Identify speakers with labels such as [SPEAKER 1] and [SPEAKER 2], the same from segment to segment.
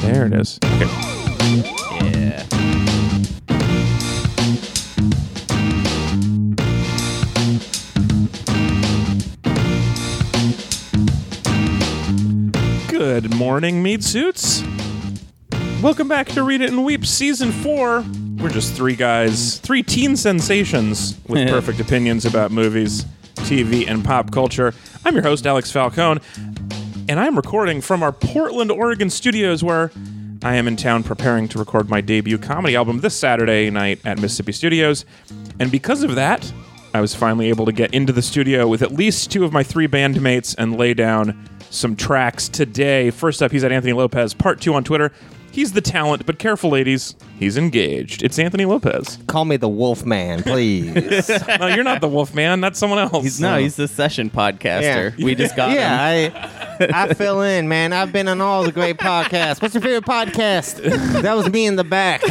[SPEAKER 1] There it is. Okay.
[SPEAKER 2] Yeah.
[SPEAKER 1] Good morning, meat suits. Welcome back to Read It and Weep season four. We're just three guys, three teen sensations with perfect opinions about movies, TV, and pop culture. I'm your host, Alex Falcone, and I'm recording from our Portland, Oregon studios where I am in town preparing to record my debut comedy album this Saturday night at Mississippi Studios. And because of that, I was finally able to get into the studio with at least two of my three bandmates and lay down some tracks today. First up, he's at Anthony Lopez, part two on Twitter. He's the talent, but careful, ladies, he's engaged. It's Anthony Lopez.
[SPEAKER 3] Call me the Wolf Man, please.
[SPEAKER 1] no, you're not the wolf man. That's someone else.
[SPEAKER 2] He's no, he's the session podcaster.
[SPEAKER 3] Yeah.
[SPEAKER 2] We just got him.
[SPEAKER 3] yeah, I, I fill in, man. I've been on all the great podcasts. What's your favorite podcast? That was me in the back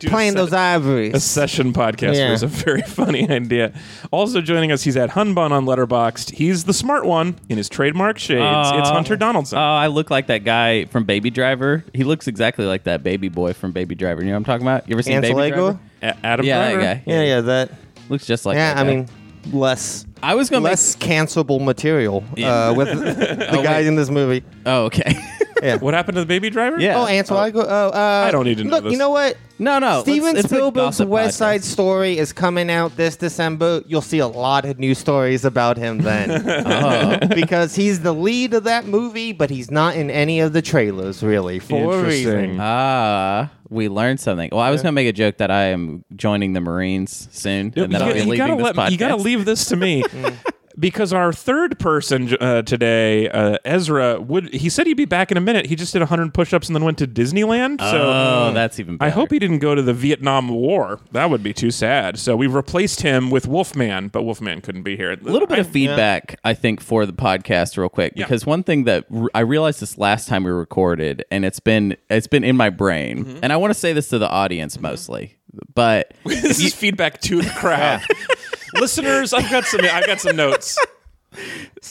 [SPEAKER 1] Dude,
[SPEAKER 3] playing those
[SPEAKER 1] A
[SPEAKER 3] ivories.
[SPEAKER 1] session podcast
[SPEAKER 3] Yeah.
[SPEAKER 1] was a very funny idea. Also joining us, he's at Hunbun on Letterboxd. He's the smart one in his trademark shades. it's
[SPEAKER 2] Oh.
[SPEAKER 1] Hunter Donaldson.
[SPEAKER 2] Oh, I look like that guy from Baby Driver. He looks exactly like that baby boy from Baby Driver. You know what I'm talking about? You ever seen
[SPEAKER 3] Ansel Elgort?
[SPEAKER 2] Baby Driver?
[SPEAKER 1] A- Adam
[SPEAKER 2] Yeah, that
[SPEAKER 1] Driver.
[SPEAKER 2] guy.
[SPEAKER 3] Yeah, yeah, that.
[SPEAKER 2] Looks just like
[SPEAKER 3] Yeah,
[SPEAKER 2] that.
[SPEAKER 3] I
[SPEAKER 2] guy.
[SPEAKER 3] mean, less
[SPEAKER 2] I was gonna
[SPEAKER 3] less cancelable material
[SPEAKER 2] Yeah. Oh,
[SPEAKER 3] uh, with the guy
[SPEAKER 2] wait.
[SPEAKER 3] in this movie.
[SPEAKER 2] make. Oh, okay.
[SPEAKER 3] Yeah.
[SPEAKER 1] What happened to the baby driver?
[SPEAKER 2] Yeah.
[SPEAKER 3] Oh, Ansel Elgort. Oh, uh,
[SPEAKER 1] I don't need to know
[SPEAKER 3] Look,
[SPEAKER 1] this.
[SPEAKER 3] you know what?
[SPEAKER 2] no, no. let's-
[SPEAKER 3] Steven
[SPEAKER 2] it's a
[SPEAKER 3] Spielberg's
[SPEAKER 2] gossip
[SPEAKER 3] West Side
[SPEAKER 2] podcast.
[SPEAKER 3] Story is coming out this December. You'll see a lot of news stories about him then.
[SPEAKER 2] Oh.
[SPEAKER 3] because he's the lead of that movie, but he's not in any of the trailers, really, for a
[SPEAKER 1] Oh, Interesting.
[SPEAKER 3] reason.
[SPEAKER 2] Ah, we learned something. Well, I was gonna make a joke that I am joining the Marines soon,
[SPEAKER 1] You,
[SPEAKER 2] and then I'll
[SPEAKER 1] gotta-
[SPEAKER 2] be
[SPEAKER 1] you
[SPEAKER 2] leaving
[SPEAKER 1] gotta
[SPEAKER 2] this
[SPEAKER 1] let-
[SPEAKER 2] podcast.
[SPEAKER 1] you gotta leave this to me. Mm. Because our third person uh, today, uh, Ezra, would he said he'd be back in a minute. He just did 100 push-ups and then went to Disneyland. so
[SPEAKER 2] oh, that's even. Better.
[SPEAKER 1] I hope he didn't go to the Vietnam War. That would be too sad. So we replaced him with Wolfman, but Wolfman couldn't be here.
[SPEAKER 2] a little bit of feedback i think for the podcast real quick because one thing that r- i realized this last time we recorded and it's been it's been in my brain
[SPEAKER 1] Mm-hmm.
[SPEAKER 2] and i want to say this to the audience mostly but
[SPEAKER 1] This is feedback to the crowd. Listeners, I've got some I've got some notes.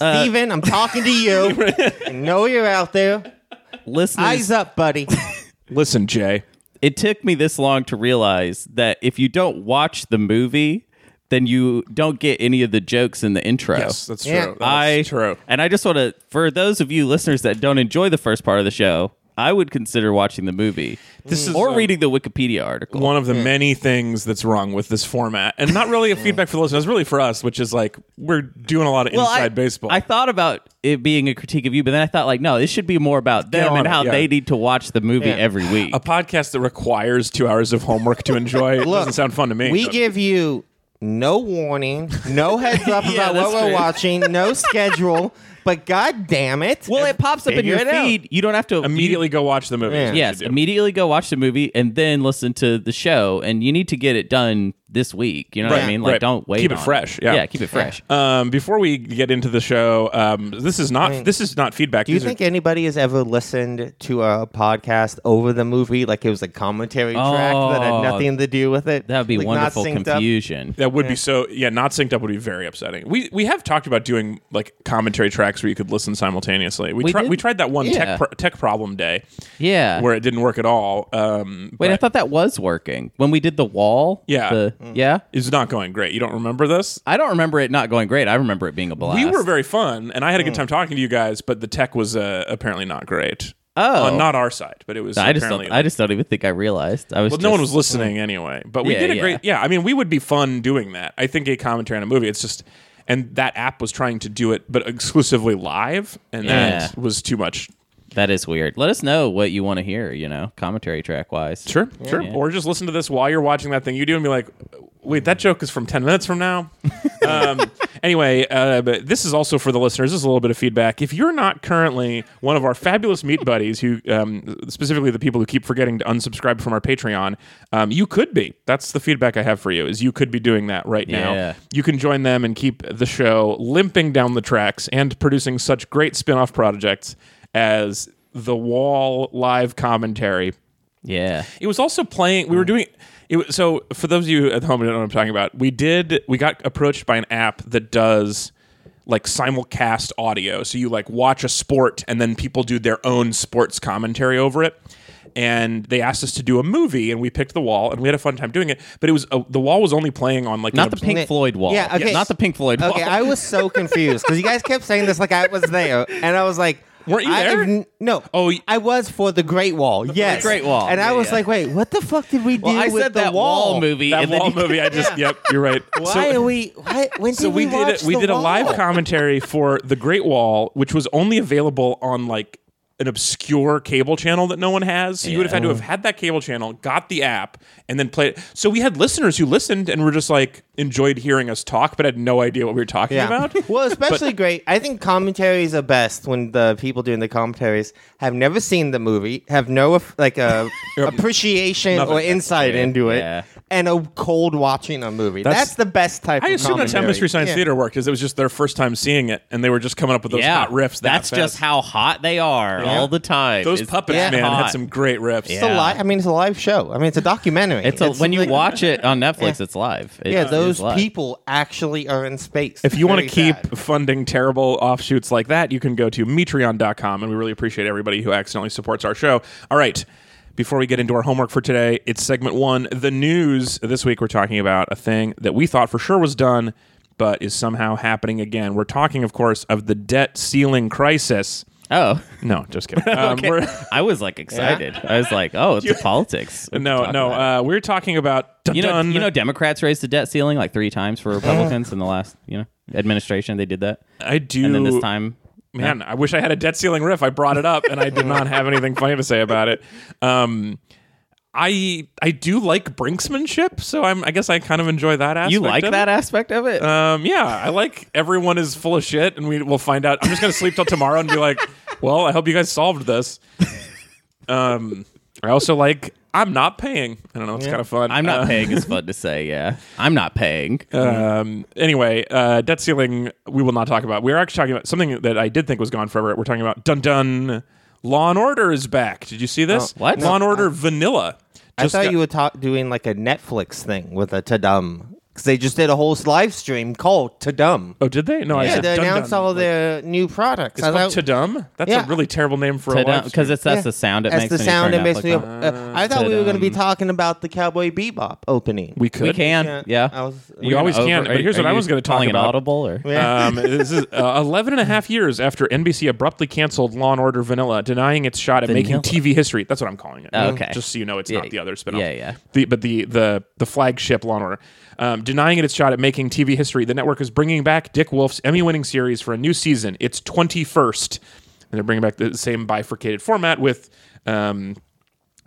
[SPEAKER 2] Uh,
[SPEAKER 3] Steven, I'm talking to you. I know you're out there.
[SPEAKER 2] listeners
[SPEAKER 3] Eyes up, buddy.
[SPEAKER 1] Listen, Jay.
[SPEAKER 2] it took me this long to realize that if you don't watch the movie then you don't get any of the jokes in the intro
[SPEAKER 1] Yes, that's true.
[SPEAKER 3] Yeah.
[SPEAKER 1] That's
[SPEAKER 2] I
[SPEAKER 1] true.
[SPEAKER 2] and I just want to for those of you listeners that don't enjoy the first part of the show, I would consider watching the movie
[SPEAKER 1] This is
[SPEAKER 2] or
[SPEAKER 1] um,
[SPEAKER 2] reading the Wikipedia article.
[SPEAKER 1] One of the many things that's wrong with this format, and not really a feedback for the listeners, really for us, which is like we're doing a lot of inside
[SPEAKER 2] I,
[SPEAKER 1] baseball.
[SPEAKER 2] I thought about it being a critique of you, but then I thought like, no, this should be more about them
[SPEAKER 1] on
[SPEAKER 2] and
[SPEAKER 1] it,
[SPEAKER 2] how
[SPEAKER 1] yeah.
[SPEAKER 2] they need to watch the movie
[SPEAKER 3] Yeah.
[SPEAKER 2] every week.
[SPEAKER 1] a podcast that requires two hours of homework to enjoy doesn't sound fun to me.
[SPEAKER 3] We
[SPEAKER 1] but-
[SPEAKER 3] give you no warning, no heads up
[SPEAKER 2] Yeah,
[SPEAKER 3] about what
[SPEAKER 2] that's
[SPEAKER 3] we're
[SPEAKER 2] true.
[SPEAKER 3] watching, no schedule, but god damn it.
[SPEAKER 2] well, it pops up in
[SPEAKER 3] Figure
[SPEAKER 2] your
[SPEAKER 3] it out.
[SPEAKER 2] feed. You don't have to
[SPEAKER 1] immediately go watch the movie. is
[SPEAKER 3] Yeah.
[SPEAKER 1] what
[SPEAKER 2] you-
[SPEAKER 1] you
[SPEAKER 2] yes,
[SPEAKER 1] do.
[SPEAKER 2] immediately go watch the movie and then listen to the show. And you need to get it done this week. You know what I
[SPEAKER 3] Right,
[SPEAKER 2] mean? Like,
[SPEAKER 1] right.
[SPEAKER 2] don't wait.
[SPEAKER 1] Keep it
[SPEAKER 2] on
[SPEAKER 1] fresh, yeah.
[SPEAKER 2] yeah, keep it fresh.
[SPEAKER 1] Um, before we get into the show, um, this is not this is not feedback.
[SPEAKER 3] Do you think anybody has ever listened to a podcast over the movie? Like it was a commentary track that
[SPEAKER 2] Oh,
[SPEAKER 3] had nothing to do with it?
[SPEAKER 2] That would be
[SPEAKER 3] Like, not
[SPEAKER 2] wonderful
[SPEAKER 3] synced up?
[SPEAKER 2] confusion.
[SPEAKER 1] that would be so. Yeah, not synced up would be very upsetting. We we have talked about doing like commentary tracks where you could listen simultaneously. We
[SPEAKER 2] We
[SPEAKER 1] tried
[SPEAKER 2] did-
[SPEAKER 1] we tried that one
[SPEAKER 2] Yeah.
[SPEAKER 1] tech pro- tech problem day
[SPEAKER 2] Yeah.
[SPEAKER 1] where it didn't work at all. Um,
[SPEAKER 2] Wait, I
[SPEAKER 1] but
[SPEAKER 2] thought that was working when we did the wall.
[SPEAKER 1] Yeah.
[SPEAKER 2] the-
[SPEAKER 3] Mm.
[SPEAKER 2] yeah.
[SPEAKER 1] it's not going great. You don't remember this?
[SPEAKER 2] I don't remember it not going great. I remember it being a blast. Hmm.
[SPEAKER 1] We were very fun, and I had a good time talking to you guys. But the tech was uh, apparently not great.
[SPEAKER 2] Oh.
[SPEAKER 1] On- not our side, but it was.
[SPEAKER 2] I just
[SPEAKER 1] apparently
[SPEAKER 2] don't. I just don't even think I realized. I was.
[SPEAKER 1] Well,
[SPEAKER 2] just,
[SPEAKER 1] no one was listening anyway. But we
[SPEAKER 2] Yeah,
[SPEAKER 1] did a
[SPEAKER 2] yeah.
[SPEAKER 1] great. Yeah, I mean, we would be fun doing that. I think a commentary on a movie. It's just, and that app was trying to do it, but exclusively live, and that
[SPEAKER 2] Yeah.
[SPEAKER 1] was too much.
[SPEAKER 2] That is weird. Let us know what you want to hear. You know, commentary track wise.
[SPEAKER 1] Sure, sure. Or just listen to this while you're watching that thing you do, and be like, "Wait, that joke is from ten minutes from now." um, anyway, uh, but this is also for the listeners. This is a little bit of feedback. If you're not currently one of our fabulous meat buddies, who um, specifically the people who keep forgetting to unsubscribe from our Patreon, um, you could be. That's the feedback I have for you. Is you could be doing that right
[SPEAKER 2] Yeah.
[SPEAKER 1] now. You can join them and keep the show limping down the tracks and producing such great spin-off projects as the Wall live commentary
[SPEAKER 2] Yeah.
[SPEAKER 1] it was also playing.
[SPEAKER 4] Mm.
[SPEAKER 1] We were doing it. Was, so for those of you at home who don't know what I'm talking about, we did. We got approached by an app that does like simulcast audio. So you like watch a sport and then people do their own sports commentary over it. And they asked us to do a movie, and we picked The Wall, and we had a fun time doing it. But it was uh, The Wall was only playing on like
[SPEAKER 4] Not the
[SPEAKER 1] an
[SPEAKER 4] Pink
[SPEAKER 3] Nick-
[SPEAKER 4] Floyd wall.
[SPEAKER 3] Yeah, okay.
[SPEAKER 4] Not the Pink Floyd wall.
[SPEAKER 3] Okay, I was so confused because you guys kept saying this like I was there, and I was like,
[SPEAKER 1] Weren't you
[SPEAKER 3] I
[SPEAKER 1] there?
[SPEAKER 3] have n- no.
[SPEAKER 1] Oh, y-
[SPEAKER 3] I was for the Great Wall. Yes,
[SPEAKER 4] Great Wall.
[SPEAKER 3] And I
[SPEAKER 4] Yeah,
[SPEAKER 3] was
[SPEAKER 4] yeah.
[SPEAKER 3] like, wait, what the fuck did we do
[SPEAKER 4] well, I
[SPEAKER 3] with
[SPEAKER 4] said
[SPEAKER 3] the
[SPEAKER 4] that
[SPEAKER 3] wall,
[SPEAKER 4] wall movie.
[SPEAKER 1] That
[SPEAKER 4] and then
[SPEAKER 1] wall
[SPEAKER 4] you-
[SPEAKER 1] movie, I just yep, you're right.
[SPEAKER 3] Why are we? Why, when
[SPEAKER 1] So
[SPEAKER 3] did
[SPEAKER 1] we,
[SPEAKER 3] we,
[SPEAKER 1] did
[SPEAKER 3] watch
[SPEAKER 1] a, we
[SPEAKER 3] The
[SPEAKER 1] did a live
[SPEAKER 3] Wall?
[SPEAKER 1] commentary for The Great Wall, which was only available on like an obscure cable channel that no one has. So you would have had to have had that cable channel, got the app, and then played. it. So we had listeners who listened and were just like enjoyed hearing us talk, but had no idea what we were talking about.
[SPEAKER 3] well, especially great. I think commentaries are best when the people doing the commentaries have never seen the movie, have no like uh, appreciation or
[SPEAKER 1] Nothing.
[SPEAKER 3] insight into it,
[SPEAKER 4] Yeah.
[SPEAKER 3] and a cold watching a movie. That's,
[SPEAKER 1] That's-
[SPEAKER 3] the best type.
[SPEAKER 1] I
[SPEAKER 3] of
[SPEAKER 1] assume that's how
[SPEAKER 3] commentary.
[SPEAKER 1] Mystery Science
[SPEAKER 3] Yeah.
[SPEAKER 1] Theater worked, is it was just their first time seeing it, and they were just coming up with those
[SPEAKER 4] yeah,
[SPEAKER 1] hot riffs. That
[SPEAKER 4] that's just
[SPEAKER 1] fast.
[SPEAKER 4] how hot they are all the time.
[SPEAKER 1] those
[SPEAKER 4] It's
[SPEAKER 1] puppets,
[SPEAKER 4] that
[SPEAKER 1] man, had
[SPEAKER 4] hot.
[SPEAKER 1] some great riffs.
[SPEAKER 4] Yeah.
[SPEAKER 3] It's a live. I mean, it's a live show. I mean, it's a documentary.
[SPEAKER 4] It's a, when you
[SPEAKER 3] like-
[SPEAKER 4] watch it on Netflix, it's live. It-
[SPEAKER 3] Yeah,
[SPEAKER 4] it's
[SPEAKER 3] those
[SPEAKER 4] live.
[SPEAKER 3] people actually are in space.
[SPEAKER 1] If you want to
[SPEAKER 3] Very
[SPEAKER 1] keep
[SPEAKER 3] sad.
[SPEAKER 1] funding terrible offshoots like that, you can go to metreon.com, and we really appreciate everybody who accidentally supports our show. All right. Before we get into our homework for today, it's segment one, the news. This week, we're talking about a thing that we thought for sure was done, but is somehow happening again. We're talking, of course, of the debt ceiling crisis.
[SPEAKER 4] Oh,
[SPEAKER 1] No, just kidding. Um,
[SPEAKER 4] okay.
[SPEAKER 1] we're-
[SPEAKER 4] I was like excited. I was like, oh, it's the politics. What to
[SPEAKER 1] no,
[SPEAKER 4] talk
[SPEAKER 1] no.
[SPEAKER 4] about.
[SPEAKER 1] Uh, we're talking about.
[SPEAKER 4] you know,
[SPEAKER 1] dun-dun.
[SPEAKER 4] you know, Democrats raised the debt ceiling like three times for Republicans in the last, you know, administration. They did that,
[SPEAKER 1] I do.
[SPEAKER 4] and then this time,
[SPEAKER 1] Man, I wish I had a debt ceiling riff. I brought it up, and I did not have anything funny to say about it. Um, I I do like brinksmanship, so I'm I guess I kind of enjoy that aspect.
[SPEAKER 4] you like
[SPEAKER 1] of
[SPEAKER 4] that aspect of it.
[SPEAKER 1] It. Um, yeah, I like everyone is full of shit, and we will find out. I'm just gonna sleep till tomorrow and be like, well, I hope you guys solved this. Um, I also like I'm not paying. I don't know. It's kind of fun.
[SPEAKER 4] I'm not
[SPEAKER 1] Uh,
[SPEAKER 4] paying is fun to say. Yeah, I'm not paying.
[SPEAKER 1] Um, anyway, uh, debt ceiling, we will not talk about. We're actually talking about something that I did think was gone forever. We're talking about dun dun. Law and Order is back. Did you see this?
[SPEAKER 4] Oh, what?
[SPEAKER 1] Law and Order Vanilla.
[SPEAKER 3] I thought
[SPEAKER 1] got-
[SPEAKER 3] you were ta- doing like a Netflix thing with a Tadum because they just did a whole live stream called Tadum.
[SPEAKER 1] Oh, did they? No, I
[SPEAKER 3] Yeah,
[SPEAKER 1] said
[SPEAKER 3] they
[SPEAKER 1] dun
[SPEAKER 3] announced
[SPEAKER 1] dun.
[SPEAKER 3] all their new products.
[SPEAKER 1] It's
[SPEAKER 3] I
[SPEAKER 1] called
[SPEAKER 3] thought-
[SPEAKER 1] Tadum. That's
[SPEAKER 3] Yeah.
[SPEAKER 1] a really terrible name for a live
[SPEAKER 4] Because
[SPEAKER 1] stream.
[SPEAKER 4] it's that's
[SPEAKER 3] Yeah.
[SPEAKER 4] the sound it
[SPEAKER 3] That's
[SPEAKER 4] makes.
[SPEAKER 3] the
[SPEAKER 4] when you
[SPEAKER 3] sound
[SPEAKER 4] turn
[SPEAKER 3] it makes
[SPEAKER 4] Netflix
[SPEAKER 3] me.
[SPEAKER 4] on.
[SPEAKER 3] uh, I thought we were going to be talking about the Cowboy Bebop opening.
[SPEAKER 1] we could.
[SPEAKER 4] we can.
[SPEAKER 3] Yeah,
[SPEAKER 4] Yeah,
[SPEAKER 3] I was- We
[SPEAKER 4] You're
[SPEAKER 1] always
[SPEAKER 4] over-
[SPEAKER 1] can, but
[SPEAKER 4] are-
[SPEAKER 1] here's what
[SPEAKER 4] are
[SPEAKER 1] I
[SPEAKER 4] you
[SPEAKER 1] was gonna talk
[SPEAKER 4] calling
[SPEAKER 1] about.
[SPEAKER 4] An audible or
[SPEAKER 1] um, this is uh, 11 and a half years after NBC abruptly canceled Law and Order Vanilla, denying its shot at
[SPEAKER 4] Vanilla.
[SPEAKER 1] making TV history. That's what I'm calling it.
[SPEAKER 4] Oh, okay.
[SPEAKER 1] Just so you know, it's
[SPEAKER 4] Yeah,
[SPEAKER 1] not the other spinoff.
[SPEAKER 4] yeah, yeah.
[SPEAKER 1] The, but the the the flagship Law and Order, um, denying it its shot at making TV history. The network is bringing back Dick Wolf's Emmy-winning series for a new season. It's 21st, and they're bringing back the same bifurcated format with. Um,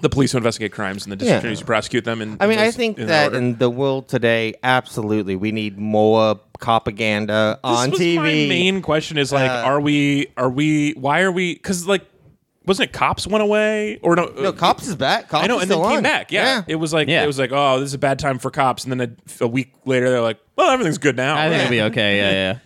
[SPEAKER 1] the police who investigate crimes and the district
[SPEAKER 3] Yeah.
[SPEAKER 1] attorneys who prosecute them. And
[SPEAKER 3] I mean, I think that
[SPEAKER 1] order.
[SPEAKER 3] in the world today, absolutely, we need more propaganda on Uh,
[SPEAKER 1] this was
[SPEAKER 3] TV.
[SPEAKER 1] My main question is like, are we? Are we? Why are we? Because like, wasn't it cops went away or no?
[SPEAKER 3] no, cops is back. Cops
[SPEAKER 1] I know,
[SPEAKER 3] is
[SPEAKER 1] and then
[SPEAKER 3] still
[SPEAKER 1] came
[SPEAKER 3] on.
[SPEAKER 1] back. Yeah. it was like
[SPEAKER 4] Yeah.
[SPEAKER 1] it was like, oh, this is a bad time for cops. And then a, a week later, they're like, well, everything's good now.
[SPEAKER 4] I think it'll be okay. Yeah, yeah.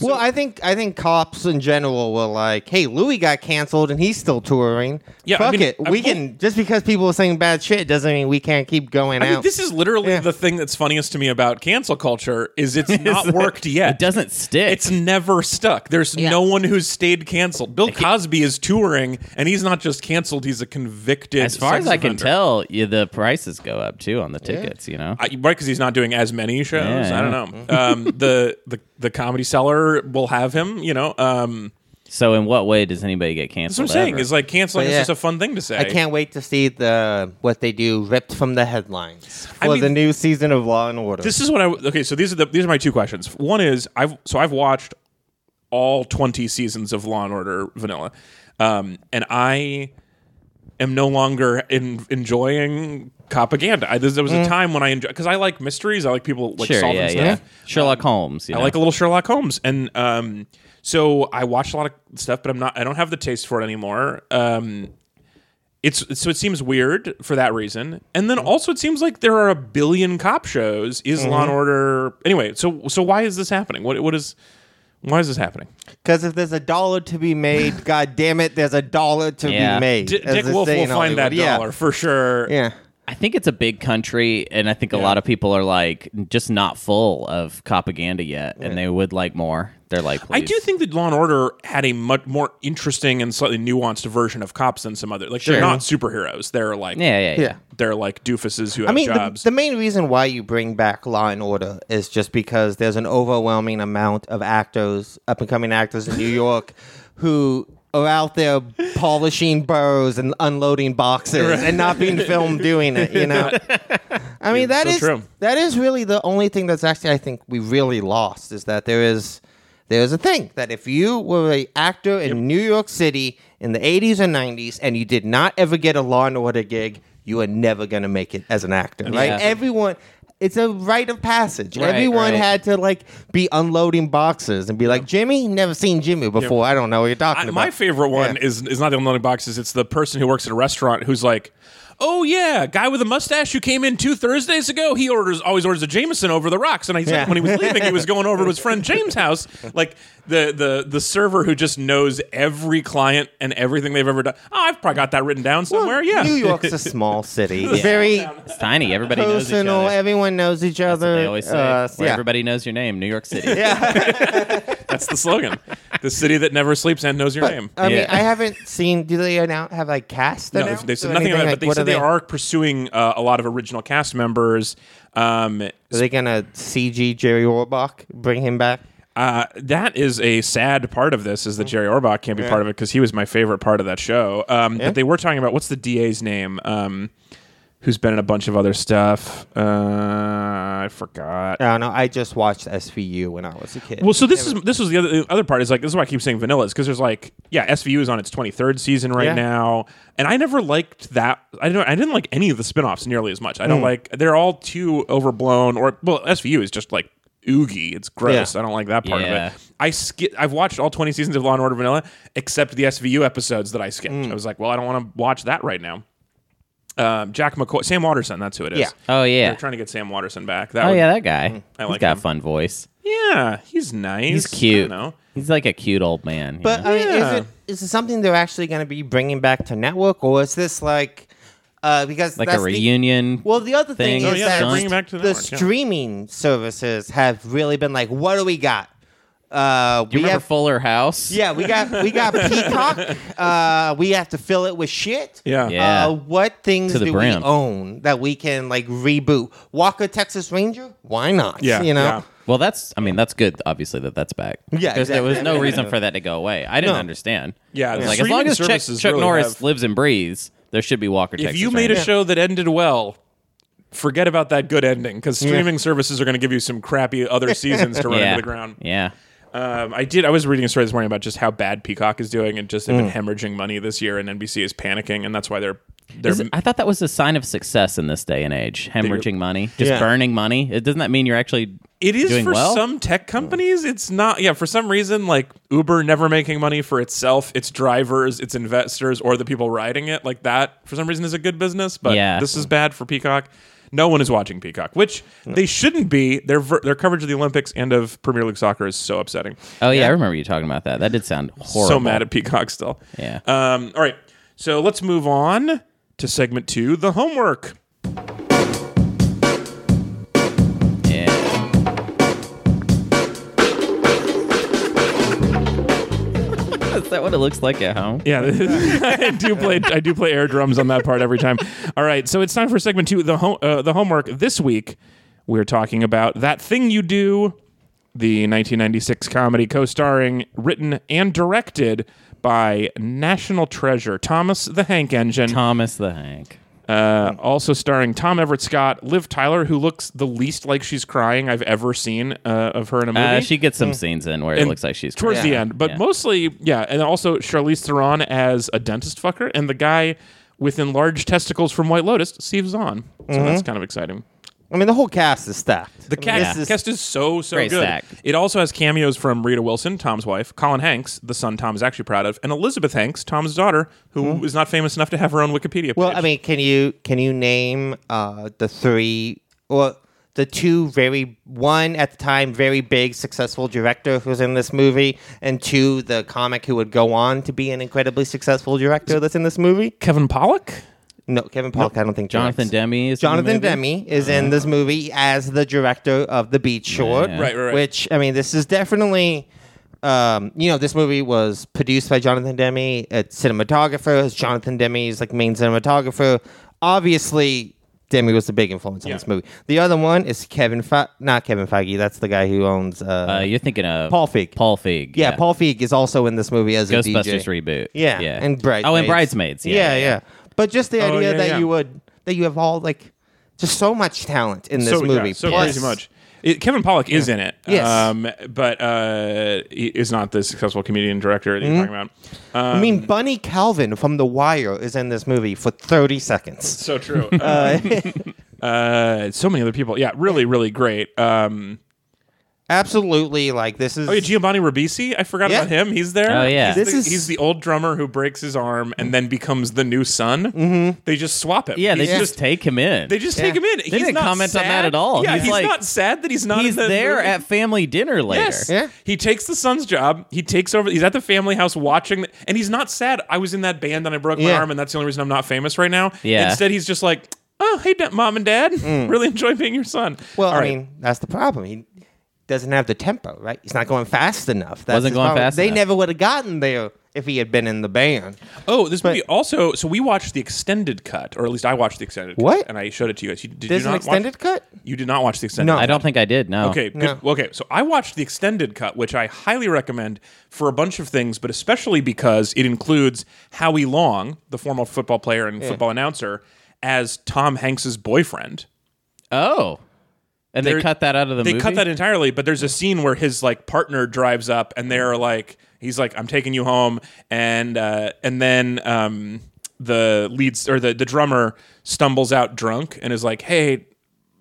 [SPEAKER 3] well, I think I think cops in general were like, "Hey, Louis got canceled and he's still touring.
[SPEAKER 1] Yeah, I
[SPEAKER 3] fuck
[SPEAKER 1] mean,
[SPEAKER 3] it.
[SPEAKER 1] I-
[SPEAKER 3] we can just because people are saying bad shit doesn't mean we can't keep going
[SPEAKER 1] I mean,
[SPEAKER 3] out."
[SPEAKER 1] this is literally
[SPEAKER 3] Yeah.
[SPEAKER 1] the thing that's funniest to me about cancel culture is it's not worked yet.
[SPEAKER 4] It doesn't stick.
[SPEAKER 1] It's never stuck. There's
[SPEAKER 3] Yeah.
[SPEAKER 1] no one who's stayed canceled. Bill Cosby is touring, and he's not just canceled; he's a convicted.
[SPEAKER 4] as far
[SPEAKER 1] sex
[SPEAKER 4] as I can
[SPEAKER 1] offender.
[SPEAKER 4] tell, you, the prices go up too on the tickets. You know,
[SPEAKER 1] I, right because he's not doing as many shows.
[SPEAKER 4] Yeah,
[SPEAKER 1] I don't know. Um, the the the comedy seller will have him. You know, um,
[SPEAKER 4] so in what way does anybody get
[SPEAKER 1] that's what I'm
[SPEAKER 4] canceled?
[SPEAKER 1] saying.
[SPEAKER 4] ever?
[SPEAKER 1] Is like canceling
[SPEAKER 3] But
[SPEAKER 1] is
[SPEAKER 3] yeah.
[SPEAKER 1] just a fun thing to say.
[SPEAKER 3] I can't wait to see the what they do ripped from the headlines for
[SPEAKER 1] I mean-
[SPEAKER 3] the new season of Law and Order.
[SPEAKER 1] This is what I okay. So these are the these are my two questions. One is I've so I've watched all 20 seasons of Law and Order Vanilla, um, and I am no longer in, enjoying propaganda. I, there was
[SPEAKER 3] Mm.
[SPEAKER 1] a time when I enjoy because I like mysteries. I like people like
[SPEAKER 4] sure,
[SPEAKER 1] solving
[SPEAKER 4] yeah,
[SPEAKER 1] stuff.
[SPEAKER 4] yeah. Sherlock Holmes. You
[SPEAKER 1] I
[SPEAKER 4] know?
[SPEAKER 1] like a little Sherlock Holmes, and um, so I watch a lot of stuff, but I'm not. I don't have the taste for it anymore. Um, it's so it seems weird for that reason, and then also it seems like there are a billion cop shows. Is Law and Order anyway? So so why is this happening? What what is why is this happening?
[SPEAKER 3] Because if there's a dollar to be made, god damn it, there's a dollar to
[SPEAKER 4] Yeah.
[SPEAKER 3] be made.
[SPEAKER 1] D-
[SPEAKER 3] as
[SPEAKER 1] Dick
[SPEAKER 3] they
[SPEAKER 1] Wolf
[SPEAKER 3] say
[SPEAKER 1] will
[SPEAKER 3] in
[SPEAKER 1] find that
[SPEAKER 3] Hollywood. Yeah.
[SPEAKER 1] dollar for sure.
[SPEAKER 3] Yeah.
[SPEAKER 4] I think it's a big country, and I think a lot of people are like just not full of propaganda yet, and they would like more. They're like,
[SPEAKER 1] I do
[SPEAKER 4] please.
[SPEAKER 1] think that Law and Order had a much more interesting and slightly nuanced version of cops than some other. Like they're
[SPEAKER 4] Sure.
[SPEAKER 1] not superheroes. They're like
[SPEAKER 4] Yeah, yeah, yeah.
[SPEAKER 3] Yeah.
[SPEAKER 1] They're like doofuses who have
[SPEAKER 3] I mean, the,
[SPEAKER 1] jobs.
[SPEAKER 3] the main reason why you bring back Law and Order is just because there's an overwhelming amount of actors, up and coming actors in New York, who are out there polishing burrows and unloading boxes and not being filmed doing it. You know, I mean that
[SPEAKER 1] so
[SPEAKER 3] is
[SPEAKER 1] true.
[SPEAKER 3] that is really the only thing that's actually I think we really lost is that there is there is a thing that if you were an actor in New York City in the 80s and 90s and you did not ever get a Law and Order gig, you are never going to make it as an actor, right?
[SPEAKER 4] Yeah.
[SPEAKER 3] Everyone. It's a rite of passage.
[SPEAKER 4] Right,
[SPEAKER 3] Everyone
[SPEAKER 4] right.
[SPEAKER 3] had to like be unloading boxes and be like, "Jimmy, never seen Jimmy before. I don't know what you're talking
[SPEAKER 1] I-
[SPEAKER 3] about."
[SPEAKER 1] my favorite one is is not the unloading boxes. It's the person who works at a restaurant who's like, "Oh yeah, guy with a mustache who came in two Thursdays ago. He orders always orders a Jameson over the rocks." And I
[SPEAKER 3] Yeah.
[SPEAKER 1] said when he was leaving, he was going over to his friend James' house. Like the the the server who just knows every client and everything they've ever done. Oh, I've probably got that written down somewhere. yeah,
[SPEAKER 3] New York's a small city. Very
[SPEAKER 4] It's tiny. Everybody knows each
[SPEAKER 3] personal.
[SPEAKER 4] other.
[SPEAKER 3] Everyone knows each other.
[SPEAKER 4] They always say,
[SPEAKER 3] Uh,
[SPEAKER 4] "Where
[SPEAKER 3] yeah.
[SPEAKER 4] everybody knows your name, New York City.
[SPEAKER 1] that's the slogan. the city that never sleeps and knows your name.
[SPEAKER 3] I mean,
[SPEAKER 4] Yeah.
[SPEAKER 3] I haven't seen. Do they uh, now have like cast?
[SPEAKER 1] No,
[SPEAKER 3] announced
[SPEAKER 1] they said
[SPEAKER 3] or
[SPEAKER 1] nothing about it,
[SPEAKER 3] anything?
[SPEAKER 1] but they
[SPEAKER 3] Like, what
[SPEAKER 1] said they
[SPEAKER 3] they
[SPEAKER 1] are pursuing uh, a lot of original cast members. Um,
[SPEAKER 3] Are they gonna CG Jerry Orbach? Bring him back?
[SPEAKER 1] Uh, that is a sad part of this is that Jerry Orbach can't be part of it because he was my favorite part of that show. Um, But they were talking about what's the DA's name, um, who's been in a bunch of other stuff. Uh, I forgot.
[SPEAKER 3] I don't know. I just watched SVU when I was a kid.
[SPEAKER 1] Well, so this is this was the other the other part is like this is why I keep saying vanilla is because there's like yeah SVU is on its 23rd season right
[SPEAKER 3] Yeah.
[SPEAKER 1] now, and I never liked that. I don't I didn't like any of the spin-offs nearly as much. I
[SPEAKER 4] Mm.
[SPEAKER 1] don't like they're all too overblown. Or well, SVU is just like oogie. It's gross.
[SPEAKER 3] Yeah.
[SPEAKER 1] I don't like that part
[SPEAKER 4] Yeah.
[SPEAKER 1] of it. I skip. I've watched all 20 seasons of Law and Order Vanilla except the SVU episodes that I skipped.
[SPEAKER 4] Mm.
[SPEAKER 1] I was like, well, I don't want to watch that right now. Um, Jack McCoy, Sam Watterson. That's who it is.
[SPEAKER 3] Yeah.
[SPEAKER 4] Oh
[SPEAKER 1] They're
[SPEAKER 4] yeah.
[SPEAKER 1] trying to get Sam Watterson back. That
[SPEAKER 4] Oh
[SPEAKER 1] would-
[SPEAKER 4] yeah, that
[SPEAKER 3] Mm-hmm.
[SPEAKER 4] guy.
[SPEAKER 1] I
[SPEAKER 4] He's
[SPEAKER 1] like
[SPEAKER 4] got
[SPEAKER 1] him.
[SPEAKER 4] a fun voice.
[SPEAKER 1] yeah, he's nice.
[SPEAKER 4] He's cute.
[SPEAKER 1] I don't know.
[SPEAKER 4] He's like a cute old man. you
[SPEAKER 3] but
[SPEAKER 4] know?
[SPEAKER 3] I mean,
[SPEAKER 1] Yeah.
[SPEAKER 3] is it is it something they're actually gonna be bringing back to network, or is this like uh, because
[SPEAKER 4] like
[SPEAKER 3] that's
[SPEAKER 4] a
[SPEAKER 3] the-
[SPEAKER 4] reunion.
[SPEAKER 3] well, the other thing,
[SPEAKER 4] thing.
[SPEAKER 3] is
[SPEAKER 4] Oh, yeah,
[SPEAKER 3] that
[SPEAKER 4] they're bringing
[SPEAKER 1] back to
[SPEAKER 3] the
[SPEAKER 1] network, yeah.
[SPEAKER 3] streaming services have really been like, what do we got? Uh,
[SPEAKER 4] you
[SPEAKER 3] we
[SPEAKER 4] remember
[SPEAKER 3] have
[SPEAKER 4] Fuller House?
[SPEAKER 3] Yeah, we got we got Peacock. Uh, we have to fill it with shit.
[SPEAKER 1] Yeah.
[SPEAKER 4] Yeah.
[SPEAKER 3] Uh, what things
[SPEAKER 4] To the
[SPEAKER 3] do
[SPEAKER 4] brim.
[SPEAKER 3] we own that we can like reboot? Walker Texas Ranger? Why not?
[SPEAKER 1] Yeah,
[SPEAKER 3] you know.
[SPEAKER 1] yeah.
[SPEAKER 4] Well, that's. I mean, that's good. Obviously, that that's back.
[SPEAKER 3] Yeah,
[SPEAKER 4] There's- there
[SPEAKER 3] exactly.
[SPEAKER 4] was no
[SPEAKER 3] Yeah.
[SPEAKER 4] reason for that to go away. I didn't
[SPEAKER 3] No.
[SPEAKER 4] understand.
[SPEAKER 1] Yeah,
[SPEAKER 4] It was
[SPEAKER 1] the
[SPEAKER 4] like as long
[SPEAKER 1] streaming
[SPEAKER 4] as Chuck,
[SPEAKER 1] services
[SPEAKER 4] Chuck
[SPEAKER 1] really
[SPEAKER 4] Norris
[SPEAKER 1] have-
[SPEAKER 4] lives and breathes, there should be Walker.
[SPEAKER 1] If
[SPEAKER 4] Texas
[SPEAKER 1] you made a
[SPEAKER 4] Ranger.
[SPEAKER 1] show that ended well, forget about that good ending because streaming services are going to give you some crappy other seasons to run
[SPEAKER 4] yeah.
[SPEAKER 1] into the ground.
[SPEAKER 4] Yeah.
[SPEAKER 1] Um, I did. I was reading a story this morning about just how bad Peacock is doing and just they've
[SPEAKER 4] Mm.
[SPEAKER 1] been hemorrhaging money this year, and NBC is panicking, and that's why they're they're
[SPEAKER 4] Is it- I thought that was a sign of success in this day and age. Hemorrhaging money, just
[SPEAKER 3] Yeah.
[SPEAKER 4] burning money. It doesn't that mean you're actually
[SPEAKER 1] It is
[SPEAKER 4] doing
[SPEAKER 1] for
[SPEAKER 4] well?
[SPEAKER 1] some tech companies. It's not. Yeah, for some reason, like Uber never making money for itself, its drivers, its investors, or the people riding it. Like that, for some reason, is a good business. But
[SPEAKER 4] Yeah.
[SPEAKER 1] this is bad for Peacock. No one is watching Peacock, which they shouldn't be. Their ver- their coverage of the Olympics and of Premier League soccer is so upsetting.
[SPEAKER 4] Oh yeah, I remember you talking about that. That did sound horrible.
[SPEAKER 1] So mad at Peacock still.
[SPEAKER 4] Yeah.
[SPEAKER 1] Um. All right. So let's move on to segment two, the homework.
[SPEAKER 4] Yeah. Is that what it looks like at home?
[SPEAKER 1] Yeah, I do play. I do play air drums on that part every time. All right, so it's time for segment two. The ho- uh, the homework this week we're talking about that thing you do, the 1996 comedy co-starring, written and directed by national treasure Thomas the Hank Engine,
[SPEAKER 4] Thomas the Hank.
[SPEAKER 1] uh, also starring Tom Everett Scott, Liv Tyler, who looks the least like she's crying I've ever seen uh, of her in a movie.
[SPEAKER 4] Uh, she
[SPEAKER 3] Hmm.
[SPEAKER 4] gets some scenes in where it looks like she's
[SPEAKER 1] towards
[SPEAKER 4] crying.
[SPEAKER 1] the end, but
[SPEAKER 4] Yeah.
[SPEAKER 1] mostly, yeah, and also Charlize Theron as a dentist fucker, and the guy with enlarged testicles from White Lotus, Steve Zahn. So that's
[SPEAKER 3] Mm-hmm.
[SPEAKER 1] kind of exciting.
[SPEAKER 3] I mean, the whole cast is stacked.
[SPEAKER 1] The
[SPEAKER 3] I mean,
[SPEAKER 1] cast,
[SPEAKER 3] this is-
[SPEAKER 1] cast is so so
[SPEAKER 4] Great
[SPEAKER 1] good.
[SPEAKER 4] stack.
[SPEAKER 1] It also has cameos from Rita Wilson, Tom's wife, Colin Hanks, the son Tom is actually proud of, and Elizabeth Hanks, Tom's daughter, who is not famous enough to have her own Wikipedia. Page.
[SPEAKER 3] Mm-hmm. well, I mean, can you can you name uh, the three or the two very one at the time very big successful director who was in this movie, and two the comic who would go on to be an incredibly successful director that's in this movie?
[SPEAKER 1] Kevin Pollock.
[SPEAKER 3] No, Kevin Pollock. I don't think
[SPEAKER 4] Jonathan
[SPEAKER 3] directs.
[SPEAKER 4] Demme is in the
[SPEAKER 3] Jonathan
[SPEAKER 4] movie?
[SPEAKER 3] Demme is in this movie as the director of the Beach Short.
[SPEAKER 4] Yeah.
[SPEAKER 1] Right, right, right.
[SPEAKER 3] Which I mean, this is definitely. Um, you know, this movie was produced by Jonathan Demme. It's cinematographer. It's Jonathan Demme's like main cinematographer. Obviously, Demme was the big influence on
[SPEAKER 1] Yeah.
[SPEAKER 3] this movie. The other one is Kevin, Fe- not Kevin Feige. That's the guy who owns.
[SPEAKER 4] Uh,
[SPEAKER 3] Uh,
[SPEAKER 4] you're thinking of
[SPEAKER 3] Paul Feig.
[SPEAKER 4] Paul Feig.
[SPEAKER 3] yeah, Paul Feig is also in this movie as a DJ.
[SPEAKER 4] Ghostbusters reboot.
[SPEAKER 3] Yeah,
[SPEAKER 4] yeah,
[SPEAKER 3] and bridesmaids.
[SPEAKER 4] Oh, and bridesmaids. Yeah,
[SPEAKER 3] yeah, But just the
[SPEAKER 1] Oh,
[SPEAKER 3] idea
[SPEAKER 1] yeah,
[SPEAKER 3] that
[SPEAKER 1] yeah.
[SPEAKER 3] you would that you have all like just so much talent in this
[SPEAKER 1] so,
[SPEAKER 3] movie.
[SPEAKER 1] Yeah, so
[SPEAKER 3] Plus-
[SPEAKER 1] crazy much. It- Kevin Pollock is in it,
[SPEAKER 3] Yes.
[SPEAKER 1] um, but uh, he is not the successful comedian director that
[SPEAKER 3] Mm-hmm.
[SPEAKER 1] you're talking about. Um,
[SPEAKER 3] I mean, Bunny Calvin from The Wire is in this movie for thirty seconds.
[SPEAKER 1] so true. Uh, uh, so many other people. Yeah, really, really great. Um,
[SPEAKER 3] Absolutely, like this is.
[SPEAKER 1] oh, yeah, Giovanni Ribisi. I forgot
[SPEAKER 3] Yeah.
[SPEAKER 1] about him. He's there.
[SPEAKER 4] Oh, yeah.
[SPEAKER 1] he's
[SPEAKER 3] This
[SPEAKER 1] the,
[SPEAKER 3] is-
[SPEAKER 1] he's the old drummer who breaks his arm and then becomes the new son. Mm-hmm. They just swap him.
[SPEAKER 4] Yeah, they
[SPEAKER 1] He's
[SPEAKER 4] just take him in.
[SPEAKER 1] They just take
[SPEAKER 3] Yeah.
[SPEAKER 1] him in. he's
[SPEAKER 4] didn't
[SPEAKER 1] not
[SPEAKER 4] comment on
[SPEAKER 1] sad.
[SPEAKER 4] that at all.
[SPEAKER 1] Yeah, he's,
[SPEAKER 4] He's like-
[SPEAKER 1] not sad that he's not.
[SPEAKER 4] He's
[SPEAKER 1] in the
[SPEAKER 4] there
[SPEAKER 1] movie.
[SPEAKER 4] at family dinner later.
[SPEAKER 1] Yes.
[SPEAKER 3] Yeah.
[SPEAKER 1] He takes the son's job. He takes over. He's at the family house watching, the, and he's not sad. I was in that band and I broke my
[SPEAKER 3] Yeah.
[SPEAKER 1] arm, and that's the only reason I'm not famous right now.
[SPEAKER 4] Yeah.
[SPEAKER 1] Instead, he's just like, oh, hey, da- mom and dad, really enjoy being your son.
[SPEAKER 3] Mm. well,
[SPEAKER 1] All
[SPEAKER 3] I
[SPEAKER 1] right.
[SPEAKER 3] mean, that's the problem. He doesn't have the tempo, right? He's not going fast enough. That's
[SPEAKER 4] Wasn't
[SPEAKER 3] his
[SPEAKER 4] going
[SPEAKER 3] problem.
[SPEAKER 4] fast
[SPEAKER 3] They
[SPEAKER 4] enough.
[SPEAKER 3] never would have gotten there if he had been in the band.
[SPEAKER 1] oh, this movie also. So we watched the extended cut, or at least I watched the extended
[SPEAKER 3] What?
[SPEAKER 1] cut, and I showed it to you guys. You, did
[SPEAKER 3] There's
[SPEAKER 1] you
[SPEAKER 3] an
[SPEAKER 1] not watch-
[SPEAKER 3] extended cut.
[SPEAKER 1] You did not watch the extended.
[SPEAKER 3] No.
[SPEAKER 1] cut.
[SPEAKER 4] I don't think I did. No.
[SPEAKER 1] Okay, good. Okay, so I watched the extended cut, which I highly recommend for a bunch of things, but especially because it includes Howie Long, the former football player and football announcer, as Tom Hanks's boyfriend.
[SPEAKER 4] Oh, and they
[SPEAKER 1] There-
[SPEAKER 4] cut that out of the
[SPEAKER 1] They
[SPEAKER 4] movie.
[SPEAKER 1] cut that entirely, but there's a scene where his like partner drives up, and they're like, he's like, "I'm taking you home," and uh, and then um, the leads or the the drummer stumbles out drunk and is like, "Hey."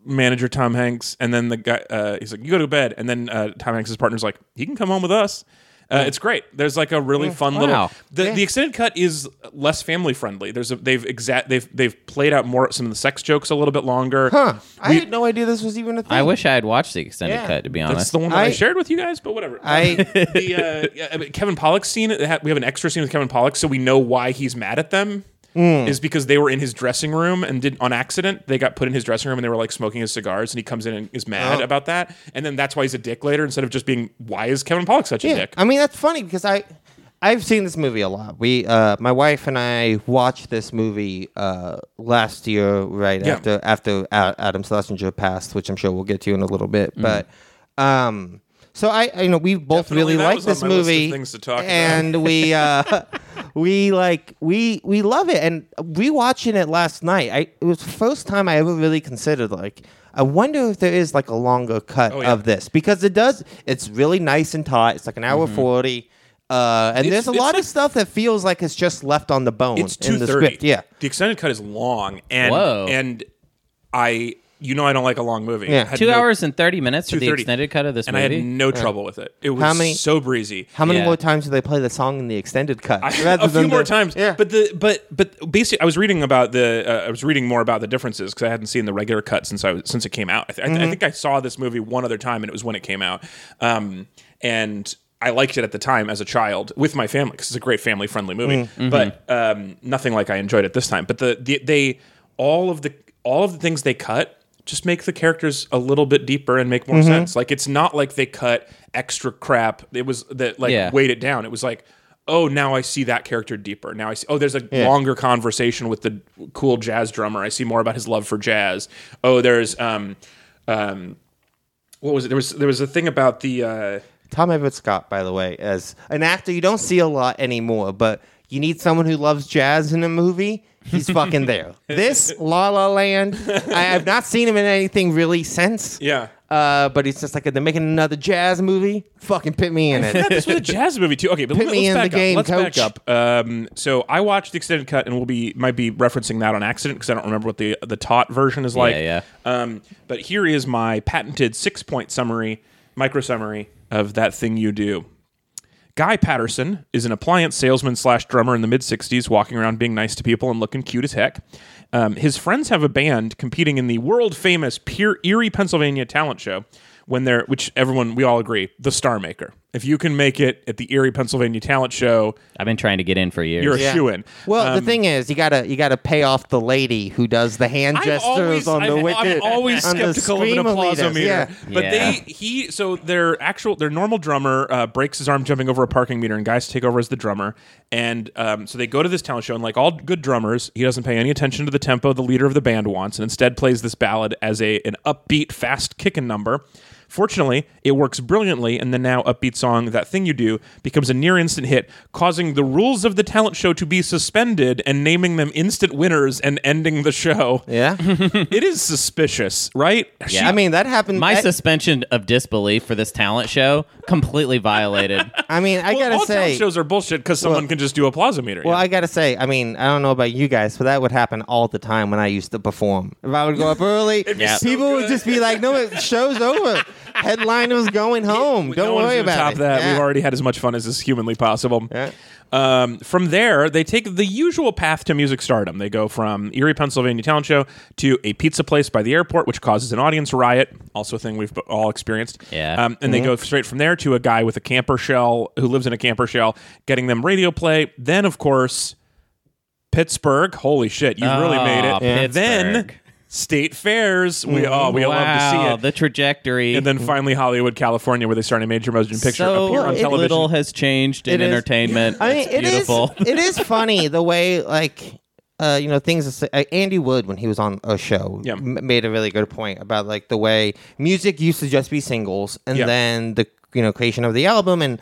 [SPEAKER 1] manager Tom Hanks, and then the guy uh, he's like, "You go to bed," and then uh, Tom Hanks's partner's like, "He can come home with us." Uh, It's great. There's like a really fun little.
[SPEAKER 4] Wow.
[SPEAKER 1] The, the extended cut is less family friendly. There's a, they've exact they've they've played out more some of the sex jokes a little bit longer.
[SPEAKER 3] Huh? I had no idea this was even a thing.
[SPEAKER 4] I wish I had watched the extended
[SPEAKER 3] Yeah.
[SPEAKER 4] cut. To be
[SPEAKER 1] That's
[SPEAKER 4] honest,
[SPEAKER 1] the one that I,
[SPEAKER 3] I-
[SPEAKER 1] shared with you guys, but whatever.
[SPEAKER 3] I
[SPEAKER 1] the uh, yeah, I mean, Kevin Pollock scene. it ha- We have an extra scene with Kevin Pollock, so we know why he's mad at them.
[SPEAKER 3] Mm.
[SPEAKER 1] Is because they were in his dressing room and did on accident. They got put in his dressing room and they were like smoking his cigars, and he comes in and is mad
[SPEAKER 3] Oh.
[SPEAKER 1] about that. And then that's why he's a dick later instead of just being why is Kevin Pollock such a
[SPEAKER 3] Yeah,
[SPEAKER 1] dick?
[SPEAKER 3] I mean that's funny because I I've seen this movie a lot. We uh, my wife and I watched this movie uh, last year right
[SPEAKER 1] Yeah.
[SPEAKER 3] after after A- Adam Schlesinger passed, which I'm sure we'll get to in a little
[SPEAKER 1] Mm.
[SPEAKER 3] bit. But um, so I, I you know we both
[SPEAKER 1] Definitely,
[SPEAKER 3] really
[SPEAKER 1] that
[SPEAKER 3] like
[SPEAKER 1] was on
[SPEAKER 3] this
[SPEAKER 1] my list of
[SPEAKER 3] movie
[SPEAKER 1] things to talk about.
[SPEAKER 3] and we uh, we like we we love it and rewatching it last night. I it was the first time I ever really considered like I wonder if there is like a longer cut
[SPEAKER 1] Oh, yeah.
[SPEAKER 3] of this because it does. It's really nice and taut. It's like an hour forty, uh, and
[SPEAKER 1] Mm-hmm. It's-
[SPEAKER 3] there's a
[SPEAKER 1] it's
[SPEAKER 3] lot
[SPEAKER 1] like-
[SPEAKER 3] of stuff that feels like it's just left on the bone
[SPEAKER 1] It's
[SPEAKER 3] in
[SPEAKER 1] two
[SPEAKER 3] the
[SPEAKER 1] thirty.
[SPEAKER 3] script. Yeah,
[SPEAKER 1] the extended cut is long, and
[SPEAKER 4] Whoa.
[SPEAKER 1] and I you know I don't like a long movie.
[SPEAKER 3] Yeah.
[SPEAKER 1] Had
[SPEAKER 4] two
[SPEAKER 1] no-
[SPEAKER 4] hours and thirty minutes for the
[SPEAKER 1] 2:30.
[SPEAKER 4] extended cut of this
[SPEAKER 1] and I
[SPEAKER 4] movie.
[SPEAKER 1] had no trouble with it. It was
[SPEAKER 3] How many-
[SPEAKER 1] so breezy.
[SPEAKER 3] how many
[SPEAKER 4] Yeah.
[SPEAKER 3] more times do they play the song in the extended cut?
[SPEAKER 1] I,
[SPEAKER 3] rather
[SPEAKER 1] a few
[SPEAKER 3] than
[SPEAKER 1] more
[SPEAKER 3] the-
[SPEAKER 1] times.
[SPEAKER 3] Yeah,
[SPEAKER 1] But the but but basically, I was reading about the uh, I was reading more about the differences because I hadn't seen the regular cut since I was, since it came out. I, th- I
[SPEAKER 3] Mm-hmm.
[SPEAKER 1] th- I think I saw this movie one other time, and it was when it came out. Um, and I liked it at the time as a child with my family because it's a great family friendly movie.
[SPEAKER 3] Mm.
[SPEAKER 1] But
[SPEAKER 3] Mm-hmm.
[SPEAKER 1] um, nothing like I enjoyed it this time. But the, the they all of the all of the things they cut just make the characters a little bit deeper and make more
[SPEAKER 3] Mm-hmm.
[SPEAKER 1] sense. Like it's not like they cut extra crap. It was that like
[SPEAKER 4] Yeah.
[SPEAKER 1] weighed it down. It was like, oh, now I see that character deeper. Now I see. Oh, there's a longer conversation with the cool jazz drummer. I see more about his love for jazz. Oh, there's um, um, what was it? There was there was a thing about the. Uh,
[SPEAKER 3] Tom Everett Scott, by the way, as an actor you don't see a lot anymore, but you need someone who loves jazz in a movie. He's fucking there. This La La Land, I have not seen him in anything really since.
[SPEAKER 1] yeah.
[SPEAKER 3] Uh, but he's just like they're making another jazz movie. Fucking put me in it.
[SPEAKER 1] this was a jazz movie too. Okay, but
[SPEAKER 3] Put
[SPEAKER 1] let,
[SPEAKER 3] me
[SPEAKER 1] us
[SPEAKER 3] in
[SPEAKER 1] back
[SPEAKER 3] the
[SPEAKER 1] up.
[SPEAKER 3] game,
[SPEAKER 1] let's
[SPEAKER 3] coach.
[SPEAKER 1] back up. Um, so I watched the extended cut, and we'll be might be referencing that on accident because I don't remember what the the taut version is like.
[SPEAKER 4] yeah.
[SPEAKER 1] Um, but here is my patented six point summary, micro summary of that thing you do. Guy Patterson is an appliance salesman slash drummer in the mid 60s, walking around being nice to people and looking cute as heck. Um, his friends have a band competing in the world famous Pier- Erie, Pennsylvania talent show, when they're, which everyone, we all agree, the star maker. If you can make it at the Erie, Pennsylvania talent show,
[SPEAKER 4] I've been trying to get in for years.
[SPEAKER 1] you're a shoe in.
[SPEAKER 3] Well,
[SPEAKER 1] Um,
[SPEAKER 3] the thing is, you gotta you gotta pay off the lady who does the hand
[SPEAKER 1] I'm
[SPEAKER 3] gestures
[SPEAKER 1] always,
[SPEAKER 3] on the
[SPEAKER 1] I'm,
[SPEAKER 3] wicket.
[SPEAKER 1] I'm always
[SPEAKER 3] on the
[SPEAKER 1] skeptical of an
[SPEAKER 3] scream
[SPEAKER 1] applause
[SPEAKER 3] leaders.
[SPEAKER 1] meter.
[SPEAKER 3] Yeah.
[SPEAKER 1] But
[SPEAKER 4] Yeah.
[SPEAKER 1] they he so their actual their normal drummer uh, breaks his arm jumping over a parking meter, and guys take over as the drummer. And um, so they go to this talent show, and like all good drummers, he doesn't pay any attention to the tempo the leader of the band wants, and instead plays this ballad as a an upbeat, fast kicking number. Fortunately, it works brilliantly, and the now upbeat song "That Thing You Do" becomes a near instant hit, causing the rules of the talent show to be suspended and naming them instant winners and ending the show
[SPEAKER 3] Yeah.
[SPEAKER 1] it is suspicious, right? She-
[SPEAKER 3] I mean, that happened.
[SPEAKER 4] My
[SPEAKER 3] I,
[SPEAKER 4] suspension of disbelief for this talent show completely violated.
[SPEAKER 3] I mean,
[SPEAKER 1] well,
[SPEAKER 3] I
[SPEAKER 1] all
[SPEAKER 3] gotta
[SPEAKER 1] talent
[SPEAKER 3] say.
[SPEAKER 1] shows are bullshit because someone can just do a plausometer.
[SPEAKER 3] Well,
[SPEAKER 1] yeah.
[SPEAKER 3] I gotta say, I mean, I don't know about you guys, but that would happen all the time when I used to perform. If I would go up early,
[SPEAKER 4] Yeah. so
[SPEAKER 3] people would
[SPEAKER 1] good.
[SPEAKER 3] just be like, "No, it show's over. Headliner's going home.
[SPEAKER 1] No
[SPEAKER 3] Don't
[SPEAKER 1] one's
[SPEAKER 3] worry
[SPEAKER 1] gonna
[SPEAKER 3] about
[SPEAKER 1] top
[SPEAKER 3] it."
[SPEAKER 1] that.
[SPEAKER 3] Yeah.
[SPEAKER 1] We've already had as much fun as is humanly possible.
[SPEAKER 3] Yeah.
[SPEAKER 1] Um, from there, they take the usual path to music stardom. They go from Erie, Pennsylvania talent show to a pizza place by the airport, which causes an audience riot. Also, a thing we've all experienced.
[SPEAKER 4] Yeah.
[SPEAKER 1] Um, and they
[SPEAKER 3] Mm-hmm.
[SPEAKER 1] go straight from there to a guy with a camper shell who lives in a camper shell, getting them radio play. Then, of course, Pittsburgh. Holy shit, you have really
[SPEAKER 4] Oh,
[SPEAKER 1] made it.
[SPEAKER 4] Yeah.
[SPEAKER 1] Then
[SPEAKER 4] Pittsburg.
[SPEAKER 1] state fairs. We all we love to see
[SPEAKER 4] Wow,
[SPEAKER 1] it.
[SPEAKER 4] The trajectory.
[SPEAKER 1] and then
[SPEAKER 3] Mm-hmm.
[SPEAKER 1] finally Hollywood, California, where they start a major motion picture
[SPEAKER 4] so
[SPEAKER 1] appear on television.
[SPEAKER 4] little has changed in
[SPEAKER 3] It is-
[SPEAKER 4] entertainment.
[SPEAKER 3] I mean,
[SPEAKER 4] it's
[SPEAKER 3] it is-
[SPEAKER 4] beautiful.
[SPEAKER 3] it is funny the way like. Uh, you know things. as- Uh, Andy Wood, when he was on a show,
[SPEAKER 1] Yeah.
[SPEAKER 3] m- made a really good point about like the way music used to just be singles, and
[SPEAKER 1] Yeah.
[SPEAKER 3] then the you know creation of the album, and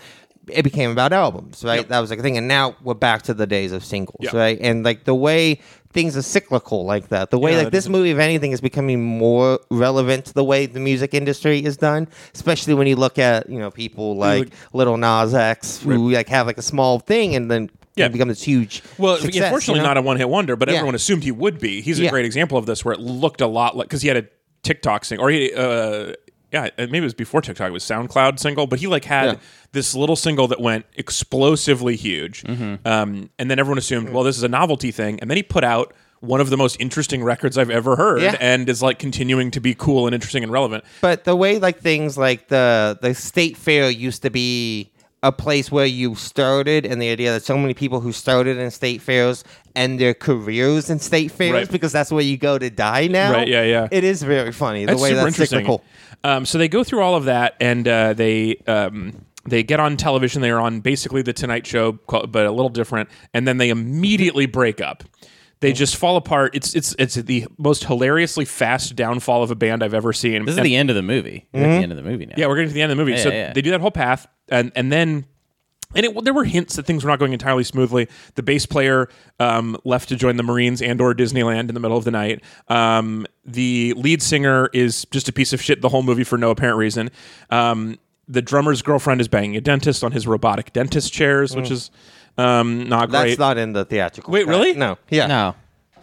[SPEAKER 3] it became about albums, right? That was like a thing, and now we're back to the days of singles,
[SPEAKER 1] Yeah.
[SPEAKER 3] right? And like the way things are cyclical like that, the way
[SPEAKER 1] Yeah,
[SPEAKER 3] like
[SPEAKER 1] it
[SPEAKER 3] this
[SPEAKER 1] is.
[SPEAKER 3] movie, if anything, is becoming more relevant to the way the music industry is done, especially when you look at you know people like Little Nas X, who like have like a small thing and then
[SPEAKER 1] Yeah.
[SPEAKER 3] it becomes this huge.
[SPEAKER 1] Well,
[SPEAKER 3] success,
[SPEAKER 1] unfortunately,
[SPEAKER 3] you know?
[SPEAKER 1] not a one hit wonder, but
[SPEAKER 3] Yeah.
[SPEAKER 1] everyone assumed he would be. He's a
[SPEAKER 3] Yeah.
[SPEAKER 1] great example of this, where it looked a lot like because he had a TikTok single, or he, uh, yeah, uh, maybe it was before TikTok. It was SoundCloud single, but he like had
[SPEAKER 3] Yeah.
[SPEAKER 1] this little single that went explosively huge,
[SPEAKER 3] Mm-hmm.
[SPEAKER 1] um, and then everyone assumed, well, this is a novelty thing, and then he put out. One of the most interesting records I've ever heard,
[SPEAKER 3] Yeah.
[SPEAKER 1] and is like continuing to be cool and interesting and relevant.
[SPEAKER 3] But the way like things like the the state fair used to be a place where you started, and the idea that so many people who started in state fairs end their careers in state fairs
[SPEAKER 1] Right.
[SPEAKER 3] because that's where you go to die now.
[SPEAKER 1] Right, yeah, yeah.
[SPEAKER 3] It is very funny the
[SPEAKER 1] That's
[SPEAKER 3] way
[SPEAKER 1] super
[SPEAKER 3] that's
[SPEAKER 1] interesting.
[SPEAKER 3] cyclical.
[SPEAKER 1] Um, so they go through all of that, and uh, they um, they get on television. They are on basically the Tonight Show, call- but a little different. And then they immediately break up. They just fall apart. It's it's it's the most hilariously fast downfall of a band I've ever seen.
[SPEAKER 4] This is
[SPEAKER 1] And-
[SPEAKER 4] the end of the movie. We're At the end of the movie now.
[SPEAKER 1] Mm-hmm. yeah, we're getting to the end of the movie. so
[SPEAKER 4] yeah, yeah.
[SPEAKER 1] they do that whole path, and and then. And it, there were hints that things were not going entirely smoothly. The bass player um, left to join the Marines and/or Disneyland in the middle of the night. Um, the lead singer is just a piece of shit the whole movie for no apparent reason. Um, the drummer's girlfriend is banging a dentist on his robotic dentist chairs,
[SPEAKER 4] Mm.
[SPEAKER 1] which is um, not
[SPEAKER 3] That's
[SPEAKER 1] great.
[SPEAKER 3] not in the theatrical.
[SPEAKER 1] Wait,
[SPEAKER 3] cut.
[SPEAKER 1] really?
[SPEAKER 3] No. Yeah.
[SPEAKER 4] No.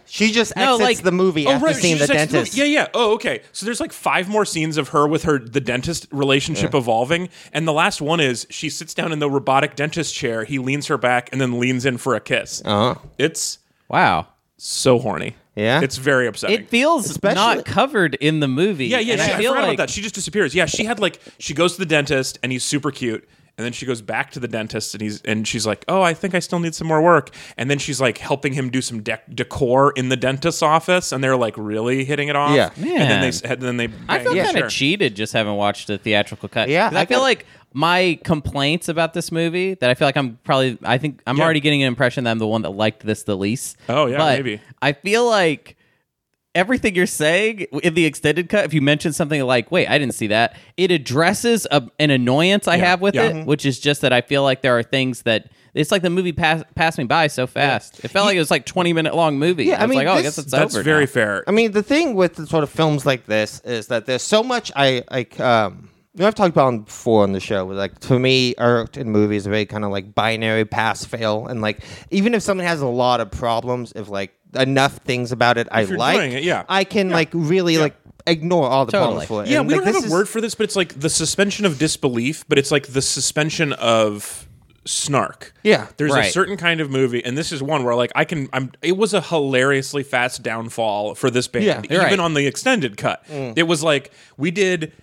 [SPEAKER 3] She just
[SPEAKER 4] No,
[SPEAKER 3] exits
[SPEAKER 4] like-
[SPEAKER 3] the movie after
[SPEAKER 1] oh, she
[SPEAKER 3] seeing the
[SPEAKER 1] just actually-
[SPEAKER 3] dentist.
[SPEAKER 1] Yeah, yeah. Oh, okay. So there's like five more scenes of her with her the dentist relationship evolving, and the last one is she sits down in the robotic dentist chair. He leans her back and then leans in for a kiss.
[SPEAKER 3] Uh-huh.
[SPEAKER 1] It's
[SPEAKER 4] Wow.
[SPEAKER 1] so horny.
[SPEAKER 3] Yeah?
[SPEAKER 1] it's very upsetting.
[SPEAKER 4] It feels
[SPEAKER 3] Especially-
[SPEAKER 4] not covered in the movie.
[SPEAKER 1] yeah, yeah.
[SPEAKER 4] and
[SPEAKER 1] She, I,
[SPEAKER 4] I feel
[SPEAKER 1] forgot
[SPEAKER 4] like
[SPEAKER 1] about that. She just disappears. Yeah, she had like she goes to the dentist and he's super cute. And then she goes back to the dentist, and he's and she's like, "Oh, I think I still need some more work." And then she's like helping him do some dec- decor in the dentist's office, and they're like really hitting it off.
[SPEAKER 3] Yeah.
[SPEAKER 1] and then they
[SPEAKER 4] Man.
[SPEAKER 1] s- and then they.
[SPEAKER 4] I feel
[SPEAKER 1] Yeah,
[SPEAKER 4] kind of
[SPEAKER 1] sure.
[SPEAKER 4] cheated just having watched the theatrical cut.
[SPEAKER 3] Yeah,
[SPEAKER 4] 'Cause
[SPEAKER 3] I
[SPEAKER 4] I, feel
[SPEAKER 3] got-
[SPEAKER 4] like my complaints about this movie that I feel like I'm probably I think I'm
[SPEAKER 1] Yeah.
[SPEAKER 4] already getting an impression that I'm the one that liked this the least.
[SPEAKER 1] Oh, yeah,
[SPEAKER 4] But
[SPEAKER 1] maybe.
[SPEAKER 4] I feel like everything you're saying in the extended cut, if you mention something like "Wait, I didn't see that," it addresses a, an annoyance I have with
[SPEAKER 1] yeah. Mm-hmm.
[SPEAKER 4] it, which is just that I feel like there are things that. It's like the movie pass, passed me by so fast. It felt like it was like twenty minute long movie.
[SPEAKER 3] Yeah,
[SPEAKER 4] I
[SPEAKER 3] I
[SPEAKER 4] was
[SPEAKER 3] mean,
[SPEAKER 4] like, oh, I
[SPEAKER 3] this-
[SPEAKER 4] guess it's
[SPEAKER 1] That's
[SPEAKER 4] over.
[SPEAKER 1] very
[SPEAKER 4] now.
[SPEAKER 1] fair.
[SPEAKER 3] I mean, the thing with the sort of films like this is that there's so much I like. Um, you know, I've talked about them before on the show. but, Like for me, art in movies are very kind of like binary pass fail, and like even if something has a lot of problems, if like enough things about it I
[SPEAKER 1] you're
[SPEAKER 3] like,
[SPEAKER 1] doing it, yeah.
[SPEAKER 3] I can like really like ignore all the
[SPEAKER 4] Totally.
[SPEAKER 3] problems for it.
[SPEAKER 1] yeah,
[SPEAKER 3] And,
[SPEAKER 1] we don't
[SPEAKER 3] like, this
[SPEAKER 1] have a
[SPEAKER 3] is-
[SPEAKER 1] word for this, but it's like the suspension of disbelief, but it's like the suspension of snark.
[SPEAKER 3] Yeah,
[SPEAKER 1] There's a
[SPEAKER 4] right.
[SPEAKER 1] certain kind of movie, and this is one where like I can I'm it was a hilariously fast downfall for this band.
[SPEAKER 3] Yeah, Mm.
[SPEAKER 1] even
[SPEAKER 4] you're right.
[SPEAKER 1] on the extended cut. It was like we did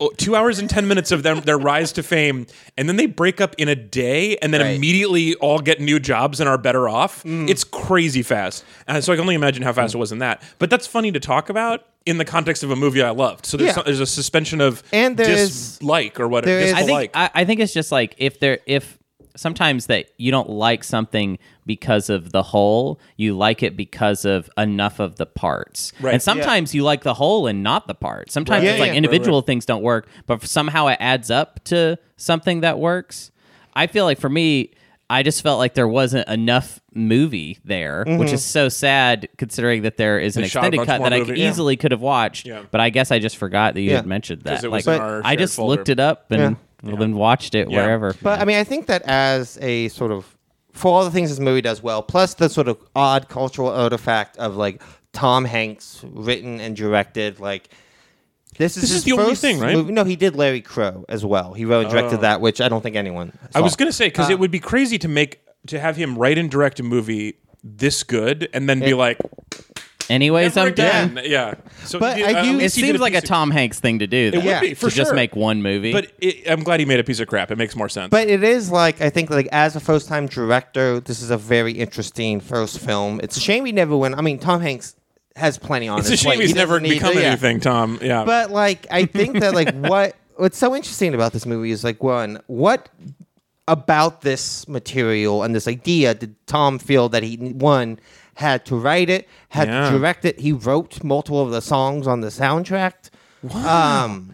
[SPEAKER 1] oh, two hours and 10 minutes of them their rise to fame and then they break up in a day and then
[SPEAKER 3] Right. Mm.
[SPEAKER 1] immediately all get new jobs and are better off it's crazy fast and so i can only imagine how fast it was in that but that's funny to talk about in the context of a movie i loved so there's,
[SPEAKER 3] Yeah.
[SPEAKER 1] some- there's a suspension of
[SPEAKER 3] And there is-
[SPEAKER 1] dislike or whatever
[SPEAKER 3] there is- I
[SPEAKER 1] dislike.
[SPEAKER 3] think-
[SPEAKER 2] I think I, I think it's just like if there if sometimes that you don't like something because of the whole, you like it because of enough of the parts.
[SPEAKER 1] Right.
[SPEAKER 2] And sometimes you like the whole and not the part. Sometimes
[SPEAKER 3] Right.
[SPEAKER 2] it's
[SPEAKER 3] Yeah,
[SPEAKER 2] like
[SPEAKER 3] yeah.
[SPEAKER 2] individual things don't work, but somehow it adds up to something that works. I feel like for me, I just felt like there wasn't enough movie there, which is so sad considering that there is
[SPEAKER 1] Mm-hmm.
[SPEAKER 2] an
[SPEAKER 1] They shot a
[SPEAKER 2] extended
[SPEAKER 1] bunch
[SPEAKER 2] cut
[SPEAKER 1] more
[SPEAKER 2] that I
[SPEAKER 1] movie.
[SPEAKER 2] could
[SPEAKER 1] Yeah.
[SPEAKER 2] easily could have watched,
[SPEAKER 1] Yeah.
[SPEAKER 2] but I guess I just forgot that you
[SPEAKER 3] Yeah.
[SPEAKER 2] had mentioned that.
[SPEAKER 1] it was
[SPEAKER 2] Like,
[SPEAKER 1] in our
[SPEAKER 2] I
[SPEAKER 1] shared
[SPEAKER 2] just
[SPEAKER 1] folder.
[SPEAKER 2] looked it up and then watched it
[SPEAKER 1] Yeah.
[SPEAKER 2] wherever.
[SPEAKER 3] But I mean, I think that as a sort of for all the things this movie does well, plus the sort of odd cultural artifact of like Tom Hanks written and directed, like this is
[SPEAKER 1] This
[SPEAKER 3] his
[SPEAKER 1] is the only
[SPEAKER 3] first
[SPEAKER 1] thing, right? Oh.
[SPEAKER 3] Movie. No, he did Larry Crow as well. He wrote and directed that, which I Uh. don't think anyone.
[SPEAKER 1] I was
[SPEAKER 3] saw.
[SPEAKER 1] gonna say because it would be crazy to make to have him write and direct a movie this good and then be like
[SPEAKER 2] Anyways,
[SPEAKER 1] "Never
[SPEAKER 2] I'm done.
[SPEAKER 1] again." Yeah. So
[SPEAKER 3] But
[SPEAKER 1] he
[SPEAKER 3] I
[SPEAKER 1] at
[SPEAKER 3] do-
[SPEAKER 1] least
[SPEAKER 2] It
[SPEAKER 1] he did
[SPEAKER 2] seems like a
[SPEAKER 1] piece of-
[SPEAKER 2] Tom Hanks thing to do.
[SPEAKER 1] It
[SPEAKER 2] Though,
[SPEAKER 1] would
[SPEAKER 3] Yeah.
[SPEAKER 1] be for
[SPEAKER 2] to
[SPEAKER 1] sure.
[SPEAKER 2] just make one movie.
[SPEAKER 1] But it, I'm glad he made a piece of crap. It makes more sense.
[SPEAKER 3] But it is like I think like as a first time director, this is a very interesting first film. It's a shame he never went. I mean, Tom Hanks has plenty on
[SPEAKER 1] it's a
[SPEAKER 3] his
[SPEAKER 1] shame
[SPEAKER 3] plate. He
[SPEAKER 1] he's never
[SPEAKER 3] doesn't need-
[SPEAKER 1] become
[SPEAKER 3] yeah.
[SPEAKER 1] anything, Tom. Yeah.
[SPEAKER 3] But like, I think that like what what's so interesting about this movie is like one what about this material and this idea did Tom feel that he one had to write it, had
[SPEAKER 1] Yeah.
[SPEAKER 3] to direct it. He wrote multiple of the songs on the soundtrack. Um,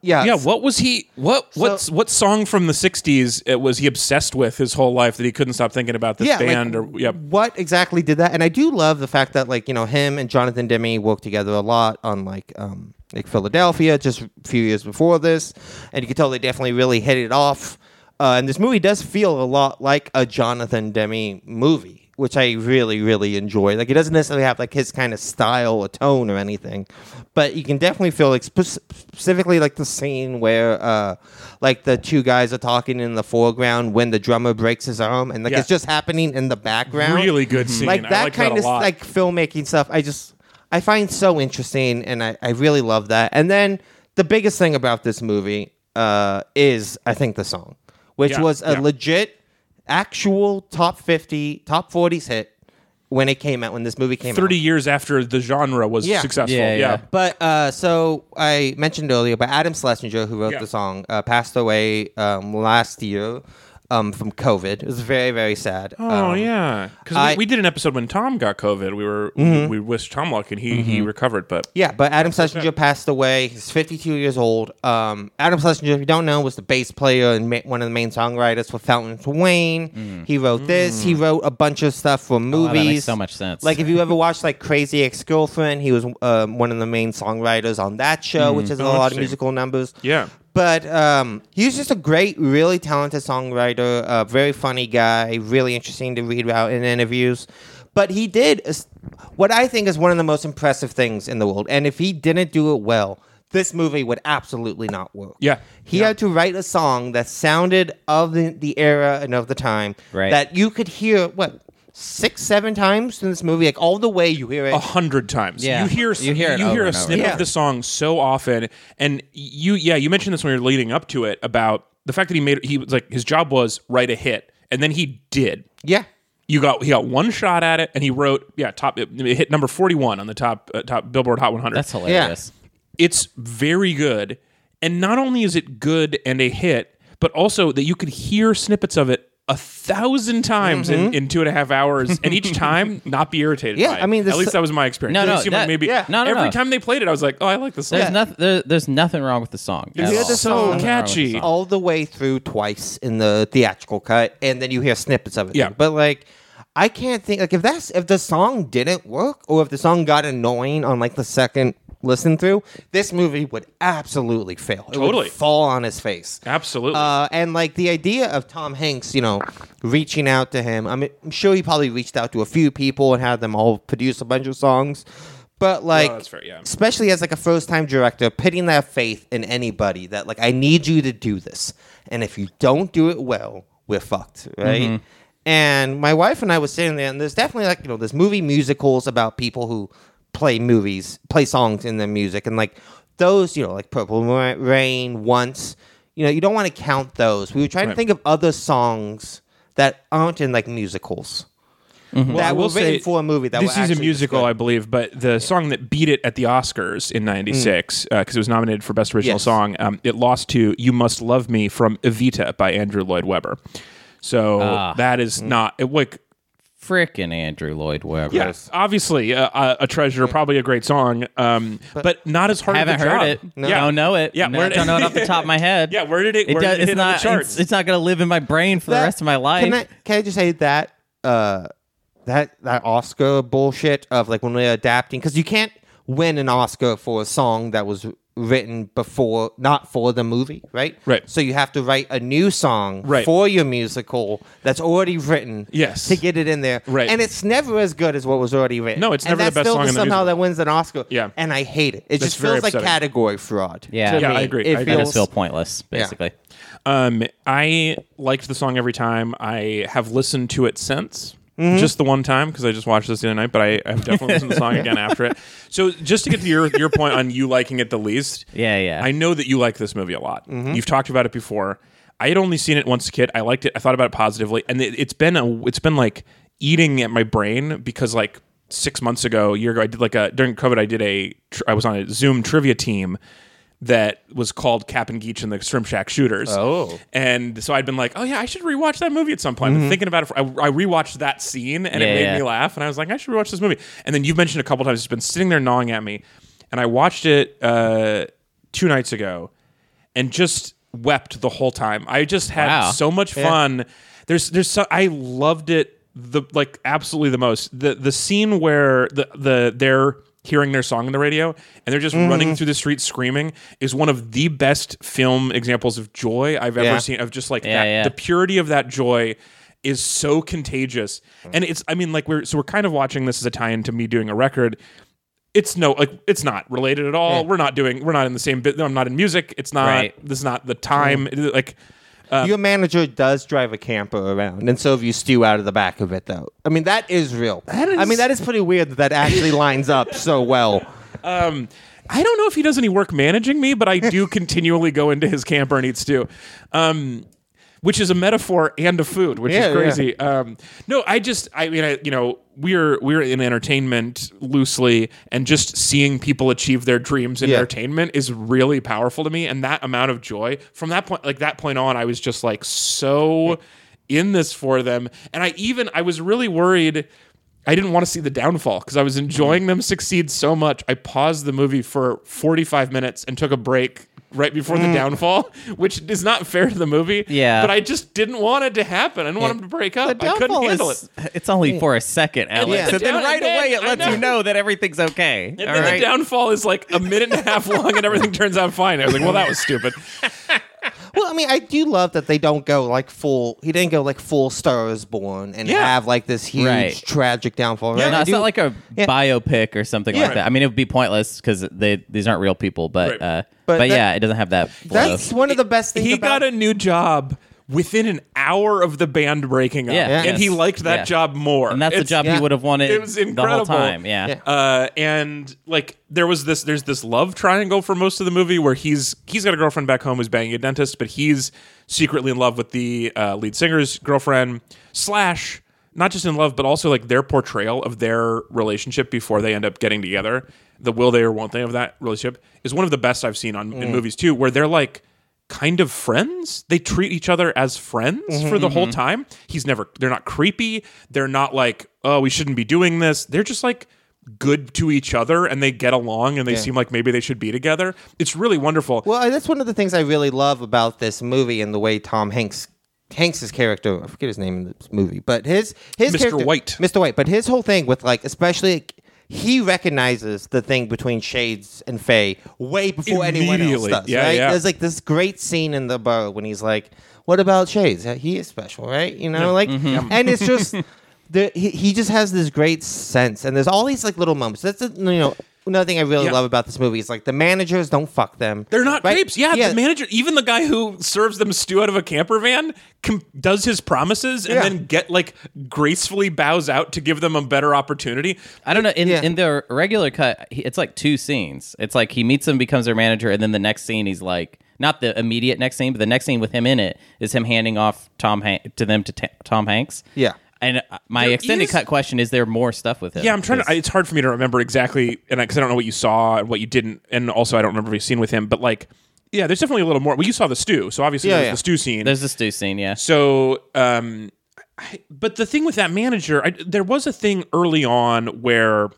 [SPEAKER 3] yeah,
[SPEAKER 1] yeah, what was he? What what's what song from the '60s uh, was he obsessed with his whole life that he couldn't stop thinking about this
[SPEAKER 3] like,
[SPEAKER 1] band? or yeah,
[SPEAKER 3] What exactly did that? And I do love the fact that like you know him and Jonathan Demme worked together a lot on like um like Philadelphia just a few years before this, and you can tell they definitely really hit it off. Uh, and this movie does feel a lot like a Jonathan Demme movie, which I really really enjoy. Like it doesn't necessarily have like his kind of style or tone or anything, but you can definitely feel like spec- specifically like the scene where uh like the two guys are talking in the foreground when the drummer breaks his arm and like
[SPEAKER 1] Yeah.
[SPEAKER 3] it's just happening in the background.
[SPEAKER 1] Really good scene.
[SPEAKER 3] Like
[SPEAKER 1] I
[SPEAKER 3] that
[SPEAKER 1] like that
[SPEAKER 3] kind
[SPEAKER 1] a
[SPEAKER 3] of
[SPEAKER 1] lot.
[SPEAKER 3] like filmmaking stuff. I just I find so interesting, and I I really love that. And then the biggest thing about this movie uh, is I think the song, which
[SPEAKER 1] Yeah,
[SPEAKER 3] was a
[SPEAKER 1] yeah.
[SPEAKER 3] legit, actual top fifty, top forties hit when it came out when this movie came out.
[SPEAKER 1] thirty years after the genre was
[SPEAKER 3] Yeah.
[SPEAKER 1] successful.
[SPEAKER 2] Yeah,
[SPEAKER 1] Yeah,
[SPEAKER 2] yeah.
[SPEAKER 3] But uh, so I mentioned earlier, but Adam Schlesinger, who wrote
[SPEAKER 1] Yeah.
[SPEAKER 3] the song, uh, passed away um, last year um, from COVID. It was very, very sad.
[SPEAKER 1] Oh
[SPEAKER 3] Um,
[SPEAKER 1] yeah, because
[SPEAKER 3] I- Mm-hmm.
[SPEAKER 1] we, we did an episode when Tom got COVID. We were we, we wished Tom luck and he he recovered, but
[SPEAKER 3] Yeah, but Adam Schlesinger passed away. He's 52 years old. Um, Adam Schlesinger, if you don't know, was the bass player and ma- one of the main songwriters for Fountains Wayne. He wrote this.
[SPEAKER 1] Mm.
[SPEAKER 3] He wrote a bunch of stuff for movies.
[SPEAKER 2] Mm. Oh, that makes so much sense.
[SPEAKER 3] Like if you ever watched like Crazy Ex-Girlfriend, he was um, one of the main songwriters on that show, which has a
[SPEAKER 1] Mm.
[SPEAKER 3] lot of
[SPEAKER 1] Oh, interesting.
[SPEAKER 3] musical numbers.
[SPEAKER 1] Yeah.
[SPEAKER 3] But um, he was just a great, really talented songwriter, a very funny guy, really interesting to read about in interviews. But he did s- what I think is one of the most impressive things in the world. And if he didn't do it well, this movie would absolutely not work.
[SPEAKER 1] Yeah.
[SPEAKER 3] He had to write a song that sounded of the, the era and of the time
[SPEAKER 2] Right.
[SPEAKER 3] that you could hear, what, six, seven times in this movie? Like all the way you hear it.
[SPEAKER 1] a hundred times.
[SPEAKER 2] Yeah.
[SPEAKER 1] You hear
[SPEAKER 2] You hear it over
[SPEAKER 1] a
[SPEAKER 2] and over.
[SPEAKER 1] snip
[SPEAKER 3] Yeah.
[SPEAKER 1] of the song so often, and you yeah you mentioned this when you were leading up to it about the fact that he made he was like his job was write a hit, and then he did.
[SPEAKER 3] yeah.
[SPEAKER 1] You got he got one shot at it, and he wrote yeah top it, it hit number forty one on the top uh, top Billboard Hot one hundred.
[SPEAKER 2] That's hilarious.
[SPEAKER 1] It's very good, and not only is it good and a hit, but also that you could hear snippets of it. A thousand times in, in two and a half hours, and each time not be irritated.
[SPEAKER 3] Mm-hmm. Yeah,
[SPEAKER 1] by it.
[SPEAKER 3] I mean, this-
[SPEAKER 1] at least that was my experience.
[SPEAKER 2] No,
[SPEAKER 1] It
[SPEAKER 2] no,
[SPEAKER 1] seemed like
[SPEAKER 2] that-
[SPEAKER 1] maybe
[SPEAKER 2] yeah. No, no,
[SPEAKER 1] every
[SPEAKER 2] no.
[SPEAKER 1] time they played it, I was like, oh, I like this song.
[SPEAKER 2] There's nothing. There, there's nothing wrong with the song. at
[SPEAKER 1] hear
[SPEAKER 2] all.
[SPEAKER 1] the So
[SPEAKER 2] Nothing wrong with the
[SPEAKER 1] catchy.
[SPEAKER 2] song.
[SPEAKER 3] all the way through twice in the theatrical cut, and then you hear snippets of it.
[SPEAKER 1] Yeah.
[SPEAKER 3] but like. I can't think like if that's if the song didn't work or if the song got annoying on like the second listen through, this movie would absolutely fail. It would
[SPEAKER 1] Totally.
[SPEAKER 3] fall on his face.
[SPEAKER 1] Absolutely.
[SPEAKER 3] Uh, and like the idea of Tom Hanks, you know, reaching out to him. I mean, I'm sure he probably reached out to a few people and had them all produce a bunch of songs. But like,
[SPEAKER 1] Oh, that's fair, yeah.
[SPEAKER 3] especially as like a first time director, putting that faith in anybody that like I need you to do this, and if you don't do it well, we're fucked, right?
[SPEAKER 1] Mm-hmm.
[SPEAKER 3] And my wife and I was sitting there, and there's definitely like you know, there's movie musicals about people who play movies, play songs in their music, and like those, you know, like Purple Ra- Rain, Once, you know, you don't want to count those. We were trying to
[SPEAKER 1] Right.
[SPEAKER 3] think of other songs that aren't in like musicals.
[SPEAKER 1] I
[SPEAKER 3] that
[SPEAKER 1] will
[SPEAKER 3] were written
[SPEAKER 1] say,
[SPEAKER 3] for a movie. That
[SPEAKER 1] this
[SPEAKER 3] were
[SPEAKER 1] is a
[SPEAKER 3] actually
[SPEAKER 1] musical, I
[SPEAKER 3] described.
[SPEAKER 1] believe, but the song that beat it at the Oscars in '96 because it was nominated for Best Original
[SPEAKER 3] Mm. Yes.
[SPEAKER 1] Song, um, it lost to "You Must Love Me" from Evita by Andrew Lloyd Webber. So
[SPEAKER 2] Ah.
[SPEAKER 1] that is
[SPEAKER 3] Mm.
[SPEAKER 1] not it, like
[SPEAKER 2] Frickin' Andrew Lloyd Webber.
[SPEAKER 1] yes, obviously uh, a, a treasure, probably a great song, um, but, not as hard. of a
[SPEAKER 2] Haven't heard
[SPEAKER 1] job.
[SPEAKER 2] it.
[SPEAKER 1] Yeah.
[SPEAKER 2] Don't know it.
[SPEAKER 1] Yeah,
[SPEAKER 2] No,
[SPEAKER 1] where-
[SPEAKER 2] don't know it off the top of my head.
[SPEAKER 1] Yeah, where did it?
[SPEAKER 2] It
[SPEAKER 1] where did
[SPEAKER 2] does,
[SPEAKER 1] it
[SPEAKER 2] it's
[SPEAKER 1] hit on
[SPEAKER 2] not.
[SPEAKER 1] the
[SPEAKER 2] It's,
[SPEAKER 1] charts?
[SPEAKER 2] it's not going to live in my brain for the
[SPEAKER 3] That-
[SPEAKER 2] rest of my life.
[SPEAKER 3] Can I, can I just say that uh, that that Oscar bullshit of like when we're adapting because you can't win an Oscar for a song that was written before not for the movie, right?
[SPEAKER 1] Right.
[SPEAKER 3] So you have to write a new song
[SPEAKER 1] Right.
[SPEAKER 3] for your musical that's already written.
[SPEAKER 1] Yes.
[SPEAKER 3] To get it in there.
[SPEAKER 1] Right.
[SPEAKER 3] And it's never as good as what was already written.
[SPEAKER 1] No, it's
[SPEAKER 3] And
[SPEAKER 1] never the
[SPEAKER 3] that's
[SPEAKER 1] best
[SPEAKER 3] still
[SPEAKER 1] song in the
[SPEAKER 3] somehow
[SPEAKER 1] musical.
[SPEAKER 3] that wins an Oscar.
[SPEAKER 1] Yeah.
[SPEAKER 3] And I hate it. It just
[SPEAKER 1] very
[SPEAKER 3] feels like
[SPEAKER 1] upsetting.
[SPEAKER 3] category fraud.
[SPEAKER 2] Yeah.
[SPEAKER 3] to
[SPEAKER 2] Yeah,
[SPEAKER 1] I
[SPEAKER 3] me.
[SPEAKER 1] agree.
[SPEAKER 3] It
[SPEAKER 1] I agree.
[SPEAKER 2] I
[SPEAKER 3] feels
[SPEAKER 2] just feel pointless, basically.
[SPEAKER 1] Um, I liked the song every time. I have listened to it since. Just the one time because I just watched this the other night, but I, I've definitely listened to the song again after it. So just to get to your your point on you liking it the least,
[SPEAKER 2] Yeah, yeah.
[SPEAKER 1] I know that you like this movie a lot. You've talked about it before. I had only seen it once a kid. I liked it. I thought about it positively, and it, it's been a it's been like eating at my brain because like six months ago, a year ago, I did like a during COVID, I did a tr- I was on a Zoom trivia team that was called Cap and Geach and the Shrimp Shack Shooters.
[SPEAKER 3] Oh.
[SPEAKER 1] and so I'd been like, oh yeah, I should rewatch that movie at some point. I've been thinking about it. For, I, I rewatched that scene, and it
[SPEAKER 2] Yeah,
[SPEAKER 1] made
[SPEAKER 2] yeah.
[SPEAKER 1] me laugh, and I was like, I should rewatch this movie. And then you've mentioned a couple times it's been sitting there gnawing at me, and I watched it uh, two nights ago, and just wept the whole time. I just had
[SPEAKER 2] Wow.
[SPEAKER 1] so much fun. There's there's so, I loved it the like absolutely the most. The the scene where the the they're hearing their song on the radio and they're just running through the street screaming is one of the best film examples of joy I've ever
[SPEAKER 3] Yeah.
[SPEAKER 1] seen of just like
[SPEAKER 2] Yeah,
[SPEAKER 1] that,
[SPEAKER 2] yeah.
[SPEAKER 1] the purity of that joy is so contagious. And it's I mean like we're so we're kind of watching this as a tie-in to me doing a record. It's no like it's not related at all. We're not doing we're not in the same bit. I'm not in music. It's not
[SPEAKER 2] Right.
[SPEAKER 1] this is not the time. It- Like
[SPEAKER 3] Your manager does drive a camper around, and so if you stew out of the back of it, though, I mean that is real. I mean that is pretty weird that that actually lines up so well.
[SPEAKER 1] I don't know if he does any work managing me, but I do continually go into his camper and eat stew. Um which is a metaphor and a food, which
[SPEAKER 3] Yeah,
[SPEAKER 1] is
[SPEAKER 3] yeah.
[SPEAKER 1] crazy. Um, no, I just, I mean, I, you know, we're we're in entertainment loosely, and just seeing people achieve their dreams in
[SPEAKER 3] Yeah.
[SPEAKER 1] entertainment is really powerful to me. And that amount of joy from that point, like that point on, I was just like so in this for them. And I even I was really worried. I didn't want to see the downfall because I was enjoying them succeed so much. I paused the movie for 45 minutes and took a break right before the downfall, which is not fair to the movie.
[SPEAKER 2] Yeah.
[SPEAKER 1] But I just didn't want it to happen. I didn't want them to break up. I couldn't
[SPEAKER 2] downfall
[SPEAKER 1] handle
[SPEAKER 2] is-
[SPEAKER 1] it.
[SPEAKER 2] It's only for a second, Alex.
[SPEAKER 3] then
[SPEAKER 2] And,
[SPEAKER 3] the
[SPEAKER 2] then
[SPEAKER 1] down-
[SPEAKER 2] right
[SPEAKER 1] and then-
[SPEAKER 2] away, it
[SPEAKER 1] I
[SPEAKER 2] lets
[SPEAKER 1] know.
[SPEAKER 2] you know that everything's okay.
[SPEAKER 1] And
[SPEAKER 2] all
[SPEAKER 1] then the
[SPEAKER 2] right?
[SPEAKER 1] downfall is like a minute and a half long, and everything turns out fine. I was like, well, that was stupid.
[SPEAKER 3] Well, I mean, I do love that they don't go like full. He didn't go like full Star is Born and
[SPEAKER 1] Yeah.
[SPEAKER 3] have like this huge
[SPEAKER 2] Right.
[SPEAKER 3] tragic downfall. Right?
[SPEAKER 2] no,
[SPEAKER 3] I
[SPEAKER 2] it's
[SPEAKER 3] do-
[SPEAKER 2] not like a
[SPEAKER 3] Yeah.
[SPEAKER 2] biopic or something like
[SPEAKER 1] Right.
[SPEAKER 2] that. I mean, it would be pointless because they these aren't real people. But
[SPEAKER 1] Right.
[SPEAKER 2] uh,
[SPEAKER 3] But
[SPEAKER 2] but,
[SPEAKER 3] that-
[SPEAKER 2] yeah, it doesn't have that. Flow.
[SPEAKER 3] that's one of the best things.
[SPEAKER 1] he
[SPEAKER 3] about
[SPEAKER 1] got a new job within an hour of the band breaking up,
[SPEAKER 2] Yeah.
[SPEAKER 1] and he
[SPEAKER 2] Yes.
[SPEAKER 1] liked that
[SPEAKER 2] Yeah.
[SPEAKER 1] job more.
[SPEAKER 2] and that's the
[SPEAKER 1] It's-
[SPEAKER 2] job
[SPEAKER 3] yeah.
[SPEAKER 2] he would have wanted
[SPEAKER 1] It was
[SPEAKER 2] the whole
[SPEAKER 1] incredible.
[SPEAKER 2] time. Yeah.
[SPEAKER 3] Yeah.
[SPEAKER 1] Uh, and like there was this there's this love triangle for most of the movie where he's he's got a girlfriend back home who's banging a dentist, but he's secretly in love with the uh, lead singer's girlfriend slash not just in love, but also like their portrayal of their relationship before they end up getting together. The will they or won't they of that relationship is one of the best I've seen on in movies too, where they're like kind of friends. They treat each other as friends
[SPEAKER 3] Mm-hmm,
[SPEAKER 1] for the whole time. He's never they're not creepy. They're not like, oh, we shouldn't be doing this. They're just like good to each other and they get along and they seem like maybe they should be together. It's really wonderful.
[SPEAKER 3] Well, I- that's one of the things I really love about this movie and the way Tom Hanks Hanks's character, I forget his name in this movie, but his his
[SPEAKER 1] Mr.
[SPEAKER 3] character-
[SPEAKER 1] White.
[SPEAKER 3] Mr. White, but his whole thing with like especially like, he recognizes the thing between Shades and Faye way before anyone else
[SPEAKER 1] Immediately.
[SPEAKER 3] does.
[SPEAKER 1] Yeah,
[SPEAKER 3] right?
[SPEAKER 1] yeah.
[SPEAKER 3] There's like this great scene in the bar when he's like, "What about Shades? Uh, He is special, right? You know, like."
[SPEAKER 1] Mm-hmm.
[SPEAKER 3] And it's just. The, he, he just has this great sense, and there's all these like little moments. That's the- you know another thing I really
[SPEAKER 1] Yeah.
[SPEAKER 3] love about this movie is like the managers don't fuck them.
[SPEAKER 1] They're not
[SPEAKER 3] right?
[SPEAKER 1] capes. Yeah, the manager, even the guy who serves them stew out of a camper van, com- does his promises and
[SPEAKER 3] Yeah.
[SPEAKER 1] then get like gracefully bows out to give them a better opportunity.
[SPEAKER 2] I don't know. In
[SPEAKER 3] Yeah.
[SPEAKER 2] in the regular cut, he- it's like two scenes. It's like he meets him, becomes their manager, and then the next scene, he's like not the immediate next scene, but the next scene with him in it is him handing off Tom Han- to them to Ta Tom Hanks.
[SPEAKER 3] Yeah.
[SPEAKER 2] And uh, my
[SPEAKER 1] There
[SPEAKER 2] extended
[SPEAKER 1] is-
[SPEAKER 2] cut question is: There more stuff with him?
[SPEAKER 1] Yeah, I'm trying to. I,
[SPEAKER 2] Because-
[SPEAKER 1] it's hard for me to remember exactly, and because I, don't know what you saw and what you didn't, and also I don't remember what you've seen with him. But like, yeah, there's definitely a little more. Well, you saw the stew, so obviously
[SPEAKER 3] Yeah,
[SPEAKER 1] there's
[SPEAKER 3] yeah.
[SPEAKER 1] the stew scene.
[SPEAKER 2] There's this new scene. Yeah.
[SPEAKER 1] So, um, I, but the thing with that manager, I, there was a thing early on where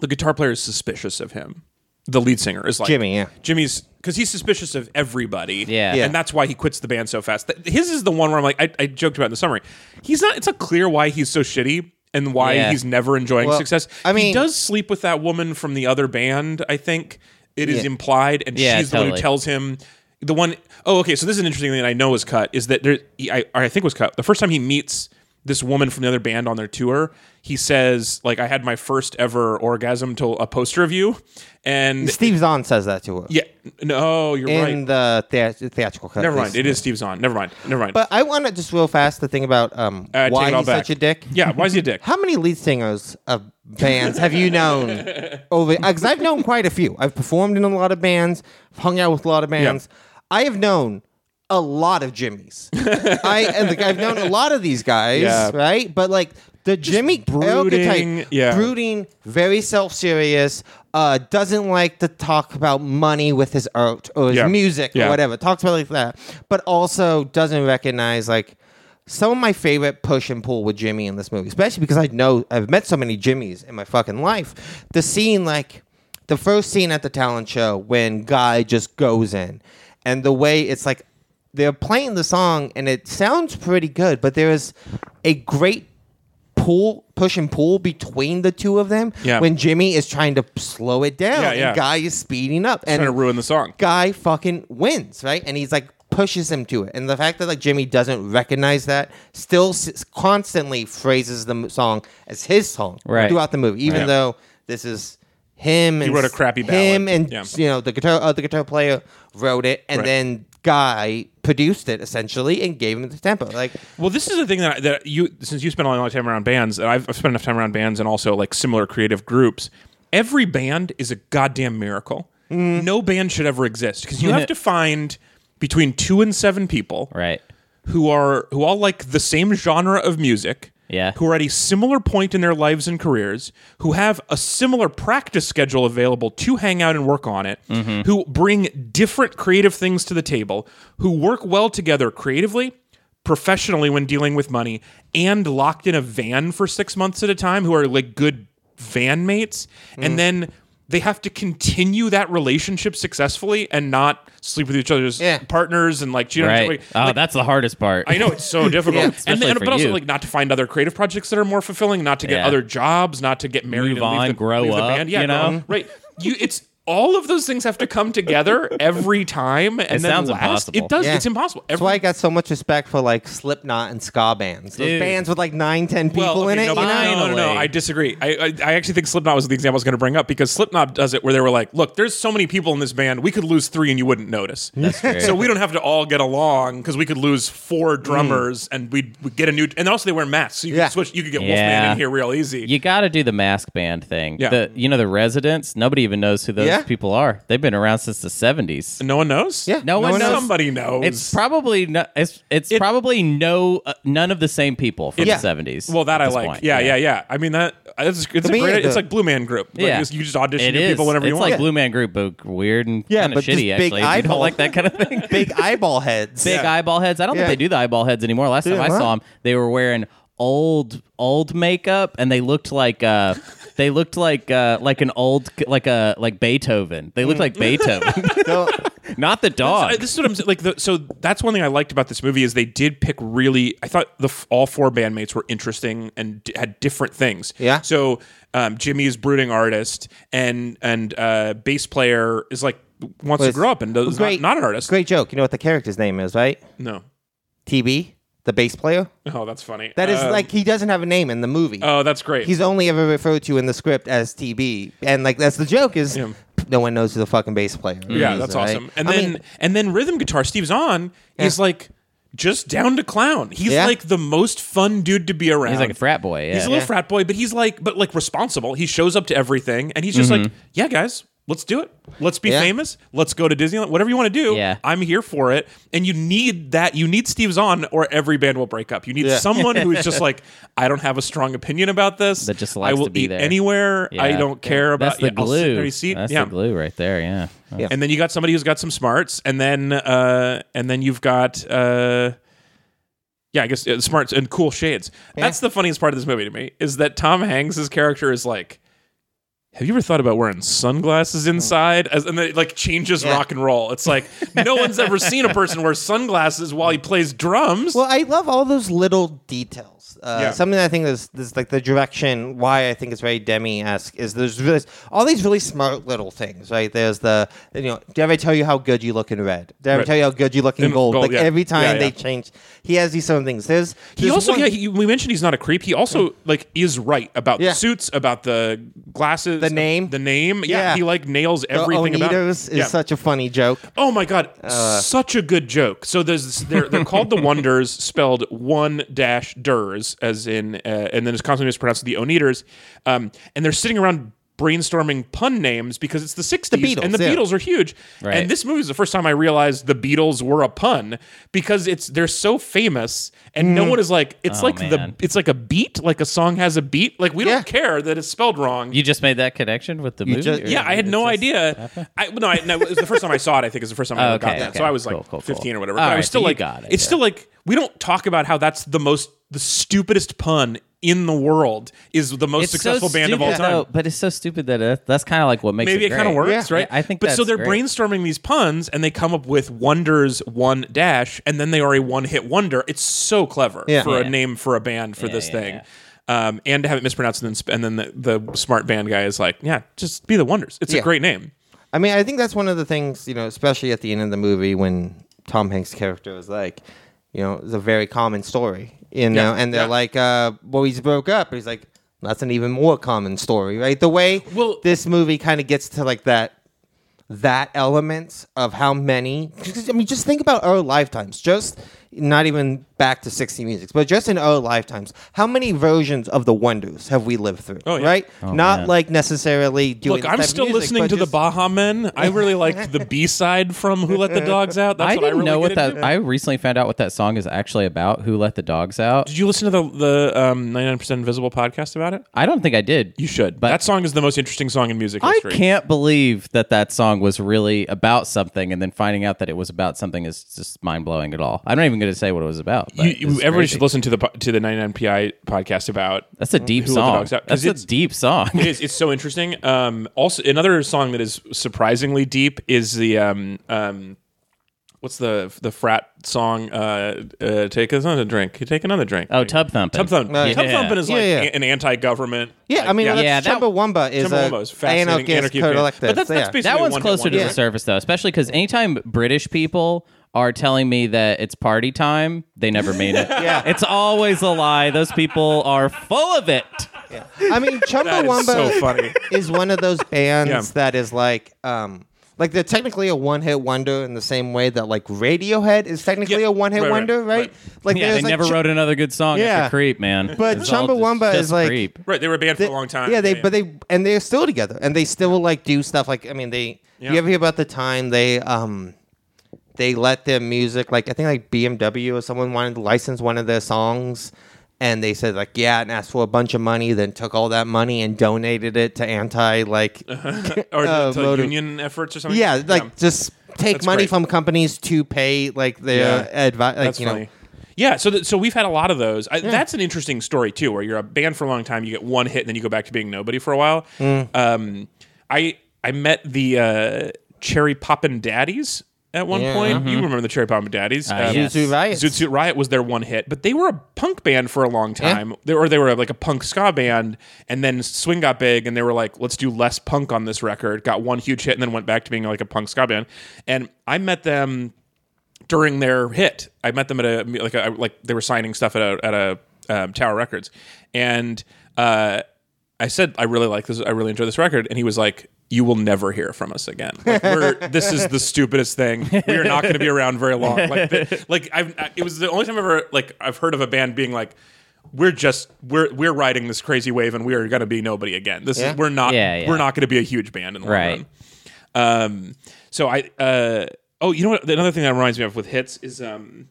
[SPEAKER 1] the guitar player is suspicious of him. The lead singer is like
[SPEAKER 3] Jimmy, yeah.
[SPEAKER 1] Jimmy's because he's suspicious of everybody.
[SPEAKER 2] Yeah. Yeah.
[SPEAKER 1] and that's why he quits the band so fast. Th- His is the one where I'm like, I, I joked about in the summary. He's not. It's not clear why he's so shitty. And why
[SPEAKER 2] Yeah.
[SPEAKER 1] he's never enjoying
[SPEAKER 3] Well,
[SPEAKER 1] success.
[SPEAKER 3] I
[SPEAKER 1] he
[SPEAKER 3] mean-
[SPEAKER 1] does sleep with that woman from the other band. I think it is implied, and
[SPEAKER 2] Yeah,
[SPEAKER 1] she's the one who
[SPEAKER 2] totally.
[SPEAKER 1] tells him the one oh okay. So this is an interesting thing that I know is cut is that there he, I I think was cut the first time he meets this woman from the other band on their tour. He says like I had my first ever orgasm to a poster of you, and
[SPEAKER 3] Steve Zahn says that to her
[SPEAKER 1] yeah, no, you're
[SPEAKER 3] in
[SPEAKER 1] right.
[SPEAKER 3] the thea- theatrical cut.
[SPEAKER 1] Never
[SPEAKER 3] at
[SPEAKER 1] mind.
[SPEAKER 3] least.
[SPEAKER 1] It is Steve Zahn. Never mind. Never mind.
[SPEAKER 3] But I want to just real fast to think about um,
[SPEAKER 1] Uh, take
[SPEAKER 3] why
[SPEAKER 1] it all
[SPEAKER 3] he's
[SPEAKER 1] back.
[SPEAKER 3] such a dick.
[SPEAKER 1] yeah, why is he a dick?
[SPEAKER 3] How many lead singers of bands have you known over? Because I've known quite a few. I've performed in a lot of bands. I've hung out with a lot of bands. I have known a lot of Jimmys. I and like, I've known a lot of these guys,
[SPEAKER 1] Yeah.
[SPEAKER 3] right? But like the Jimmy
[SPEAKER 1] brooding,
[SPEAKER 3] archetype,
[SPEAKER 1] yeah.
[SPEAKER 3] brooding, very self-serious. Uh, doesn't like to talk about money with his art or his
[SPEAKER 1] Yeah.
[SPEAKER 3] music
[SPEAKER 1] Yeah.
[SPEAKER 3] or whatever. Talks about it like that, but also doesn't recognize like some of my favorite push and pull with Jimmy in this movie, especially because I know I've met so many Jimmys in my fucking life. The scene like the first scene at the talent show when Guy just goes in, and the way it's like they're playing the song and it sounds pretty good, but there is a great pull push and pull between the two of them
[SPEAKER 1] Yeah.
[SPEAKER 3] when Jimmy is trying to slow it down
[SPEAKER 1] Yeah, yeah.
[SPEAKER 3] and Guy is speeding up and
[SPEAKER 1] Trying to ruin the song.
[SPEAKER 3] guy fucking wins, right? And he's like pushes him to it. And the fact that like Jimmy doesn't recognize that still s- constantly phrases the m- song as his song
[SPEAKER 2] Right.
[SPEAKER 3] throughout the movie, even
[SPEAKER 1] Yeah.
[SPEAKER 3] though this is him. He and
[SPEAKER 1] wrote a
[SPEAKER 3] s-
[SPEAKER 1] crappy
[SPEAKER 3] Him
[SPEAKER 1] ballad.
[SPEAKER 3] and
[SPEAKER 1] Yeah.
[SPEAKER 3] you know the guitar uh, the guitar player wrote it, and
[SPEAKER 1] Right.
[SPEAKER 3] then guy produced it essentially and gave him the tempo. Like
[SPEAKER 1] Well, this is the thing that that you since you spent a lot of time around bands, and I've, I've spent enough time around bands and also like similar creative groups. Every band is a goddamn miracle. No band should ever exist because you have to find between two and seven people
[SPEAKER 2] Right.
[SPEAKER 1] who are who all like the same genre of music.
[SPEAKER 2] Yeah.
[SPEAKER 1] Who are at a similar point in their lives and careers, who have a similar practice schedule available to hang out and work on it,
[SPEAKER 2] Mm-hmm.
[SPEAKER 1] who bring different creative things to the table, who work well together creatively, professionally when dealing with money, and locked in a van for six months at a time, who are like good van mates, and then they have to continue that relationship successly and not sleep with each other's
[SPEAKER 3] Yeah.
[SPEAKER 1] partners and like cheat on each
[SPEAKER 2] Right.
[SPEAKER 1] other.
[SPEAKER 2] oh, that's the hardest part.
[SPEAKER 1] I know it's so difficult,
[SPEAKER 3] Yeah.
[SPEAKER 1] and,
[SPEAKER 2] Especially
[SPEAKER 1] and-
[SPEAKER 2] for
[SPEAKER 1] but also
[SPEAKER 2] you.
[SPEAKER 1] like not to find other creative projects that are more fulfilling, not to get
[SPEAKER 2] Yeah.
[SPEAKER 1] other jobs, not to get married,
[SPEAKER 2] Move
[SPEAKER 1] and leave
[SPEAKER 2] on,
[SPEAKER 1] the,
[SPEAKER 2] grow
[SPEAKER 1] leave the
[SPEAKER 2] up,
[SPEAKER 1] band. Yeah,
[SPEAKER 2] you
[SPEAKER 1] grow up.
[SPEAKER 2] know?
[SPEAKER 1] right? You, it's all of those things have to come together every time, and then
[SPEAKER 2] It sounds
[SPEAKER 1] last,
[SPEAKER 2] impossible.
[SPEAKER 1] It does.
[SPEAKER 3] Yeah.
[SPEAKER 1] It's impossible.
[SPEAKER 3] that's why I got so much respect for like Slipknot and ska bands. Those
[SPEAKER 2] Dude.
[SPEAKER 3] bands with like nine, ten people
[SPEAKER 1] well,
[SPEAKER 3] in
[SPEAKER 1] okay,
[SPEAKER 3] it.
[SPEAKER 1] no,
[SPEAKER 3] you know?
[SPEAKER 1] no, no, no, no,
[SPEAKER 2] Finally.
[SPEAKER 1] I disagree. I, I, I actually think Slipknot was the example I was going to bring up because Slipknot does it where they were like, look, there's so many people in this band, we could lose three and you wouldn't notice.
[SPEAKER 2] That's true.
[SPEAKER 1] so we don't have to all get along because we could lose four drummers and we'd, we'd get a new. And also they wear masks, so you
[SPEAKER 3] Mm. Yeah.
[SPEAKER 1] could switch. You could get Wolfman
[SPEAKER 2] Yeah.
[SPEAKER 1] in here real easy.
[SPEAKER 2] You got to do the mask band thing.
[SPEAKER 1] Yeah.
[SPEAKER 2] The you know the residents. Nobody even knows who those
[SPEAKER 3] Yeah.
[SPEAKER 2] people are. They've been around since the seventies.
[SPEAKER 1] no one knows.
[SPEAKER 3] Yeah.
[SPEAKER 2] No, one,
[SPEAKER 3] one
[SPEAKER 2] knows.
[SPEAKER 3] knows.
[SPEAKER 1] Somebody knows.
[SPEAKER 2] It's probably no, it's it's probably no uh, none of the same people from
[SPEAKER 3] Yeah.
[SPEAKER 2] the seventies.
[SPEAKER 1] well, that I like. Yeah, yeah, yeah, I mean that. That's, it's a
[SPEAKER 3] me,
[SPEAKER 1] great.
[SPEAKER 3] the-
[SPEAKER 1] it's like Blue Man Group. Like,
[SPEAKER 2] Yeah.
[SPEAKER 1] you just- you just audition
[SPEAKER 2] It
[SPEAKER 1] new
[SPEAKER 2] is.
[SPEAKER 1] people whenever
[SPEAKER 2] it's
[SPEAKER 1] you
[SPEAKER 2] like
[SPEAKER 1] want.
[SPEAKER 2] Blue Man Group, but weird and
[SPEAKER 3] Yeah,
[SPEAKER 2] kind of
[SPEAKER 3] but just
[SPEAKER 2] shitty.
[SPEAKER 3] big
[SPEAKER 2] Actually, if you
[SPEAKER 3] eyeball-
[SPEAKER 2] don't like that kind of thing.
[SPEAKER 3] Big eyeball heads.
[SPEAKER 2] big
[SPEAKER 1] Yeah.
[SPEAKER 2] eyeball heads. I don't
[SPEAKER 3] Yeah.
[SPEAKER 2] think they do the eyeball heads anymore. Last time I
[SPEAKER 3] huh?
[SPEAKER 2] saw them, they were wearing old old makeup, and they looked like uh, they looked like uh, like an old like a like Beethoven. They looked
[SPEAKER 3] Mm.
[SPEAKER 2] like Beethoven,
[SPEAKER 3] No.
[SPEAKER 2] not the dog.
[SPEAKER 1] Uh, this is what I'm saying. Like, the, so that's one thing I liked about this movie is they did pick really. I thought the f- all four bandmates were interesting and d- had different things.
[SPEAKER 3] Yeah.
[SPEAKER 1] So um, Jimmy is brooding artist, and and uh, bass player is like wants to
[SPEAKER 3] Was-
[SPEAKER 1] grow up and does not,
[SPEAKER 3] Great-
[SPEAKER 1] not an artist.
[SPEAKER 3] Great joke. You know what the character's name is, right?
[SPEAKER 1] No.
[SPEAKER 3] TB. the bass player.
[SPEAKER 1] Oh, that's funny.
[SPEAKER 3] That is
[SPEAKER 1] Um,
[SPEAKER 3] like he doesn't have a name in the movie.
[SPEAKER 1] Oh, that's great.
[SPEAKER 3] He's only ever referred to in the script as TB, and like that's the joke is
[SPEAKER 1] Yeah.
[SPEAKER 3] no one knows who the fucking bass player.
[SPEAKER 1] yeah,
[SPEAKER 3] is,
[SPEAKER 1] that's
[SPEAKER 3] right?
[SPEAKER 1] awesome. And
[SPEAKER 3] I
[SPEAKER 1] then
[SPEAKER 3] mean,
[SPEAKER 1] and then rhythm guitar Steve Zahn is like just down to clown. He's
[SPEAKER 3] Yeah.
[SPEAKER 1] like the most fun dude to be around.
[SPEAKER 2] He's like a frat boy. Yeah.
[SPEAKER 1] He's a little frat boy, but he's like, but like responsible. He shows up to everything, and he's just
[SPEAKER 2] Mm-hmm.
[SPEAKER 1] like, "Yeah, guys, let's do it. Let's be
[SPEAKER 3] Yeah.
[SPEAKER 1] famous. Let's go to Disneyland. Whatever you want to do,
[SPEAKER 2] Yeah.
[SPEAKER 1] I'm here for it." And you need that. You need Steve Zahn, or every band will break up. You need
[SPEAKER 3] Yeah.
[SPEAKER 1] someone who's just like, "I don't have a strong opinion about this.
[SPEAKER 2] That just
[SPEAKER 1] I
[SPEAKER 2] likes
[SPEAKER 1] will
[SPEAKER 2] to be
[SPEAKER 1] eat
[SPEAKER 2] there."
[SPEAKER 1] anywhere. I
[SPEAKER 2] Yeah.
[SPEAKER 1] don't care about
[SPEAKER 2] That's the
[SPEAKER 1] yeah, I'll sit in
[SPEAKER 2] glue.
[SPEAKER 1] every seat.
[SPEAKER 2] That's
[SPEAKER 1] yeah.
[SPEAKER 2] the glue right there. Yeah.
[SPEAKER 3] Yeah.
[SPEAKER 1] And then you got somebody who's got some smarts, and then uh, and then you've got uh, yeah, I guess uh, smarts and cool shades. That's the funniest part of this movie to me is that Tom Hanks' character is like, "Have you ever thought about wearing
[SPEAKER 3] Hmm.
[SPEAKER 1] sunglasses inside?" As, and then it like changes rock and roll. It's like no one's ever seen a person wear sunglasses while he plays drums.
[SPEAKER 3] Well, I love all those little details. Uh,
[SPEAKER 1] Yeah.
[SPEAKER 3] Something I think is, is like the direction why I think it's very Demi-esque is there's really, all these really smart little things, right? There's the you know, did I ever tell you how good you look in red? Did I ever
[SPEAKER 1] Right.
[SPEAKER 3] tell you how good you look in,
[SPEAKER 1] In
[SPEAKER 3] gold?
[SPEAKER 1] gold,
[SPEAKER 3] Like
[SPEAKER 1] yeah.
[SPEAKER 3] every time
[SPEAKER 1] Yeah, yeah.
[SPEAKER 3] they change, he has these certain things. There's,
[SPEAKER 1] he
[SPEAKER 3] there's
[SPEAKER 1] also
[SPEAKER 3] one-
[SPEAKER 1] yeah, he, we mentioned he's not a creep. He also like is right about
[SPEAKER 3] Yeah.
[SPEAKER 1] the suits, about the glasses,
[SPEAKER 3] The name.
[SPEAKER 1] the name. Yeah,
[SPEAKER 3] Yeah.
[SPEAKER 1] he like nails
[SPEAKER 3] the
[SPEAKER 1] everything about it.
[SPEAKER 3] Onitos is
[SPEAKER 1] Yeah.
[SPEAKER 3] such a funny joke.
[SPEAKER 1] Oh my god,
[SPEAKER 3] Uh.
[SPEAKER 1] such a good joke. So there's they're they're called the Wonders, spelled one dash ders, as in, uh, and then it's constantly mispronounced the Oneaters, um, and they're sitting around brainstorming pun names because it's the 60s
[SPEAKER 3] Beatles,
[SPEAKER 1] and the
[SPEAKER 3] yeah.
[SPEAKER 1] Beatles are huge. And this movie is the first time I realized the Beatles were a pun because it's they're so famous and
[SPEAKER 3] Mm.
[SPEAKER 1] no one is like it's
[SPEAKER 3] Oh,
[SPEAKER 1] like
[SPEAKER 2] man.
[SPEAKER 1] the it's like a beat, like a song has a beat. Like we
[SPEAKER 3] Yeah.
[SPEAKER 1] don't care that it's spelled wrong.
[SPEAKER 2] You just made that connection with the movie.
[SPEAKER 3] just-
[SPEAKER 2] or
[SPEAKER 1] Yeah, I had
[SPEAKER 2] it
[SPEAKER 1] no
[SPEAKER 2] just-
[SPEAKER 1] idea. I no, I, no, it was the first time I saw it. I think is the first time I ever
[SPEAKER 2] Oh, okay,
[SPEAKER 1] got that.
[SPEAKER 2] okay.
[SPEAKER 1] So I was like
[SPEAKER 2] Cool, cool, cool.
[SPEAKER 1] fifteen or whatever.
[SPEAKER 2] All
[SPEAKER 1] but I
[SPEAKER 2] right,
[SPEAKER 1] was still
[SPEAKER 2] so you
[SPEAKER 1] like,
[SPEAKER 2] got it,
[SPEAKER 1] it's still like we don't talk about how that's the most the stupidest pun in the world is the most
[SPEAKER 2] It's so
[SPEAKER 1] successful band of all
[SPEAKER 2] stupid,
[SPEAKER 1] time.
[SPEAKER 2] though, but it's so stupid that it, that's kind of like what makes
[SPEAKER 1] Maybe it, kind of
[SPEAKER 2] great.
[SPEAKER 1] works,
[SPEAKER 3] Yeah.
[SPEAKER 1] right?
[SPEAKER 2] I think
[SPEAKER 1] But so
[SPEAKER 2] that's
[SPEAKER 1] they're
[SPEAKER 2] great.
[SPEAKER 1] brainstorming these puns, and they come up with wonders one dash, and then they are a one hit wonder. It's so clever
[SPEAKER 3] Yeah.
[SPEAKER 1] for
[SPEAKER 2] Yeah.
[SPEAKER 1] a name for a band for this
[SPEAKER 2] yeah,
[SPEAKER 1] thing. Um, and to have it mispronounced, and then, sp- and then the, the smart band guy is like, "Yeah, just be the Wonders. It's
[SPEAKER 3] Yeah.
[SPEAKER 1] a great name."
[SPEAKER 3] I mean, I think that's one of the things, you know, especially at the end of the movie when Tom Hanks' character is like, you know, it's a very common story, you know, and they're
[SPEAKER 1] yeah.
[SPEAKER 3] like, uh, well, he's broke up. He's like, that's an even more common story, right? The way
[SPEAKER 1] Well-
[SPEAKER 3] this movie kind of gets to like that that element of how many I mean just think about our lifetimes just not even back to 60 musics but just in our lifetimes how many versions of the wonders have we lived through
[SPEAKER 1] Oh, yeah.
[SPEAKER 3] right not like necessarily
[SPEAKER 1] Look,
[SPEAKER 3] doing this
[SPEAKER 1] I'm
[SPEAKER 3] type of
[SPEAKER 1] still
[SPEAKER 3] music,
[SPEAKER 1] listening
[SPEAKER 3] but
[SPEAKER 1] to the
[SPEAKER 3] just-
[SPEAKER 1] Baha Men. I really liked the B side from Who Let the Dogs Out. That's
[SPEAKER 2] I
[SPEAKER 1] what
[SPEAKER 2] didn't
[SPEAKER 1] I really
[SPEAKER 2] know what
[SPEAKER 1] get
[SPEAKER 2] that.
[SPEAKER 1] into.
[SPEAKER 2] I recently found out what that song is actually about. Who let the dogs out?
[SPEAKER 1] Did you listen to the the um, 99% Invisible podcast about it?
[SPEAKER 2] I don't think I did.
[SPEAKER 1] You should.
[SPEAKER 2] But-
[SPEAKER 1] that song is the most interesting song in music
[SPEAKER 2] I
[SPEAKER 1] history.
[SPEAKER 2] can't believe that that song was really about something, and then finding out that it was about something is just mind blowing at all. I'm not even going to say what it was about. But
[SPEAKER 1] You- you-
[SPEAKER 2] it's
[SPEAKER 1] everybody
[SPEAKER 2] crazy.
[SPEAKER 1] should listen to the po- to the 99pi podcast about.
[SPEAKER 2] That's a deep
[SPEAKER 1] Who Let the
[SPEAKER 2] song.
[SPEAKER 1] Dogs Out, 'cause
[SPEAKER 2] That's a
[SPEAKER 1] it's-
[SPEAKER 2] deep song.
[SPEAKER 1] It is, it's so interesting. Um, also, another song that is surprisingly deep is the um, um, what's the the frat song? Uh, uh, take another drink. You take another drink.
[SPEAKER 2] Oh, tub thumping.
[SPEAKER 1] Tub Thump.
[SPEAKER 3] Nice.
[SPEAKER 1] Tub
[SPEAKER 2] Yeah.
[SPEAKER 1] Thumpin' is like
[SPEAKER 3] Yeah, yeah.
[SPEAKER 1] a- an anti-government.
[SPEAKER 3] Yeah, I mean,
[SPEAKER 1] yeah.
[SPEAKER 3] that's
[SPEAKER 2] Yeah, that-
[SPEAKER 3] Chumbawamba is a
[SPEAKER 1] Chumbawamba is fascinating.
[SPEAKER 3] anarchist
[SPEAKER 1] Anarchy fan.
[SPEAKER 3] collective.
[SPEAKER 1] But that's, that's
[SPEAKER 3] yeah.
[SPEAKER 1] basically
[SPEAKER 2] that one's
[SPEAKER 1] one-hit
[SPEAKER 2] closer to
[SPEAKER 1] wonder.
[SPEAKER 2] the surface though, especially because anytime British people are telling me that it's party time, they never mean it. yeah, it's always a lie. Those people are full of it.
[SPEAKER 3] I mean,
[SPEAKER 1] That
[SPEAKER 3] Chumbawamba
[SPEAKER 1] is so funny.
[SPEAKER 3] is one of those bands
[SPEAKER 1] Yeah.
[SPEAKER 3] that is like, um, like they're technically a one-hit wonder in the same way that like Radiohead is technically
[SPEAKER 1] Yeah,
[SPEAKER 3] a
[SPEAKER 1] right,
[SPEAKER 3] one-hit
[SPEAKER 1] right,
[SPEAKER 3] wonder, right?
[SPEAKER 1] right.
[SPEAKER 3] Like,
[SPEAKER 2] Yeah,
[SPEAKER 3] there's,
[SPEAKER 2] they
[SPEAKER 3] like,
[SPEAKER 2] never
[SPEAKER 3] Ch-
[SPEAKER 2] wrote another good song
[SPEAKER 3] Yeah.
[SPEAKER 2] after Creep, man.
[SPEAKER 3] But
[SPEAKER 2] It's all just-
[SPEAKER 3] Chumbawamba
[SPEAKER 2] just
[SPEAKER 3] is like-
[SPEAKER 2] Creep.
[SPEAKER 1] Right, they were banned
[SPEAKER 3] They-
[SPEAKER 1] for a long time.
[SPEAKER 3] Yeah, they
[SPEAKER 1] yeah.
[SPEAKER 3] but they and they're still together, and they still like do stuff like I mean they.
[SPEAKER 1] Yeah.
[SPEAKER 3] You ever hear about the time they um they let their music like I think like BMW or someone wanted to license one of their songs, and they said like yeah and asked for a bunch of money, then took all that money and donated it to anti like
[SPEAKER 1] or the,
[SPEAKER 3] uh,
[SPEAKER 1] to
[SPEAKER 3] motive-
[SPEAKER 1] union efforts or something.
[SPEAKER 3] yeah like just take
[SPEAKER 1] That's
[SPEAKER 3] money
[SPEAKER 1] great.
[SPEAKER 3] from companies to pay like their
[SPEAKER 1] Yeah.
[SPEAKER 3] advice. Like,
[SPEAKER 1] that's
[SPEAKER 3] you know,
[SPEAKER 1] funny. Yeah, so th- so we've had a lot of those. I, That's an interesting story too, where you're a band for a long time, you get one hit, and then you go back to being nobody for a while.
[SPEAKER 3] Mm.
[SPEAKER 1] Um, I I met the uh, Cherry Poppin' Daddies at one
[SPEAKER 3] Yeah. uh-huh.
[SPEAKER 1] point. You remember the Cherry Poppin' Daddies? Um,
[SPEAKER 2] yes.
[SPEAKER 3] Zuzu Riots.
[SPEAKER 1] Zoot Suit Riot was their one hit, but they were a punk band for a long time. They, or they were like a punk ska band, and then swing got big, and they were like, let's do less punk on this record. Got one huge hit, and then went back to being like a punk ska band. And I met them during their hit. I met them at a like a, like they were signing stuff at a at a um, Tower Records, and uh, I said I really like this. I really enjoy this record, and he was like. You will never hear from us again. Like, we're, this is the stupidest thing. We are not going to be around very long. Like, the, like I've, I, it was the only time I've ever like I've heard of a band being like, we're just we're we're riding this crazy wave, and we are going to be nobody again. This
[SPEAKER 3] Yeah.
[SPEAKER 1] is we're not
[SPEAKER 2] Yeah, yeah.
[SPEAKER 1] we're not going to be a huge band in the long
[SPEAKER 2] Right.
[SPEAKER 1] run. Um, so I, uh, oh, you know what? Another thing that reminds me of with hits is, um,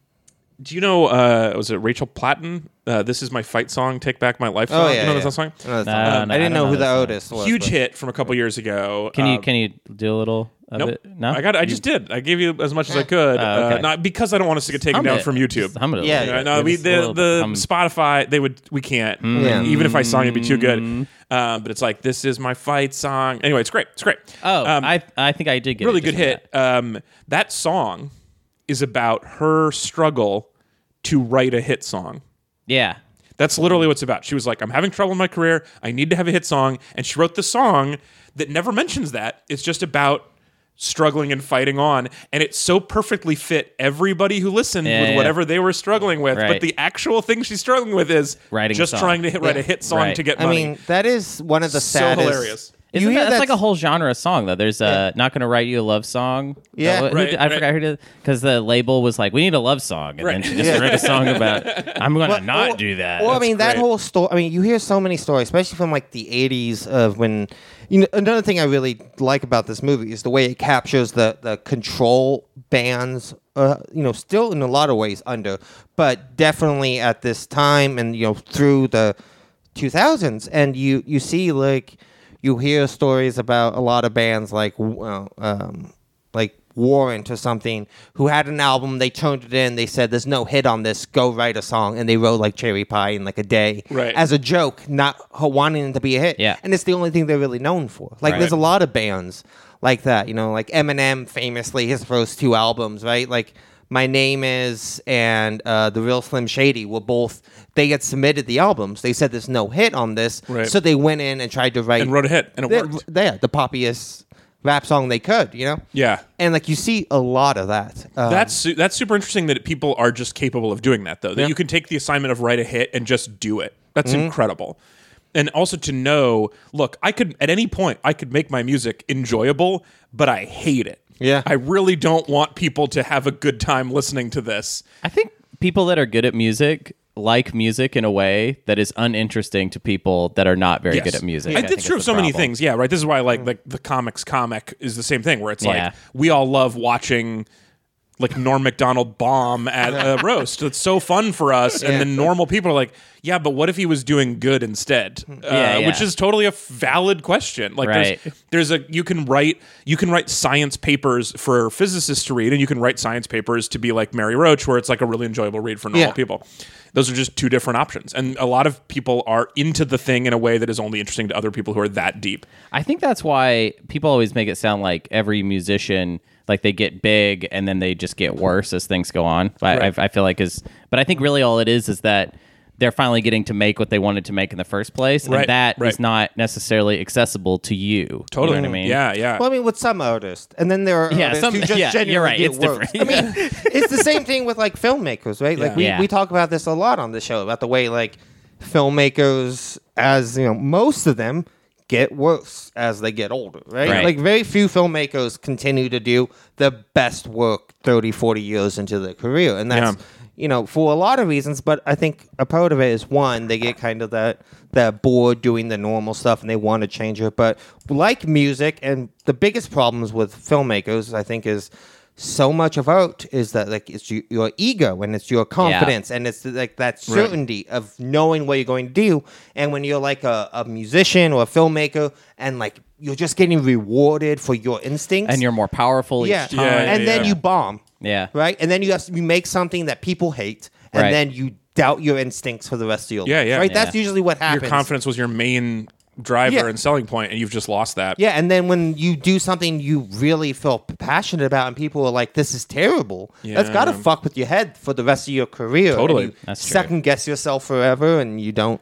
[SPEAKER 1] do you know, uh, was it Rachel Platten? Uh, this is my fight song, Take Back My Life song.
[SPEAKER 3] Oh
[SPEAKER 1] uh,
[SPEAKER 3] yeah,
[SPEAKER 1] you know
[SPEAKER 3] yeah.
[SPEAKER 1] that song?
[SPEAKER 3] I know that
[SPEAKER 2] No,
[SPEAKER 3] song.
[SPEAKER 2] no,
[SPEAKER 3] I didn't
[SPEAKER 2] I
[SPEAKER 3] know
[SPEAKER 2] don't
[SPEAKER 3] who
[SPEAKER 2] know
[SPEAKER 3] the
[SPEAKER 2] that song.
[SPEAKER 3] Otis was.
[SPEAKER 1] Huge
[SPEAKER 3] but-
[SPEAKER 1] hit from a couple years ago.
[SPEAKER 2] Can
[SPEAKER 3] Uh,
[SPEAKER 2] you
[SPEAKER 1] Um,
[SPEAKER 2] can you do a little of
[SPEAKER 1] Nope.
[SPEAKER 2] it? No,
[SPEAKER 1] I got. I just did. I gave you as much as I could, uh,
[SPEAKER 2] okay.
[SPEAKER 1] not because I don't want us to get taken
[SPEAKER 2] Hum
[SPEAKER 1] down
[SPEAKER 2] it.
[SPEAKER 1] from YouTube.
[SPEAKER 2] Just hum it a
[SPEAKER 3] Yeah,
[SPEAKER 2] little
[SPEAKER 1] Yeah,
[SPEAKER 2] bit.
[SPEAKER 1] no, we,
[SPEAKER 2] Just a
[SPEAKER 1] the
[SPEAKER 2] little
[SPEAKER 1] the
[SPEAKER 2] bit. Hum- Mm.
[SPEAKER 1] Spotify they would we can't
[SPEAKER 3] Yeah.
[SPEAKER 1] even if I sung it'd be too good, um, but it's like this is my fight song anyway it's great it's great
[SPEAKER 2] Oh,
[SPEAKER 1] Um,
[SPEAKER 2] I I think I did get
[SPEAKER 1] really
[SPEAKER 2] it
[SPEAKER 1] good
[SPEAKER 2] just from
[SPEAKER 1] hit. Um, that song is about her struggle to write a hit song.
[SPEAKER 2] that. Yeah,
[SPEAKER 1] That's literally what it's about. She was like, I'm having trouble in my career. I need to have a hit song. And she wrote the song that never mentions that. It's just about struggling and fighting on. And it so perfectly fit everybody who listened
[SPEAKER 2] Yeah,
[SPEAKER 1] with
[SPEAKER 2] yeah.
[SPEAKER 1] whatever they were struggling with. But
[SPEAKER 2] Right.
[SPEAKER 1] the actual thing she's struggling with is
[SPEAKER 2] Writing a
[SPEAKER 1] just
[SPEAKER 2] song.
[SPEAKER 1] trying to hit, write a hit song
[SPEAKER 2] Right.
[SPEAKER 1] to get
[SPEAKER 3] I
[SPEAKER 1] money.
[SPEAKER 3] mean, that is one of the
[SPEAKER 1] So
[SPEAKER 3] saddest.
[SPEAKER 1] hilarious.
[SPEAKER 3] You
[SPEAKER 2] Isn't
[SPEAKER 3] hear
[SPEAKER 2] that, that's like
[SPEAKER 3] that's-
[SPEAKER 2] a whole genre of song though. There's uh, not gonna write you a love song. Uh,
[SPEAKER 3] Yeah.
[SPEAKER 2] Who- who
[SPEAKER 1] Right,
[SPEAKER 2] did- I
[SPEAKER 1] right.
[SPEAKER 2] forgot who did because the label was like, we need a love song, and then
[SPEAKER 1] Right.
[SPEAKER 2] she just wrote a song about I'm gonna not do that.
[SPEAKER 3] Well, I mean, that
[SPEAKER 1] great.
[SPEAKER 3] whole story. I mean, you hear so many stories, especially from like the '80s of when. You know, another thing I really like about this movie is the way it captures the the control bands. Uh, you know, still in a lot of ways under, but definitely at this time and you know through the 2000s, and you you see like you hear stories about a lot of bands like well, um, like Warrant or something who had an album. They turned it in. They said, "There's no hit on this. Go write a song." And they wrote like Cherry Pie in like a day,
[SPEAKER 1] Right.
[SPEAKER 3] As a joke, not h- wanting it to be a hit.
[SPEAKER 2] Yeah.
[SPEAKER 3] and it's the only thing they're really known for. Like,
[SPEAKER 2] Right.
[SPEAKER 3] there's a lot of bands like that. You know, like Eminem famously his first two albums, right? Like. My name is and uh, the real Slim Shady were both. They had submitted the albums. They said there's no hit on this,
[SPEAKER 1] Right.
[SPEAKER 3] so they went in and tried to write
[SPEAKER 1] And wrote a hit, and it
[SPEAKER 3] They-
[SPEAKER 1] worked.
[SPEAKER 3] Yeah, the poppiest rap song they could, you know.
[SPEAKER 1] Yeah.
[SPEAKER 3] and like you see a lot of that. Um,
[SPEAKER 1] That's su- that's super interesting that people are just capable of doing that though. That you can take the assignment of write a hit and just do it. That's
[SPEAKER 3] Mm-hmm.
[SPEAKER 1] incredible. And also to know, look, I could at any point I could make my music enjoyable, but I hate it.
[SPEAKER 3] Yeah.
[SPEAKER 1] I really don't want people to have a good time listening to this.
[SPEAKER 2] I think people that are good at music like music in a way that is uninteresting to people that are not very
[SPEAKER 1] Yes.
[SPEAKER 2] good at music.
[SPEAKER 1] I,
[SPEAKER 2] I think
[SPEAKER 1] that's true of
[SPEAKER 2] it's
[SPEAKER 1] so
[SPEAKER 2] the
[SPEAKER 1] many
[SPEAKER 2] problem. Mm.
[SPEAKER 1] things. Yeah, right. This is why like like the comics comic is the same thing where it's
[SPEAKER 2] Yeah.
[SPEAKER 1] like we all love watching like Norm Macdonald bomb at a roast. It's so fun for us, and then normal people are like, "Yeah, but what if he was doing good instead?" Uh,
[SPEAKER 2] Yeah, yeah.
[SPEAKER 1] Which is totally a f- valid question. Like,
[SPEAKER 2] Right.
[SPEAKER 1] there's, there's a you can write you can write science papers for physicists to read, and you can write science papers to be like Mary Roach, where it's like a really enjoyable read for normal
[SPEAKER 3] Yeah.
[SPEAKER 1] people. Those are just two different options, and a lot of people are into the thing in a way that is only interesting to other people who are that deep.
[SPEAKER 2] I think that's why people always make it sound like every musician, like they get big and then they just get worse as things go on. I, I, I feel like is, but I think really all it is is that they're finally getting to make what they wanted to make in the first place, and that
[SPEAKER 1] Right,
[SPEAKER 2] is
[SPEAKER 1] right.
[SPEAKER 2] not necessarily accessible to you.
[SPEAKER 1] Totally,
[SPEAKER 2] you know what I mean?
[SPEAKER 1] yeah, yeah.
[SPEAKER 3] well, I mean, with some artists, and then there are
[SPEAKER 2] Yeah,
[SPEAKER 3] artists
[SPEAKER 2] some-
[SPEAKER 3] who just
[SPEAKER 2] yeah,
[SPEAKER 3] genuinely
[SPEAKER 2] you're
[SPEAKER 3] do
[SPEAKER 2] right, it's
[SPEAKER 3] work.
[SPEAKER 2] different.
[SPEAKER 3] I mean, it's the same thing with like filmmakers, right? Like we,
[SPEAKER 2] Yeah.
[SPEAKER 3] we talk about this a lot on the show about the way like filmmakers, as you know, most of them get worse as they get older, right?
[SPEAKER 2] Right.
[SPEAKER 3] Like very few filmmakers continue to do the best work 30, 40 years into their career, and that's.
[SPEAKER 1] Yeah.
[SPEAKER 3] You know, for a lot of reasons, but I think a part of it is one, they get kind of that that bored doing the normal stuff and they want to change it. But like music and the biggest problems with filmmakers, I think, is so much of art is that like it's your, your ego and it's your confidence and it's like that certainty of knowing what you're going to do. And when you're like a, a musician or a filmmaker and like you're just getting rewarded for your instincts
[SPEAKER 2] and you're more powerful
[SPEAKER 3] yeah.
[SPEAKER 2] each time.
[SPEAKER 1] Yeah,
[SPEAKER 3] and then
[SPEAKER 1] yeah.
[SPEAKER 3] you bomb.
[SPEAKER 2] Yeah.
[SPEAKER 3] Right? And then you have you make something that people hate and
[SPEAKER 2] Right.
[SPEAKER 3] then you doubt your instincts for the rest of your
[SPEAKER 1] Yeah,
[SPEAKER 3] life.
[SPEAKER 1] yeah.
[SPEAKER 3] Right? That's
[SPEAKER 2] Yeah.
[SPEAKER 3] usually what happens.
[SPEAKER 1] your confidence was your main driver
[SPEAKER 3] Yeah.
[SPEAKER 1] and selling point, and you've just lost that.
[SPEAKER 3] Yeah, and then when you do something you really feel p- passionate about, and people are like, "This is terrible," that's
[SPEAKER 1] Yeah.
[SPEAKER 3] got to fuck with your head for the rest of your career. and
[SPEAKER 1] Totally.
[SPEAKER 3] you
[SPEAKER 2] That's true.
[SPEAKER 3] second guess yourself forever, and you don't.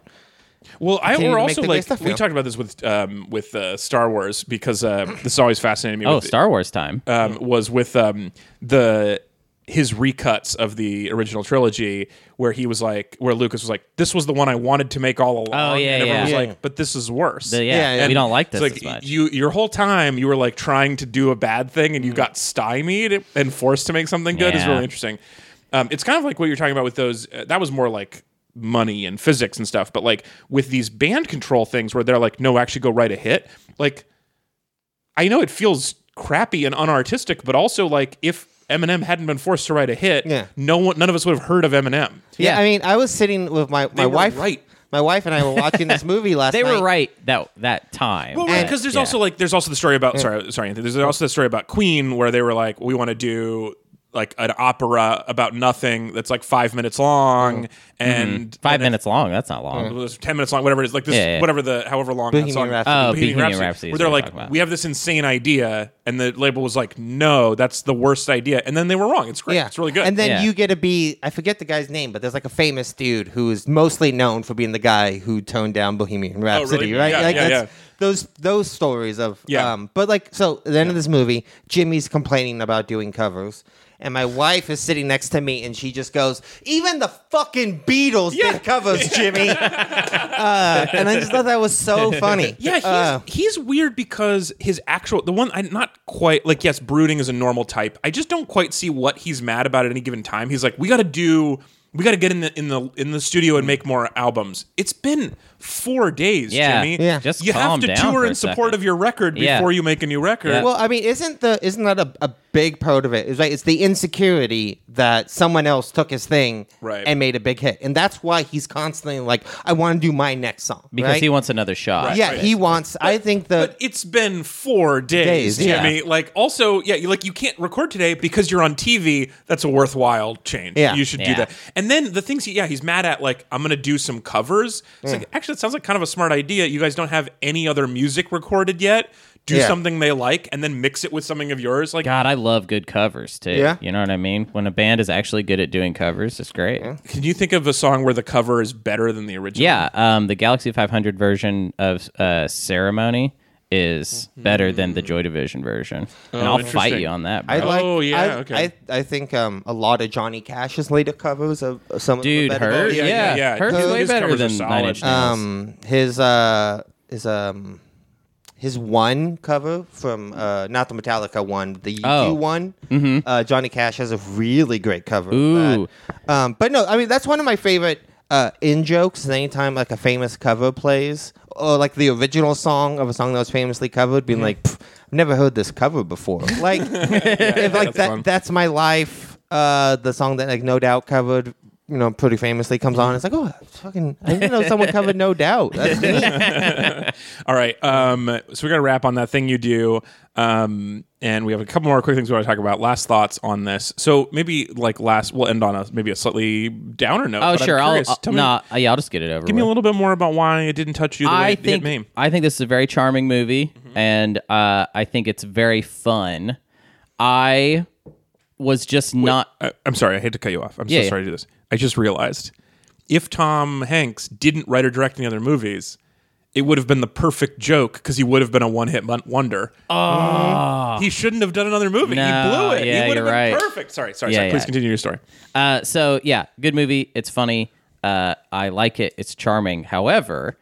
[SPEAKER 1] Well, I
[SPEAKER 3] continue
[SPEAKER 1] we're
[SPEAKER 3] to make
[SPEAKER 1] also
[SPEAKER 3] the great
[SPEAKER 1] like
[SPEAKER 3] stuff,
[SPEAKER 1] we
[SPEAKER 3] yeah.
[SPEAKER 1] talked about this with um, with uh, Star Wars because uh, this is always fascinating to me.
[SPEAKER 2] Oh,
[SPEAKER 1] with-
[SPEAKER 2] Star Wars time.
[SPEAKER 1] um, was with um, the his recuts of the original trilogy where he was like where Lucas was like this was the one I wanted to make all along
[SPEAKER 2] Oh, yeah,
[SPEAKER 1] and everyone
[SPEAKER 2] yeah.
[SPEAKER 1] was
[SPEAKER 3] Yeah.
[SPEAKER 1] like but this is worse
[SPEAKER 2] The- yeah,
[SPEAKER 3] Yeah, yeah.
[SPEAKER 2] we don't like this
[SPEAKER 1] it's like
[SPEAKER 2] as much.
[SPEAKER 1] you your whole time you were like trying to do a bad thing and you got stymied and forced to make something good is
[SPEAKER 2] Mm. Yeah.
[SPEAKER 1] really interesting. Um, it's kind of like what you're talking about with those. Uh, that was more like money and physics and stuff, but like with these band control things where they're like, no, actually go write a hit. Like, I know it feels crappy and unartistic, but also like if Eminem hadn't been forced to write a hit,
[SPEAKER 3] Yeah.
[SPEAKER 1] no one, none of us would have heard of Eminem.
[SPEAKER 3] Yeah,
[SPEAKER 2] Yeah.
[SPEAKER 3] I mean, I was sitting with my, my
[SPEAKER 1] were
[SPEAKER 3] wife.
[SPEAKER 1] right.
[SPEAKER 3] My wife and I were watching this movie last
[SPEAKER 2] they
[SPEAKER 3] night.
[SPEAKER 2] were right that that time.
[SPEAKER 1] Well,
[SPEAKER 2] but-
[SPEAKER 1] because there's
[SPEAKER 2] yeah.
[SPEAKER 1] also like there's also the story about sorry sorry Anthony, there's also the story about Queen where they were like we want to do like an opera about nothing that's like five minutes long and
[SPEAKER 2] Mm-hmm. five minutes long. That's not long.
[SPEAKER 1] well, it's ten minutes long whatever it is like this
[SPEAKER 2] Yeah, yeah.
[SPEAKER 1] whatever the however long that
[SPEAKER 3] Bohemian
[SPEAKER 1] song
[SPEAKER 3] Rhapsody.
[SPEAKER 2] Oh, Bohemian Rhapsody
[SPEAKER 1] where
[SPEAKER 2] is
[SPEAKER 1] they're
[SPEAKER 2] what we're
[SPEAKER 1] like
[SPEAKER 2] talking about.
[SPEAKER 1] we have this insane idea and the label was like no that's the worst idea and then they were wrong it's great
[SPEAKER 3] Yeah,
[SPEAKER 1] it's really good
[SPEAKER 3] And then
[SPEAKER 2] Yeah.
[SPEAKER 3] you get to be, I forget the guy's name, but there's like a famous dude who is mostly known for being the guy who toned down Bohemian Rhapsody, right?
[SPEAKER 1] Oh, Yeah,
[SPEAKER 3] like
[SPEAKER 1] yeah,
[SPEAKER 3] that's-
[SPEAKER 1] yeah.
[SPEAKER 3] Those those stories of
[SPEAKER 1] Yeah.
[SPEAKER 3] um but like so at the end of this movie, Jimmy's complaining about doing covers. And my wife is sitting next to me and she just goes, Even the fucking Beatles
[SPEAKER 1] Yeah.
[SPEAKER 3] did covers, Jimmy. uh, and I just thought that was so funny.
[SPEAKER 1] Yeah, he's,
[SPEAKER 3] Uh,
[SPEAKER 1] he's weird because his actual the one I'm not quite like yes, brooding is a normal type. I just don't quite see what he's mad about at any given time. He's like, we got to do we got to get in the in the in the studio and make more albums. It's been 4 days,
[SPEAKER 2] Yeah.
[SPEAKER 1] Jimmy.
[SPEAKER 3] Yeah.
[SPEAKER 2] Just
[SPEAKER 1] you have
[SPEAKER 2] calm
[SPEAKER 1] to
[SPEAKER 2] down
[SPEAKER 1] tour
[SPEAKER 2] for
[SPEAKER 1] in
[SPEAKER 2] a
[SPEAKER 1] support
[SPEAKER 2] second.
[SPEAKER 1] of your record
[SPEAKER 2] Yeah.
[SPEAKER 1] before you make a new record.
[SPEAKER 3] Well, I mean, isn't the isn't that a, a big part of it? It's like it's the insecurity that someone else took his thing
[SPEAKER 1] Right.
[SPEAKER 3] and made a big hit, and that's why he's constantly like, "I want to do my next song,"
[SPEAKER 2] because
[SPEAKER 3] right?
[SPEAKER 2] he wants another shot.
[SPEAKER 1] Right.
[SPEAKER 3] yeah, he wants. I think the
[SPEAKER 1] but it's been four days,
[SPEAKER 3] Days, yeah.
[SPEAKER 1] Jimmy. Like, also, yeah, you like you can't record today because you're on TV. That's a worthwhile change.
[SPEAKER 3] Yeah.
[SPEAKER 1] you should do
[SPEAKER 2] Yeah.
[SPEAKER 1] that. And then the things, he, yeah, he's mad at. Like, I'm gonna do some covers. It's
[SPEAKER 3] Hmm.
[SPEAKER 1] like actually, it sounds like kind of a smart idea. You guys don't have any other music recorded yet. Do
[SPEAKER 3] Yeah.
[SPEAKER 1] something they like, and then mix it with something of yours. Like,
[SPEAKER 2] God, I love good covers too.
[SPEAKER 3] Yeah.
[SPEAKER 2] You know what I mean? When a band is actually good at doing covers, it's great. Yeah.
[SPEAKER 1] can you think of a song where the cover is better than the original?
[SPEAKER 2] um, the Galaxy 500 version of uh, Ceremony is better than the Joy Division version. and I'll fight
[SPEAKER 1] Mm-hmm. Oh, interesting.
[SPEAKER 2] you on that. Bro.
[SPEAKER 3] I like.
[SPEAKER 1] Oh, yeah,
[SPEAKER 3] I,
[SPEAKER 1] okay.
[SPEAKER 3] I, I think um, a lot of Johnny Cash's later covers of of some of
[SPEAKER 2] Dude,
[SPEAKER 3] the better
[SPEAKER 2] her,
[SPEAKER 3] ones.
[SPEAKER 1] yeah, yeah,
[SPEAKER 2] yeah,
[SPEAKER 1] yeah.
[SPEAKER 2] her's
[SPEAKER 1] His-
[SPEAKER 2] way
[SPEAKER 1] his
[SPEAKER 2] better
[SPEAKER 1] covers are
[SPEAKER 2] than Oh, Nine
[SPEAKER 1] solid.
[SPEAKER 2] Inch Nails.
[SPEAKER 3] Um, his uh, his um, his one cover from uh, not the Metallica one, the U2
[SPEAKER 2] Oh.
[SPEAKER 3] one. Uh, Johnny Cash has a really great cover. of
[SPEAKER 2] Ooh.
[SPEAKER 3] that. Um, but no, I mean that's one of my favorite uh in jokes. is Anytime like a famous cover plays, or like the original song of a song that was famously covered,
[SPEAKER 2] Mm-hmm.
[SPEAKER 3] being like, "Pff, I've never heard this cover before. Like, if, like
[SPEAKER 1] that's
[SPEAKER 3] that.
[SPEAKER 1] fun.
[SPEAKER 3] That's my life. Uh, the song that like No Doubt covered, you know, pretty famously comes
[SPEAKER 2] Mm-hmm.
[SPEAKER 3] on. It's like, oh, fucking, I didn't know someone covered No Doubt. That's neat.
[SPEAKER 1] All right. Um, so we got to wrap on that thing you do. Um, and we have a couple more quick things we want to talk about. Last thoughts on this. So maybe like last, we'll end on a maybe a slightly downer note.
[SPEAKER 2] oh,
[SPEAKER 1] but I'm
[SPEAKER 2] sure. I'll,
[SPEAKER 1] curious.
[SPEAKER 2] I'll,
[SPEAKER 1] Tell me,
[SPEAKER 2] nah, uh, yeah, I'll just get it over
[SPEAKER 1] give
[SPEAKER 2] with.
[SPEAKER 1] me a little bit more about why it didn't touch you the Mm-hmm. way
[SPEAKER 2] I
[SPEAKER 1] it hit
[SPEAKER 2] think
[SPEAKER 1] me.
[SPEAKER 2] I think this is a very charming movie, and uh, I think it's very fun. I was just not.
[SPEAKER 1] I, Uh, I'm sorry. I hate to cut you off. I'm
[SPEAKER 2] Yeah,
[SPEAKER 1] so
[SPEAKER 2] yeah.
[SPEAKER 1] sorry to do this. I just realized if Tom Hanks didn't write or direct any other movies, it would have been the perfect joke because he would have been a one hit wonder. Oh. He shouldn't have done another movie. he
[SPEAKER 2] No,
[SPEAKER 1] blew it.
[SPEAKER 2] Ah. yeah,
[SPEAKER 1] he would have been
[SPEAKER 2] you're right.
[SPEAKER 1] perfect. Sorry, sorry,
[SPEAKER 2] Yeah,
[SPEAKER 1] sorry. Please
[SPEAKER 2] yeah.
[SPEAKER 1] continue your story.
[SPEAKER 2] Uh, so yeah, good movie. It's funny. Uh, I like it. It's charming. However,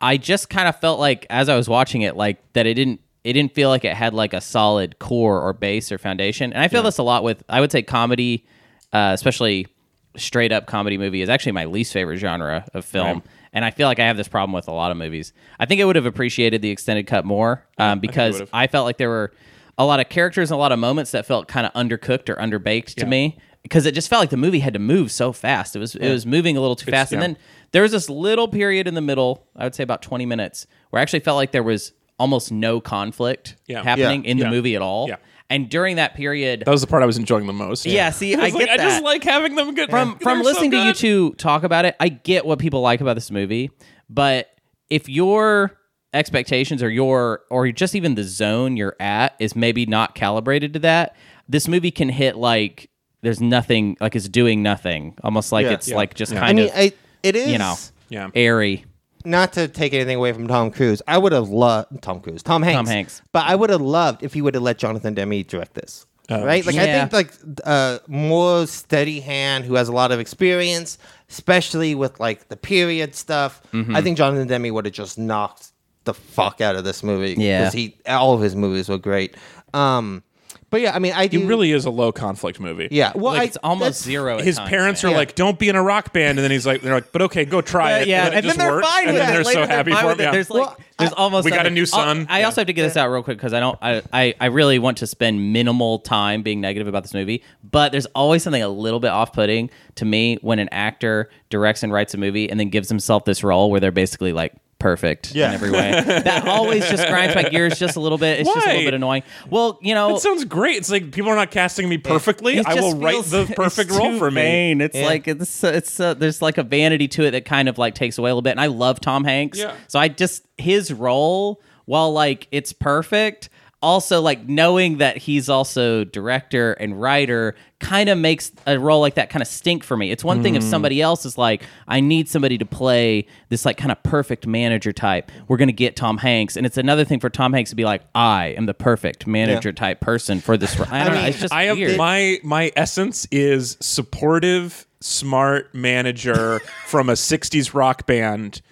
[SPEAKER 2] I just kind of felt like as I was watching it, like that it didn't. It didn't feel like it had like a solid core or base or foundation. And I feel this a lot with I would say comedy, uh, especially straight up comedy movie is actually my least favorite genre of film. And I feel like I have this problem with a lot of movies. I think I would have appreciated the extended cut more um, because
[SPEAKER 1] would've.
[SPEAKER 2] I felt like there were a lot of characters and a lot of moments that felt kind of undercooked or underbaked to me because it just felt like the movie had to move so fast. It was it was moving a little too fast, and
[SPEAKER 1] yeah.
[SPEAKER 2] then there was this little period in the middle, I would say about twenty minutes, where I actually felt like there was almost no conflict
[SPEAKER 1] Yeah.
[SPEAKER 2] happening
[SPEAKER 3] Yeah.
[SPEAKER 2] in the
[SPEAKER 1] Yeah.
[SPEAKER 2] movie at all.
[SPEAKER 1] Yeah.
[SPEAKER 2] And during that period,
[SPEAKER 1] That was the part I was enjoying the most.
[SPEAKER 2] yeah, see, I,
[SPEAKER 1] was like,
[SPEAKER 2] get that
[SPEAKER 1] I just like having them good
[SPEAKER 2] from from listening to you two talk about it, I get what people like about this movie, but if your expectations or your or just even the zone you're at is maybe not calibrated to that, this movie can hit like there's nothing like it's doing nothing, almost like
[SPEAKER 3] Yeah.
[SPEAKER 2] it's
[SPEAKER 1] Yeah.
[SPEAKER 2] like just
[SPEAKER 1] Yeah.
[SPEAKER 3] I
[SPEAKER 2] kind
[SPEAKER 3] mean,
[SPEAKER 2] of
[SPEAKER 3] I, it is.
[SPEAKER 2] you know
[SPEAKER 1] Yeah.
[SPEAKER 2] airy.
[SPEAKER 3] not to take anything away from Tom Cruise, I would have loved Tom Cruise, Tom Hanks.
[SPEAKER 2] Hanks.
[SPEAKER 3] But I would have loved if he would have let Jonathan Demme direct this.
[SPEAKER 1] Oh,
[SPEAKER 3] right? Like I
[SPEAKER 2] Yeah.
[SPEAKER 3] think like uh, more steady hand who has a lot of experience, especially with like the period stuff.
[SPEAKER 2] Mm-hmm.
[SPEAKER 3] I think Jonathan Demi would have just knocked the fuck out of this movie.
[SPEAKER 2] Yeah.
[SPEAKER 3] because he all of his movies were great. Um, but yeah, I mean, I do
[SPEAKER 1] It really is a low conflict movie.
[SPEAKER 3] yeah. Well,
[SPEAKER 2] like
[SPEAKER 3] I-
[SPEAKER 2] it's almost
[SPEAKER 3] that's-
[SPEAKER 2] zero. At
[SPEAKER 1] His
[SPEAKER 2] times,
[SPEAKER 1] parents
[SPEAKER 2] man.
[SPEAKER 1] are
[SPEAKER 3] Yeah.
[SPEAKER 1] like, "Don't be in a rock band," and then he's like, "They're like, but okay, go try it."
[SPEAKER 2] yeah,
[SPEAKER 1] it
[SPEAKER 2] and
[SPEAKER 1] just
[SPEAKER 2] then they're
[SPEAKER 1] works,
[SPEAKER 2] fine
[SPEAKER 1] and
[SPEAKER 2] with
[SPEAKER 1] then
[SPEAKER 2] it.
[SPEAKER 1] they're
[SPEAKER 2] Later,
[SPEAKER 1] so happy
[SPEAKER 2] fine
[SPEAKER 1] for
[SPEAKER 2] with
[SPEAKER 1] him.
[SPEAKER 2] it.
[SPEAKER 1] Yeah.
[SPEAKER 2] There's like,
[SPEAKER 3] Well,
[SPEAKER 2] there's
[SPEAKER 3] I-
[SPEAKER 2] almost.
[SPEAKER 1] We got a
[SPEAKER 2] nothing.
[SPEAKER 1] new son.
[SPEAKER 2] I
[SPEAKER 1] Yeah.
[SPEAKER 2] also have to get this out real quick because I don't. I, I I really want to spend minimal time being negative about this movie, but there's always something a little bit off-putting to me when an actor directs and writes a movie and then gives himself this role where they're basically like perfect
[SPEAKER 3] Yeah.
[SPEAKER 2] in every way. that always just grinds my gears just a little bit. It's just a
[SPEAKER 1] Why?
[SPEAKER 2] little bit annoying. Well, you know,
[SPEAKER 1] That sounds great. It's like people are not casting me perfectly.
[SPEAKER 2] it
[SPEAKER 1] I
[SPEAKER 2] just
[SPEAKER 1] will write
[SPEAKER 2] feels-
[SPEAKER 1] the
[SPEAKER 2] it's
[SPEAKER 1] perfect role
[SPEAKER 2] too
[SPEAKER 1] for me.
[SPEAKER 2] vain. It's like it's it's uh, there's like a vanity to it that kind of like takes away a little bit. And I love Tom Hanks,
[SPEAKER 1] Yeah.
[SPEAKER 2] so I just his role while like it's perfect. Also, like knowing that he's also director and writer kind of makes a role like that kind of stink for me. It's one thing if somebody else is like, I need somebody to play this like kind of perfect manager type. We're gonna get Tom Hanks, and it's another thing for Tom Hanks to be like, I am the perfect manager type person for this. Role. I don't know.
[SPEAKER 3] mean,
[SPEAKER 2] It's just
[SPEAKER 1] I have
[SPEAKER 2] weird.
[SPEAKER 1] my my essence is supportive, smart manager from a '60s rock band.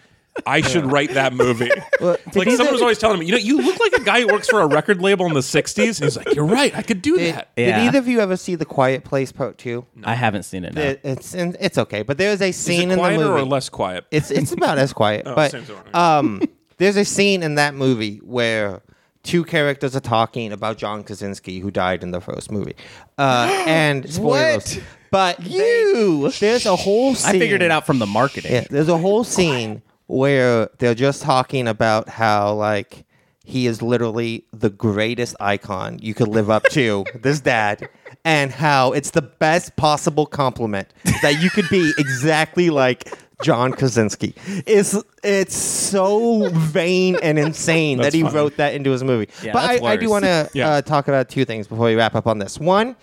[SPEAKER 1] I should write that movie. like
[SPEAKER 3] be
[SPEAKER 1] someone
[SPEAKER 3] the-
[SPEAKER 1] was always telling me, you know, you look like a guy who works for a record label in the '60s. And he's like, you're right, I could do that.
[SPEAKER 2] Yeah.
[SPEAKER 3] Did either of you ever see The Quiet Place Part Two?
[SPEAKER 2] I haven't seen it. No.
[SPEAKER 3] It, it's and it's okay, but there's a
[SPEAKER 1] Is
[SPEAKER 3] scene
[SPEAKER 1] it
[SPEAKER 3] in the
[SPEAKER 1] quieter
[SPEAKER 3] movie.
[SPEAKER 1] or less quiet?
[SPEAKER 3] It's it's about as quiet. but
[SPEAKER 1] Oh, same sort of-
[SPEAKER 3] um, there's a scene in that movie where two characters are talking about John Krasinski, who died in the first movie. Uh, and spoilers.
[SPEAKER 2] What?
[SPEAKER 3] But they- there's a whole scene.
[SPEAKER 2] I figured it out from the marketing.
[SPEAKER 3] Yeah, there's a whole scene where they're just talking about how like he is literally the greatest icon you could live up to, this dad, and how it's the best possible compliment that you could be exactly like John Krasinski. It's it's so vain and insane that he
[SPEAKER 1] funny.
[SPEAKER 3] wrote that into his movie.
[SPEAKER 2] Yeah,
[SPEAKER 3] but
[SPEAKER 2] that's
[SPEAKER 3] I, I do
[SPEAKER 2] worse.
[SPEAKER 3] want to
[SPEAKER 1] Yeah.
[SPEAKER 3] uh, talk about two things before we wrap up on this. One,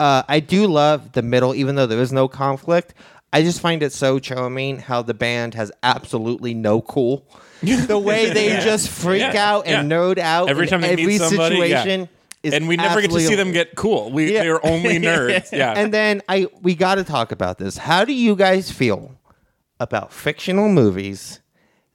[SPEAKER 3] uh, I do love the middle, even though there is no conflict. I just find it so charming how the band has absolutely no cool. the way they just freak
[SPEAKER 1] Yeah.
[SPEAKER 3] out and
[SPEAKER 1] Yeah.
[SPEAKER 3] nerd out
[SPEAKER 1] Every
[SPEAKER 3] in
[SPEAKER 1] time they
[SPEAKER 3] every
[SPEAKER 1] meet somebody, yeah.
[SPEAKER 3] situation. Is
[SPEAKER 1] and we never get to see
[SPEAKER 3] absolutely-
[SPEAKER 1] them get cool. We
[SPEAKER 3] Yeah.
[SPEAKER 1] they're only nerds. Yeah.
[SPEAKER 3] and then I we got to talk about this. How do you guys feel about fictional movies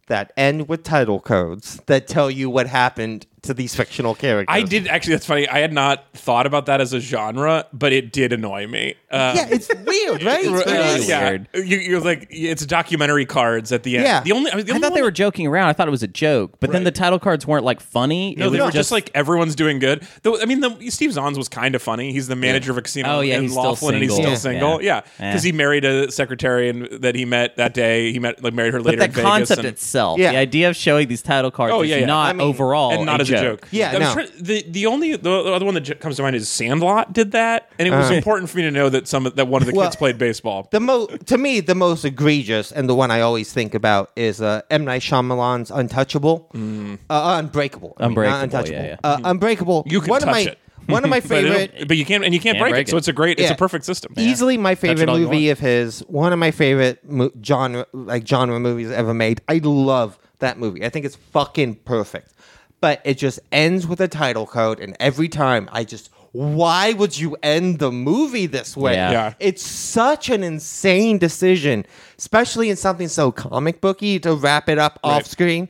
[SPEAKER 3] that end with title codes that tell you what happened to these fictional characters?
[SPEAKER 1] I did actually. That's funny. I had not thought about that as a genre, but it did annoy me. Uh,
[SPEAKER 3] Yeah, it's weird, right? It's
[SPEAKER 1] uh,
[SPEAKER 3] very
[SPEAKER 2] really
[SPEAKER 1] yeah.
[SPEAKER 2] weird.
[SPEAKER 1] You, you're like it's documentary cards at the end.
[SPEAKER 3] Yeah.
[SPEAKER 1] The only I, mean, the
[SPEAKER 2] I
[SPEAKER 1] only
[SPEAKER 2] thought they
[SPEAKER 1] one-
[SPEAKER 2] were joking around. I thought it was a joke, but then
[SPEAKER 1] Right.
[SPEAKER 2] the title cards weren't like funny. It
[SPEAKER 1] No, they
[SPEAKER 2] was
[SPEAKER 1] were just like everyone's doing good. Though I mean, the, Steve Zahns was kind of funny. He's the manager of a casino
[SPEAKER 2] Oh, yeah,
[SPEAKER 1] in
[SPEAKER 2] he's still
[SPEAKER 1] Laughlin, and he's still
[SPEAKER 2] single.
[SPEAKER 1] single. Yeah,
[SPEAKER 2] Yeah.
[SPEAKER 1] because
[SPEAKER 2] Yeah.
[SPEAKER 1] he married a secretary and, that he met that day. He met like married her
[SPEAKER 2] but
[SPEAKER 1] later.
[SPEAKER 2] the
[SPEAKER 1] in Vegas,
[SPEAKER 2] concept
[SPEAKER 1] and-
[SPEAKER 2] itself,
[SPEAKER 3] Yeah.
[SPEAKER 2] the idea of showing these title cards
[SPEAKER 1] Oh, yeah, yeah.
[SPEAKER 2] is not
[SPEAKER 1] I
[SPEAKER 3] mean,
[SPEAKER 2] overall
[SPEAKER 1] and not
[SPEAKER 2] a
[SPEAKER 1] as
[SPEAKER 2] joke.
[SPEAKER 1] a joke.
[SPEAKER 3] Yeah,
[SPEAKER 1] I'm
[SPEAKER 3] no.
[SPEAKER 1] try- the the only the, the other one that j- comes to mind is Sandlot did that, and it
[SPEAKER 2] Uh-huh.
[SPEAKER 1] was important for me to know that some of- that one of the
[SPEAKER 3] Well-
[SPEAKER 1] kids played baseball.
[SPEAKER 3] the mo to me the most egregious and the one I always think about is uh, M Night Shyamalan's Untouchable,
[SPEAKER 1] Mm.
[SPEAKER 3] uh, Unbreakable, I mean, not
[SPEAKER 2] Unbreakable,
[SPEAKER 3] Untouchable,
[SPEAKER 2] yeah,
[SPEAKER 3] Uh, Unbreakable.
[SPEAKER 1] You can
[SPEAKER 3] one
[SPEAKER 1] touch
[SPEAKER 3] of my,
[SPEAKER 1] it.
[SPEAKER 3] One of my
[SPEAKER 1] But, it'll-
[SPEAKER 3] favorite,
[SPEAKER 1] but you can't and you can't, break,
[SPEAKER 2] break
[SPEAKER 1] it, so
[SPEAKER 2] it.
[SPEAKER 1] it's a great it's
[SPEAKER 3] Yeah.
[SPEAKER 1] a perfect system.
[SPEAKER 3] easily my favorite
[SPEAKER 1] all you
[SPEAKER 3] movie of his. One of my favorite mo- genre like genre movies ever made. I love that movie. I think it's fucking perfect. But it just ends with a title code, and every time I just. Why would you end the movie this way?
[SPEAKER 2] Yeah.
[SPEAKER 1] Yeah.
[SPEAKER 3] It's such an insane decision, especially in something so comic booky to wrap it up off screen.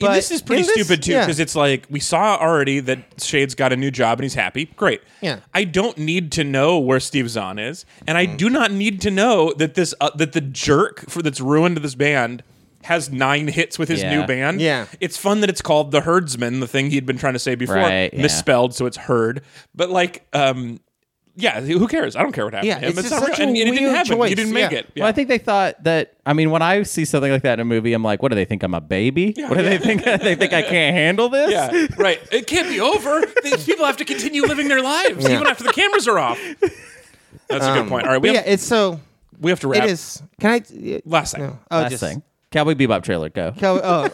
[SPEAKER 1] and this
[SPEAKER 3] But
[SPEAKER 1] is pretty
[SPEAKER 3] in this-
[SPEAKER 1] stupid too
[SPEAKER 3] yeah.
[SPEAKER 1] because it's like we saw already that Shade's got a new job and he's happy. Great.
[SPEAKER 3] Yeah.
[SPEAKER 1] I don't need to know where Steve Zahn is, and I do not need to know that this uh, that the jerk for that's ruined this band has nine hits with his
[SPEAKER 2] Yeah.
[SPEAKER 1] new band.
[SPEAKER 3] Yeah.
[SPEAKER 1] It's fun that it's called the Herdsman, the thing he'd been trying to say before,
[SPEAKER 2] Right, yeah.
[SPEAKER 1] misspelled, so it's herd. But like, um, yeah, who cares? I don't care what happened.
[SPEAKER 3] Yeah,
[SPEAKER 1] to him.
[SPEAKER 3] it's
[SPEAKER 1] It's,
[SPEAKER 3] just
[SPEAKER 1] not real,
[SPEAKER 3] such a
[SPEAKER 1] and, and it didn't
[SPEAKER 3] weird
[SPEAKER 1] happen.
[SPEAKER 3] choice,
[SPEAKER 1] You didn't make
[SPEAKER 3] yeah.
[SPEAKER 1] it. Yeah.
[SPEAKER 2] Well, I think they thought that. I mean, when I see something like that in a movie, I'm like, "What do they think? I'm a baby? what do they think? they think I can't handle this?
[SPEAKER 1] Yeah, right. It can't be over. These people have to continue living their lives even after the cameras are off. That's a good point. All right, we,
[SPEAKER 3] Um, But yeah,
[SPEAKER 1] have,
[SPEAKER 3] it's so.
[SPEAKER 1] we have to
[SPEAKER 3] It
[SPEAKER 1] wrap.
[SPEAKER 3] is. Can I?
[SPEAKER 1] Last thing.
[SPEAKER 3] Oh,
[SPEAKER 2] Last
[SPEAKER 3] just-
[SPEAKER 2] thing, Cowboy Bebop trailer, go.
[SPEAKER 3] Kel- oh.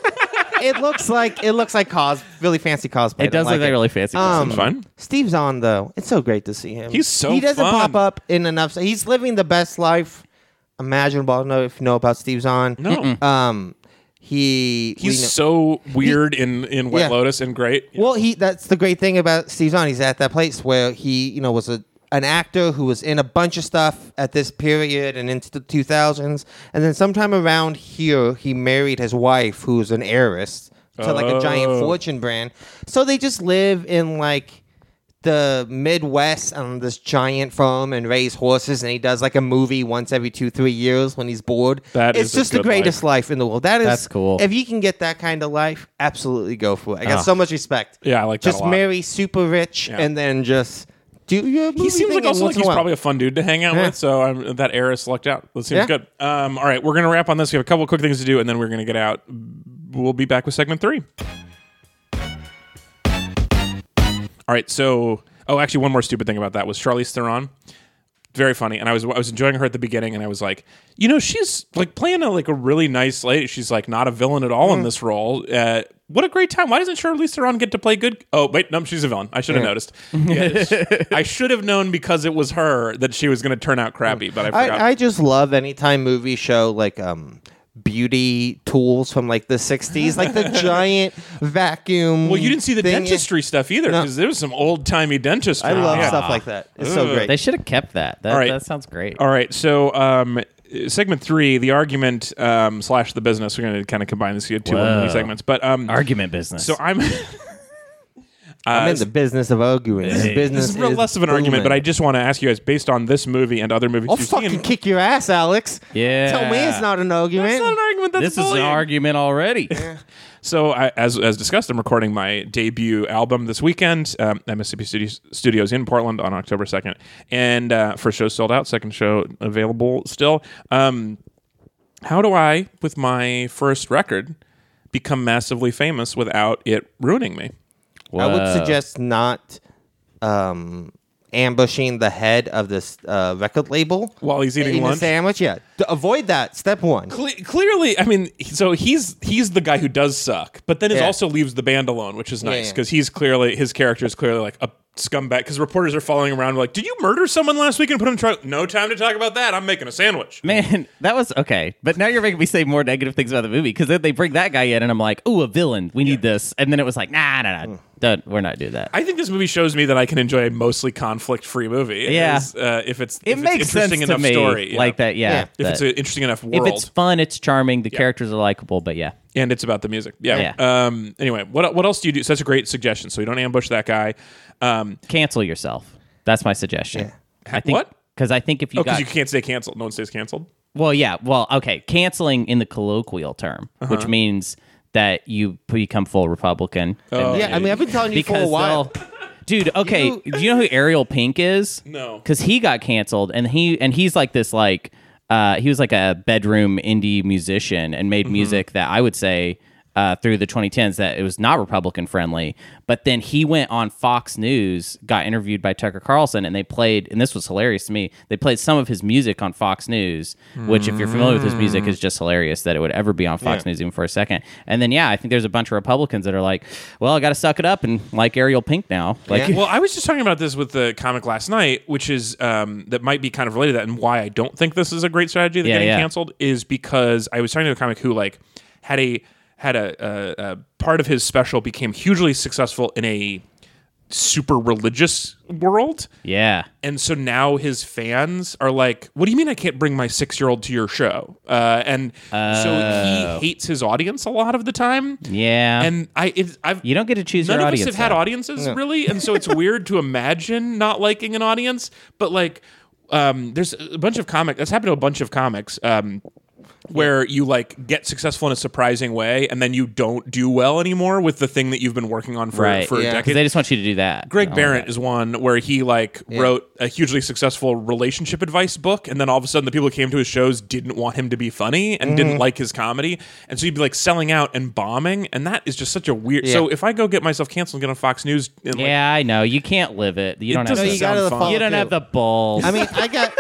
[SPEAKER 3] it looks like it looks like cos really fancy cosplay. I
[SPEAKER 2] It
[SPEAKER 3] don't
[SPEAKER 2] does look like really fancy.
[SPEAKER 3] Um,
[SPEAKER 1] It's fun.
[SPEAKER 3] Steve's on though. It's so great to see him.
[SPEAKER 1] He's so
[SPEAKER 3] he doesn't
[SPEAKER 1] fun.
[SPEAKER 3] pop up in enough. He's living the best life imaginable. I don't know if you know about Steve's on.
[SPEAKER 1] No.
[SPEAKER 3] Um, He we
[SPEAKER 1] He's
[SPEAKER 3] know-
[SPEAKER 1] so weird in in White
[SPEAKER 3] Yeah.
[SPEAKER 1] Lotus and great.
[SPEAKER 3] Well, he that's the great thing about Steve Zahn. He's at that place where he, you know, was a an actor who was in a bunch of stuff at this period and into the 2000s. And then sometime around here, he married his wife, who's an heiress to like a giant
[SPEAKER 1] Oh.
[SPEAKER 3] fortune brand. So they just live in like the Midwest on this giant farm and raise horses. And he does like a movie once every two, three years when he's bored.
[SPEAKER 1] That
[SPEAKER 3] it's
[SPEAKER 1] is a
[SPEAKER 3] just the
[SPEAKER 1] good life.
[SPEAKER 3] greatest life in the world. That is
[SPEAKER 2] That's cool.
[SPEAKER 3] If you can get that kind of life, absolutely go for it. I got
[SPEAKER 1] Ah.
[SPEAKER 3] so much respect.
[SPEAKER 1] Yeah, I like that
[SPEAKER 3] just
[SPEAKER 1] a lot.
[SPEAKER 3] marry super rich
[SPEAKER 1] Yeah.
[SPEAKER 3] and then just do your movie
[SPEAKER 1] he seems
[SPEAKER 3] thing
[SPEAKER 1] like also like
[SPEAKER 3] once in
[SPEAKER 1] he's
[SPEAKER 3] a while.
[SPEAKER 1] probably a fun dude to hang out
[SPEAKER 3] Yeah.
[SPEAKER 1] with. So I'm, that heiress lucked out. That seems
[SPEAKER 3] Yeah.
[SPEAKER 1] good. Um, all right, we're gonna wrap on this. We have a couple quick things to do, and then we're gonna get out. We'll be back with segment three. All right, so oh, actually, one more stupid thing about that was Charlize Theron. Very funny, and I was I was enjoying her at the beginning, and I was like, you know, she's like playing a, like a really nice lady. She's like not a villain at all in
[SPEAKER 3] Mm.
[SPEAKER 1] this role. Uh, what a great time! Why doesn't Charlize Theron get to play good? Oh wait, no, she's a villain. I should have noticed. Yeah, sh- I should have known because it was her that she was going to turn out crappy, but I forgot.
[SPEAKER 3] I, I just love anytime movies show like um beauty tools from like the 60s like the giant vacuum
[SPEAKER 1] well, you didn't see the
[SPEAKER 3] thing.
[SPEAKER 1] dentistry stuff either
[SPEAKER 3] No.
[SPEAKER 1] because there was some old timey dentistry.
[SPEAKER 3] i love
[SPEAKER 1] Yeah.
[SPEAKER 3] stuff like that it's so
[SPEAKER 1] Ugh.
[SPEAKER 3] great
[SPEAKER 2] They should have kept that. That,
[SPEAKER 1] All right.
[SPEAKER 2] that sounds great.
[SPEAKER 1] All right. So, um, segment three, the argument um, slash the business. We're going to kind of combine these two mini segments. But um,
[SPEAKER 2] Argument business.
[SPEAKER 1] so I'm.
[SPEAKER 3] i'm in the business of arguing this business
[SPEAKER 1] Uh, this is real
[SPEAKER 3] is
[SPEAKER 1] less of an argument, but I
[SPEAKER 3] booming.
[SPEAKER 1] just want to ask you guys, based on this movie and other movies
[SPEAKER 2] Oh,
[SPEAKER 3] i'll
[SPEAKER 1] you've
[SPEAKER 3] fucking
[SPEAKER 1] seen,
[SPEAKER 3] kick your ass alex
[SPEAKER 2] Yeah.
[SPEAKER 3] tell me it's not an argument
[SPEAKER 1] that's not an argument. That's
[SPEAKER 2] this is an
[SPEAKER 1] bullying.
[SPEAKER 2] argument already.
[SPEAKER 1] So, I, as as discussed, I'm recording my debut album this weekend um, at Mississippi Studios, Studios in Portland on October 2nd, and uh, first show sold out, second show available still. Um, how do I, with my first record, become massively famous without it ruining me?
[SPEAKER 3] I would suggest not um, ambushing the head of this uh, record label
[SPEAKER 1] While he's eating
[SPEAKER 3] in
[SPEAKER 1] lunch?
[SPEAKER 3] a sandwich. Yeah, D- avoid that. Step one.
[SPEAKER 1] Cle- clearly, I mean, so he's he's the guy who does suck, but then it
[SPEAKER 3] Yeah.
[SPEAKER 1] also leaves the band alone, which is nice
[SPEAKER 3] yeah.
[SPEAKER 1] because he's clearly his character is clearly like a scumbag. Because reporters are following around like, "Did you murder someone last week and put him in trial?" No time to talk about that. I'm making a sandwich.
[SPEAKER 2] Man, that was okay. But now you're making me say more negative things about the movie because then they bring that guy in and I'm like, ooh, a villain. We need this. And then it was like, nah, nah, nah. Don't, we're not doing that.
[SPEAKER 1] I think this movie shows me that I can enjoy a mostly conflict-free movie. It
[SPEAKER 2] Yeah.
[SPEAKER 1] is, uh, if it's
[SPEAKER 2] it
[SPEAKER 1] if
[SPEAKER 2] makes
[SPEAKER 1] it's interesting
[SPEAKER 2] sense
[SPEAKER 1] enough
[SPEAKER 2] to me.
[SPEAKER 1] story, yeah.
[SPEAKER 2] Like that, yeah.
[SPEAKER 3] Yeah.
[SPEAKER 1] If
[SPEAKER 2] that-
[SPEAKER 1] it's an interesting enough
[SPEAKER 2] if
[SPEAKER 1] world,
[SPEAKER 2] it's fun, it's charming. The characters are likable, but yeah.
[SPEAKER 1] and it's about the music. Yeah. Um. Anyway, what what else do you do? So that's a great suggestion. So you don't ambush that guy. Um.
[SPEAKER 2] Cancel yourself. That's my suggestion. I think,
[SPEAKER 1] What?
[SPEAKER 2] Because I think if you
[SPEAKER 1] Oh, because
[SPEAKER 2] got
[SPEAKER 1] you can't say canceled. No one stays canceled.
[SPEAKER 2] Well, yeah. Well, okay. Canceling in the colloquial term,
[SPEAKER 1] Uh-huh.
[SPEAKER 2] which means that you become full Republican.
[SPEAKER 1] Oh.
[SPEAKER 2] And-
[SPEAKER 3] Yeah, I mean, I've been telling you
[SPEAKER 2] because
[SPEAKER 3] for a while.
[SPEAKER 2] they'll- Dude, okay.
[SPEAKER 3] You-
[SPEAKER 2] do you know who Ariel Pink is?
[SPEAKER 1] No.
[SPEAKER 2] because he got canceled, and he and he's like this like uh, he was like a bedroom indie musician and
[SPEAKER 1] Mm-hmm.
[SPEAKER 2] made music that I would say. Uh, through the 2010s, that it was not Republican friendly. But then he went on Fox News, got interviewed by Tucker Carlson, and they played, and this was hilarious to me. They played some of his music on Fox News, which, if you're familiar with his music,
[SPEAKER 1] Mm.
[SPEAKER 2] is just hilarious that it would ever be on Fox News even for a second. And then, yeah, I think there's a bunch of Republicans that are like, well, I got to suck it up and like Ariel Pink now. Like,
[SPEAKER 1] well, I was just talking about this with the comic last night, which is um, that might be kind of related to that, and why I don't think this is a great strategy that
[SPEAKER 2] Yeah,
[SPEAKER 1] getting
[SPEAKER 2] yeah.
[SPEAKER 1] canceled is because I was talking to a comic who like had a had a, a, a part of his special became hugely successful in a super religious world.
[SPEAKER 2] yeah.
[SPEAKER 1] And so now his fans are like, "What do you mean I can't bring my six-year-old to your show?" Uh, and so he hates his audience a lot of the time.
[SPEAKER 2] Oh. Yeah.
[SPEAKER 1] And I, it's, I've
[SPEAKER 2] you don't get to choose
[SPEAKER 1] none
[SPEAKER 2] your
[SPEAKER 1] of
[SPEAKER 2] audience.
[SPEAKER 1] us have had
[SPEAKER 2] though.
[SPEAKER 1] audiences really and so it's weird to imagine not liking an audience but like um, there's a bunch of comic that's happened to a bunch of comics um, where you like get successful in a surprising way and then you don't do well anymore with the thing that you've been working on for,
[SPEAKER 2] right.
[SPEAKER 1] for a
[SPEAKER 3] Yeah.
[SPEAKER 2] 'Cause
[SPEAKER 1] decade
[SPEAKER 2] they just want you to do that.
[SPEAKER 1] Greg
[SPEAKER 2] Oh,
[SPEAKER 1] Barrett is one where he like wrote a hugely successful relationship advice book, and then all of a sudden the people who came to his shows didn't want him to be funny and
[SPEAKER 3] Mm-hmm.
[SPEAKER 1] didn't like his comedy, and so he'd be like selling out and bombing, and that is just such a weird. So if I go get myself canceled and get on Fox News, and like,
[SPEAKER 2] Yeah, I know. You can't live it. You don't have.
[SPEAKER 3] No,
[SPEAKER 1] doesn't
[SPEAKER 2] The,
[SPEAKER 3] you
[SPEAKER 1] sound
[SPEAKER 3] gotta
[SPEAKER 1] fun.
[SPEAKER 3] follow
[SPEAKER 2] you don't
[SPEAKER 3] through.
[SPEAKER 2] have the balls.
[SPEAKER 3] I mean, I got.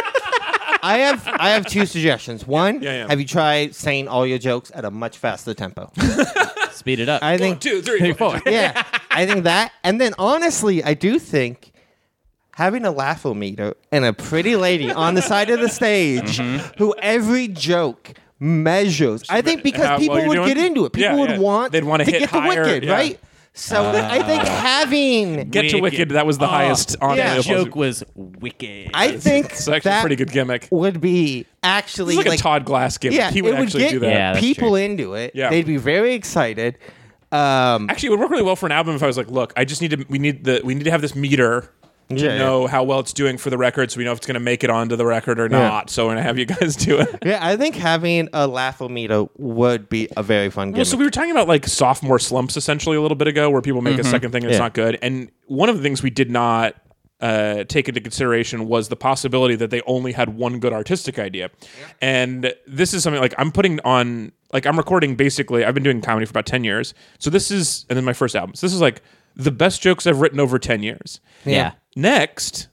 [SPEAKER 3] I have I have two suggestions. One,
[SPEAKER 1] Yeah, yeah.
[SPEAKER 3] have you tried saying all your jokes at a much faster tempo?
[SPEAKER 2] Speed it up.
[SPEAKER 3] I
[SPEAKER 1] one,
[SPEAKER 3] think
[SPEAKER 1] two, three, four.
[SPEAKER 3] yeah, I think that. And then honestly, I do think having a
[SPEAKER 1] Mm-hmm.
[SPEAKER 3] laughometer and a pretty lady on the side of the stage who every joke measures. I think because
[SPEAKER 1] how
[SPEAKER 3] people
[SPEAKER 1] well you're
[SPEAKER 3] would get
[SPEAKER 1] doing?
[SPEAKER 3] into it.
[SPEAKER 1] Yeah,
[SPEAKER 3] People would
[SPEAKER 1] yeah.
[SPEAKER 3] want
[SPEAKER 1] They'd wanna
[SPEAKER 3] to
[SPEAKER 1] hit
[SPEAKER 3] get
[SPEAKER 1] higher,
[SPEAKER 3] the wicked,
[SPEAKER 1] yeah. Uh,
[SPEAKER 3] right? So I think having
[SPEAKER 1] Get to Wicked. That was the highest on
[SPEAKER 3] yeah.
[SPEAKER 1] the
[SPEAKER 2] Oh. joke was wicked.
[SPEAKER 3] I think
[SPEAKER 1] It's actually a
[SPEAKER 3] that
[SPEAKER 1] pretty good gimmick.
[SPEAKER 3] would be actually
[SPEAKER 1] It's like,
[SPEAKER 3] like
[SPEAKER 1] a Todd Glass gimmick.
[SPEAKER 3] yeah,
[SPEAKER 1] he would
[SPEAKER 3] it would
[SPEAKER 1] actually
[SPEAKER 3] get
[SPEAKER 1] do that.
[SPEAKER 2] Yeah, that's
[SPEAKER 3] people
[SPEAKER 2] true.
[SPEAKER 3] into it.
[SPEAKER 1] Yeah.
[SPEAKER 3] They'd be very excited. Um,
[SPEAKER 1] Actually, it would work really well for an album if I was like, look, I just need to. We need the. We need to have this meter. To
[SPEAKER 3] Yeah, yeah.
[SPEAKER 1] know how well it's doing for the record, so we know if it's going to make it onto the record or not. So we're going to have you guys do it.
[SPEAKER 3] yeah, I think having a laughometer would be a very fun game.
[SPEAKER 1] Well, so we were talking about like sophomore slumps essentially a little bit ago, where people make a second thing and it's
[SPEAKER 3] Yeah.
[SPEAKER 1] not good. And one of the things we did not uh, take into consideration was the possibility that they only had one good artistic idea. And this is something like I'm putting on, like I'm recording basically. I've been doing comedy for about ten years, so this is, and then my first album. So this is like the best jokes I've written over ten years.
[SPEAKER 2] yeah.
[SPEAKER 1] Next,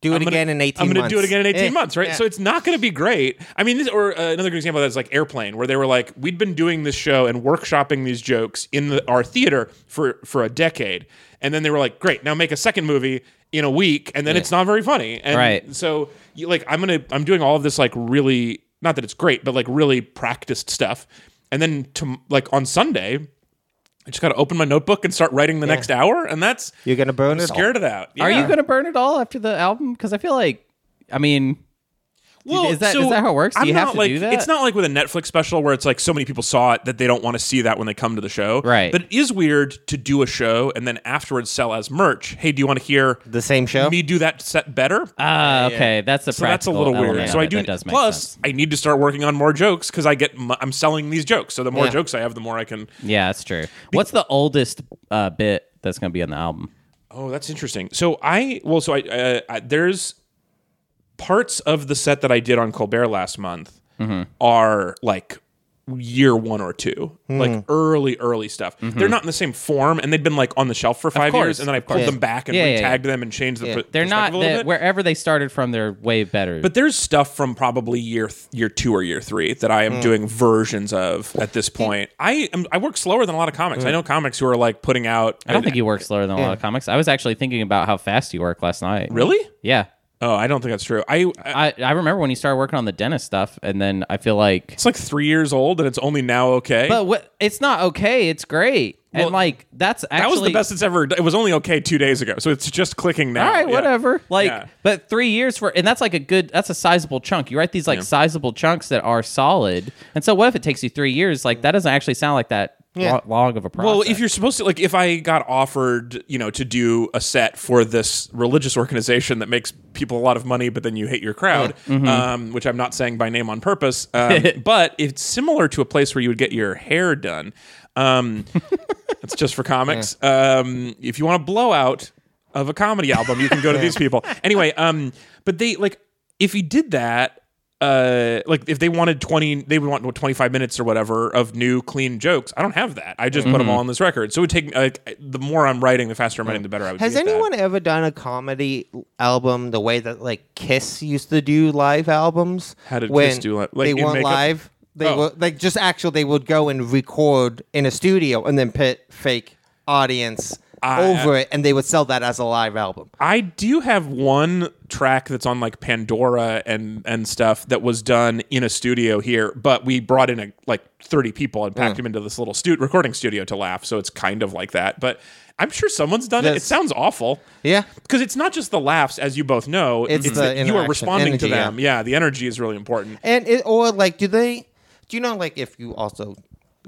[SPEAKER 3] do it
[SPEAKER 1] I'm gonna-
[SPEAKER 3] again in 18
[SPEAKER 1] I'm gonna
[SPEAKER 3] months.
[SPEAKER 1] do it again in 18
[SPEAKER 3] Eh,
[SPEAKER 1] months, right?
[SPEAKER 3] yeah.
[SPEAKER 1] So it's not going to be great. I mean, this, or uh, another good example of that is like Airplane, where they were like, we'd been doing this show and workshopping these jokes in the, our theater for, for a decade. And then they were like, great, now make a second movie in a week. And then it's not very funny. And
[SPEAKER 2] Right.
[SPEAKER 1] so you, like, I'm going to, I'm doing all of this like really, not that it's great, but like really practiced stuff. And then to like on Sunday, I just got to open my notebook and start writing the next hour. And that's,
[SPEAKER 3] You're gonna burn it. all.
[SPEAKER 1] scared of that.
[SPEAKER 2] Are
[SPEAKER 1] Yeah.
[SPEAKER 2] you going to burn it all after the album? Because I feel like, I mean,
[SPEAKER 1] Well,
[SPEAKER 2] Is that- is that how it works? Do
[SPEAKER 1] I'm
[SPEAKER 2] you have
[SPEAKER 1] not
[SPEAKER 2] to
[SPEAKER 1] like,
[SPEAKER 2] do that?
[SPEAKER 1] It's not like with a Netflix special where it's like so many people saw it that they don't want to see that when they come to the show.
[SPEAKER 2] Right.
[SPEAKER 1] But it is weird to do a show and then afterwards sell as merch. Hey, do you want to hear
[SPEAKER 3] The same show.
[SPEAKER 1] me do that set better?
[SPEAKER 2] ah, okay, that's a
[SPEAKER 1] so that's a
[SPEAKER 2] practical
[SPEAKER 1] little weird.
[SPEAKER 2] element
[SPEAKER 1] So I
[SPEAKER 2] of it.
[SPEAKER 1] do.
[SPEAKER 2] That does make
[SPEAKER 1] plus,
[SPEAKER 2] sense.
[SPEAKER 1] I need to start working on more jokes because I get m- I'm selling these jokes. So the more
[SPEAKER 3] Yeah.
[SPEAKER 1] jokes I have, the more I can.
[SPEAKER 2] Yeah, that's true. What's the oldest uh, bit that's going to be on the album?
[SPEAKER 1] Oh, that's interesting. So I well, so I, uh, I there's parts of the set that I did on Colbert last month
[SPEAKER 2] Mm-hmm.
[SPEAKER 1] are like year one or 2 like early early stuff. They're not in the same form, and they'd been like on the shelf for five
[SPEAKER 2] course,
[SPEAKER 1] years, and then I
[SPEAKER 2] Mm-hmm. of
[SPEAKER 1] pulled
[SPEAKER 2] course.
[SPEAKER 1] them back and
[SPEAKER 2] Yeah, yeah,
[SPEAKER 1] retagged them and changed the.
[SPEAKER 3] Yeah.
[SPEAKER 1] per-
[SPEAKER 2] They're not
[SPEAKER 1] perspective a little
[SPEAKER 2] the,
[SPEAKER 1] bit.
[SPEAKER 2] wherever they started from. They're way better.
[SPEAKER 1] But there's stuff from probably year th- year two or year three that I am doing versions of at this point. I am I work slower than a lot of comics. I know comics who are like putting out.
[SPEAKER 2] I don't think you work slower than a lot of comics. I was actually thinking about how fast you work last night.
[SPEAKER 1] really.
[SPEAKER 2] Yeah.
[SPEAKER 1] Oh, I don't think that's true. I
[SPEAKER 2] I, I remember when you started working on the dentist stuff, and then I feel like,
[SPEAKER 1] It's like three years old, and it's only now okay.
[SPEAKER 2] but what? It's not okay. It's great,
[SPEAKER 1] Well,
[SPEAKER 2] and like that's actually
[SPEAKER 1] that was the best it's ever. It was only okay two days ago, so it's just clicking now.
[SPEAKER 2] All right,
[SPEAKER 1] Yeah.
[SPEAKER 2] whatever. Like,
[SPEAKER 1] Yeah.
[SPEAKER 2] but three years for, and that's like a good, that's a sizable chunk. You write these like sizable chunks that are solid, and so what if it takes you three years? Like that doesn't actually sound like that lo- long of a process.
[SPEAKER 1] Well, if you're supposed to, like, if I got offered, you know, to do a set for this religious organization that makes people a lot of money, but then you hate your crowd,
[SPEAKER 2] Mm-hmm.
[SPEAKER 1] um, which I'm not saying by name on purpose, um, but it's similar to a place where you would get your hair done. Um, it's just for comics. Um, if you want a blowout of a comedy album, you can go to these people. Anyway, um, but they like if you did that. Uh, like if they wanted twenty, they would want twenty five minutes or whatever of new clean jokes. I don't have that. I just
[SPEAKER 3] Mm-hmm.
[SPEAKER 1] put them all on this record. So it would take like the more I'm writing, the faster I'm writing, the better I would.
[SPEAKER 3] Has
[SPEAKER 1] be at that.
[SPEAKER 3] anyone ever done a comedy album the way that like Kiss used to do live albums?
[SPEAKER 1] How did
[SPEAKER 3] when
[SPEAKER 1] Kiss do li- like
[SPEAKER 3] they
[SPEAKER 1] in
[SPEAKER 3] weren't
[SPEAKER 1] makeup?
[SPEAKER 3] live. They
[SPEAKER 1] Oh.
[SPEAKER 3] were like just actual. They would go and record in a studio and then put fake audience over it, and they would sell that as a live album.
[SPEAKER 1] I do have one track that's on like Pandora and and stuff that was done in a studio here, but we brought in a, like 30 people and
[SPEAKER 3] Mm.
[SPEAKER 1] packed them into this little stu- recording studio to laugh, so it's kind of like that. But I'm sure someone's done it. It
[SPEAKER 3] Yes.
[SPEAKER 1] sounds awful.
[SPEAKER 3] Yeah.
[SPEAKER 1] Because it's not just the laughs, as you both know. It's,
[SPEAKER 3] It's the
[SPEAKER 1] that you are
[SPEAKER 3] interaction,
[SPEAKER 1] responding to
[SPEAKER 3] energy, yeah.
[SPEAKER 1] them. Yeah. the energy is really important.
[SPEAKER 3] And it, or like, do they? Do you know like if you also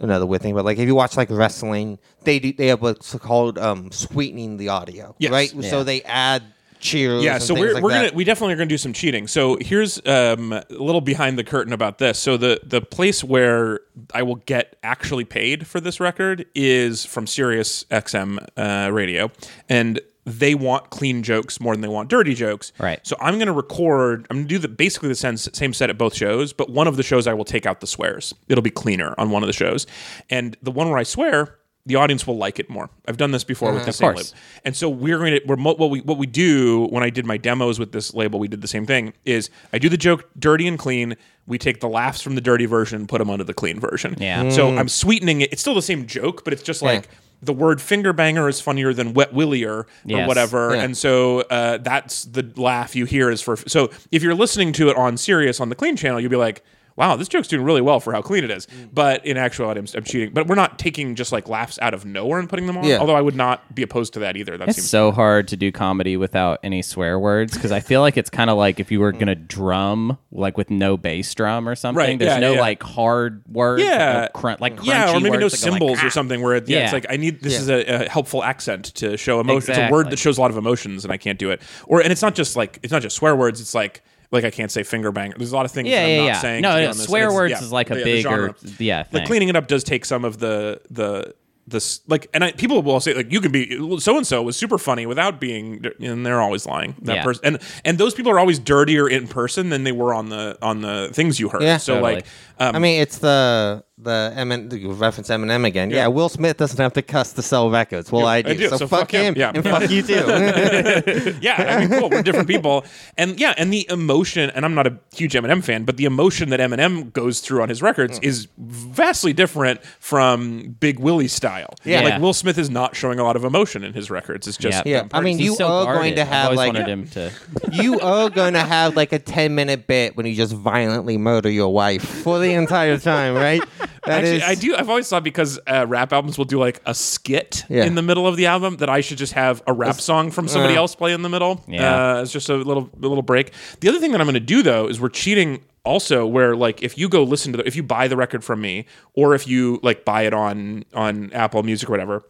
[SPEAKER 3] another weird thing, but like if you watch like wrestling, they do they have what's called um sweetening the audio,
[SPEAKER 1] Yes.
[SPEAKER 3] right? So they add cheers.
[SPEAKER 1] Yeah,
[SPEAKER 3] and
[SPEAKER 1] so
[SPEAKER 3] things
[SPEAKER 1] we're,
[SPEAKER 3] like
[SPEAKER 1] we're
[SPEAKER 3] that.
[SPEAKER 1] gonna we definitely are gonna do some cheating. So here's um, a little behind the curtain about this. So the the place where I will get actually paid for this record is from Sirius XM uh, Radio, and they want clean jokes more than they want dirty jokes.
[SPEAKER 2] Right.
[SPEAKER 1] So I'm gonna record. I'm gonna do the basically the same, same set at both shows, but one of the shows I will take out the swears. It'll be cleaner on one of the shows, and the one where I swear. The audience will like it more. I've done this before
[SPEAKER 3] Uh-huh.
[SPEAKER 1] with the same
[SPEAKER 2] course.
[SPEAKER 1] label. And so we're going to we're mo- what we what we do when I did my demos with this label, we did the same thing. Is I do the joke dirty and clean. We take the laughs from the dirty version and put them onto the clean version.
[SPEAKER 2] Yeah.
[SPEAKER 1] So
[SPEAKER 3] Mm.
[SPEAKER 1] I'm sweetening it. It's still the same joke, but it's just like the word finger banger is funnier than wet willier or
[SPEAKER 2] Yes.
[SPEAKER 1] whatever.
[SPEAKER 3] Yeah.
[SPEAKER 1] And so uh, that's the laugh you hear is for. So if you're listening to it on Sirius on the clean channel, you'll be like. wow, this joke's doing really well for how clean it is.
[SPEAKER 3] Mm.
[SPEAKER 1] But in actuality, I'm, I'm cheating. But we're not taking just like laughs out of nowhere and putting them on.
[SPEAKER 3] Yeah.
[SPEAKER 1] Although I would not be opposed to that either. That
[SPEAKER 2] It's
[SPEAKER 1] seems
[SPEAKER 2] so hard to do comedy without any swear words because I feel like it's kind of like if you were gonna drum like with no bass drum or something.
[SPEAKER 1] Mm. Right,
[SPEAKER 2] There's
[SPEAKER 1] yeah,
[SPEAKER 2] no
[SPEAKER 1] yeah.
[SPEAKER 2] like hard words.
[SPEAKER 1] Yeah.
[SPEAKER 2] No crun- like crunchy
[SPEAKER 1] yeah, or maybe no
[SPEAKER 2] words that go like,
[SPEAKER 1] symbols
[SPEAKER 2] "Ah."
[SPEAKER 1] or something where it, yeah, it's
[SPEAKER 2] Yeah.
[SPEAKER 1] like I need this is a, a helpful accent to show emotion. It's a word
[SPEAKER 2] Exactly.
[SPEAKER 1] that shows a lot of emotions, and I can't do it. Or and it's not just like it's not just swear words. It's like like I can't say finger bang. There's a lot of things
[SPEAKER 2] Yeah,
[SPEAKER 1] that I'm
[SPEAKER 2] yeah,
[SPEAKER 1] not
[SPEAKER 2] yeah.
[SPEAKER 1] saying.
[SPEAKER 2] No,
[SPEAKER 1] to be
[SPEAKER 2] no,
[SPEAKER 1] honest.
[SPEAKER 2] swear
[SPEAKER 1] It's-
[SPEAKER 2] words
[SPEAKER 1] yeah,
[SPEAKER 2] is like a
[SPEAKER 1] yeah, the
[SPEAKER 2] bigger-
[SPEAKER 1] genre.
[SPEAKER 2] yeah,
[SPEAKER 1] The
[SPEAKER 2] thing.
[SPEAKER 1] cleaning it up does take some of the the the s- like and I, people will say like you can be so and so was super funny without being and they're always lying that
[SPEAKER 2] Yeah.
[SPEAKER 1] person and and those people are always dirtier in person than they were on the on the things you heard
[SPEAKER 3] Yeah.
[SPEAKER 1] so
[SPEAKER 2] Totally.
[SPEAKER 1] like um,
[SPEAKER 3] I mean, it's the the M you reference Eminem again. Yeah. Will Smith doesn't have to cuss to sell records. Well, I do.
[SPEAKER 1] do,
[SPEAKER 3] So, fuck, him,
[SPEAKER 1] yeah.
[SPEAKER 3] and fuck you too.
[SPEAKER 1] yeah, I mean, cool. We're different people, and yeah, and the emotion. And I'm not a huge Eminem fan, but the emotion that Eminem goes through on his records is vastly different from Big Willie style.
[SPEAKER 3] Yeah.
[SPEAKER 1] like Will Smith is not showing a lot of emotion in his records. It's just
[SPEAKER 3] Yeah, I mean,
[SPEAKER 2] He's
[SPEAKER 3] you
[SPEAKER 2] so
[SPEAKER 3] are
[SPEAKER 2] guarded.
[SPEAKER 3] going to
[SPEAKER 2] I've
[SPEAKER 3] have
[SPEAKER 2] always
[SPEAKER 3] like
[SPEAKER 2] wanted him to.
[SPEAKER 3] you are going to have like a ten minute bit when you just violently murder your wife for the entire time, right? That
[SPEAKER 1] Actually,
[SPEAKER 3] is-
[SPEAKER 1] I do. I've always thought because uh, rap albums will do like a skit
[SPEAKER 3] Yeah.
[SPEAKER 1] in the middle of the album that I should just have a rap song from somebody
[SPEAKER 3] uh,
[SPEAKER 1] else play in the middle.
[SPEAKER 2] Yeah.
[SPEAKER 1] uh, it's just a little a little break. The other thing that I'm going to do though is we're cheating. Also, where like if you go listen to the, if you buy the record from me or if you like buy it on on Apple Music or whatever,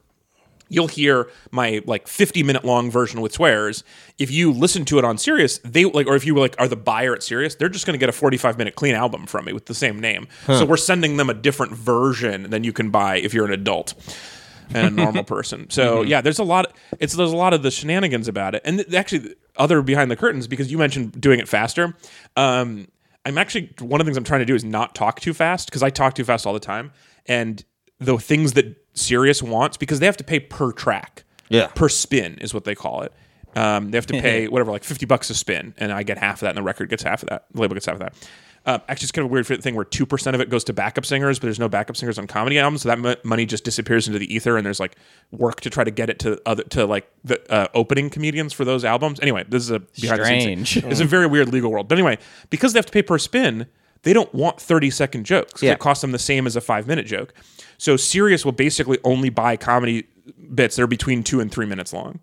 [SPEAKER 1] you'll hear my like 50 minute long version with swears if you listen to it on Sirius they like or if you like are the buyer at Sirius they're just going to get a 45 minute clean album from me with the same name so we're sending them a different version than you can buy if you're an adult and a normal person so yeah there's a lot it's there's a lot of the shenanigans about it and th- actually the other behind the curtains because you mentioned doing it faster um I'm actually one of the things I'm trying to do is not talk too fast because I talk too fast all the time, and the things that Sirius wants because they have to pay per track,
[SPEAKER 3] Yeah.
[SPEAKER 1] per spin is what they call it. Um, they have to pay whatever, like fifty bucks a spin, and I get half of that, and the record gets half of that, the label gets half of that. Uh, actually, it's kind of a weird thing where two percent of it goes to backup singers, but there's no backup singers on comedy albums, so that mo- money just disappears into the ether, and there's like work to try to get it to other to like the uh, opening comedians for those albums. Anyway, this is a behind the scenes thing.
[SPEAKER 2] Strange.
[SPEAKER 1] It's a very weird legal world. But anyway, because they have to pay per spin, they don't want 30 second jokes.
[SPEAKER 3] Yeah.
[SPEAKER 1] It costs them the same as a five minute joke. So Sirius will basically only buy comedy bits that are between two and three minutes long.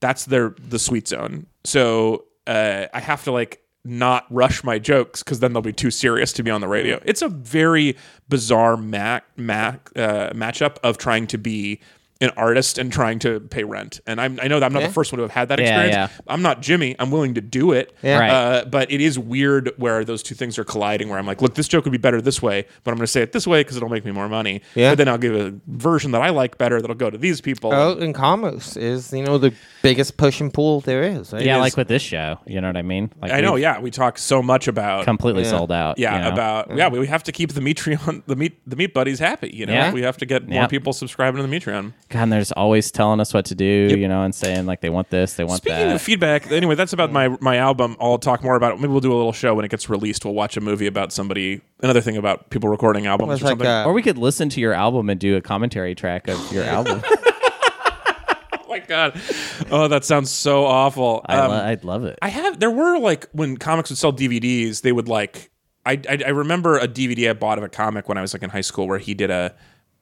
[SPEAKER 1] That's their the sweet zone. So uh, I have to like not rush my jokes because then they'll be too serious to be on the radio. It's a very bizarre mac, mac, uh, matchup of trying to be an artist and trying to pay rent. And I'm, I know that I'm not the first one to have had that experience.
[SPEAKER 2] yeah.
[SPEAKER 1] I'm not Jimmy. I'm willing to do it.
[SPEAKER 3] Yeah.
[SPEAKER 2] Right.
[SPEAKER 1] Uh, but it is weird where those two things are colliding. Where I'm like, look, this joke would be better this way, but I'm going to say it this way because it'll make me more money.
[SPEAKER 3] Yeah.
[SPEAKER 1] But then I'll give a version that I like better that'll go to these people.
[SPEAKER 3] Oh, and commerce is you know the biggest push and pull there is. right?
[SPEAKER 2] Yeah,
[SPEAKER 1] is-
[SPEAKER 2] like with this show, you know what I mean? Like
[SPEAKER 1] I know.
[SPEAKER 2] we've
[SPEAKER 1] Yeah, we talk so much about.
[SPEAKER 2] Completely
[SPEAKER 3] Yeah.
[SPEAKER 2] sold out.
[SPEAKER 1] yeah,
[SPEAKER 2] you know?
[SPEAKER 1] about yeah, we we have to keep the Metreon the meat the meat buddies happy. You know,
[SPEAKER 2] Yeah.
[SPEAKER 1] we have to get more
[SPEAKER 2] Yeah.
[SPEAKER 1] people subscribing to the Metreon.
[SPEAKER 2] God, and they're just always telling us what to do, you know, and saying like they want this, they want
[SPEAKER 1] Speaking
[SPEAKER 2] that.
[SPEAKER 1] of feedback, anyway, that's about my my album. I'll talk more about it. Maybe we'll do a little show when it gets released. We'll watch a movie about somebody. Another thing about people recording albums
[SPEAKER 3] It's
[SPEAKER 1] or
[SPEAKER 3] like
[SPEAKER 1] something.
[SPEAKER 3] uh,
[SPEAKER 2] or we could listen to your album and do a commentary track of your album.
[SPEAKER 1] oh my god! Oh, that sounds so awful.
[SPEAKER 2] I
[SPEAKER 1] Um,
[SPEAKER 2] lo- I'd love it.
[SPEAKER 1] I have. There were like when comics would sell DVDs, they would like. I, I I remember a DVD I bought of a comic when I was like in high school where he did a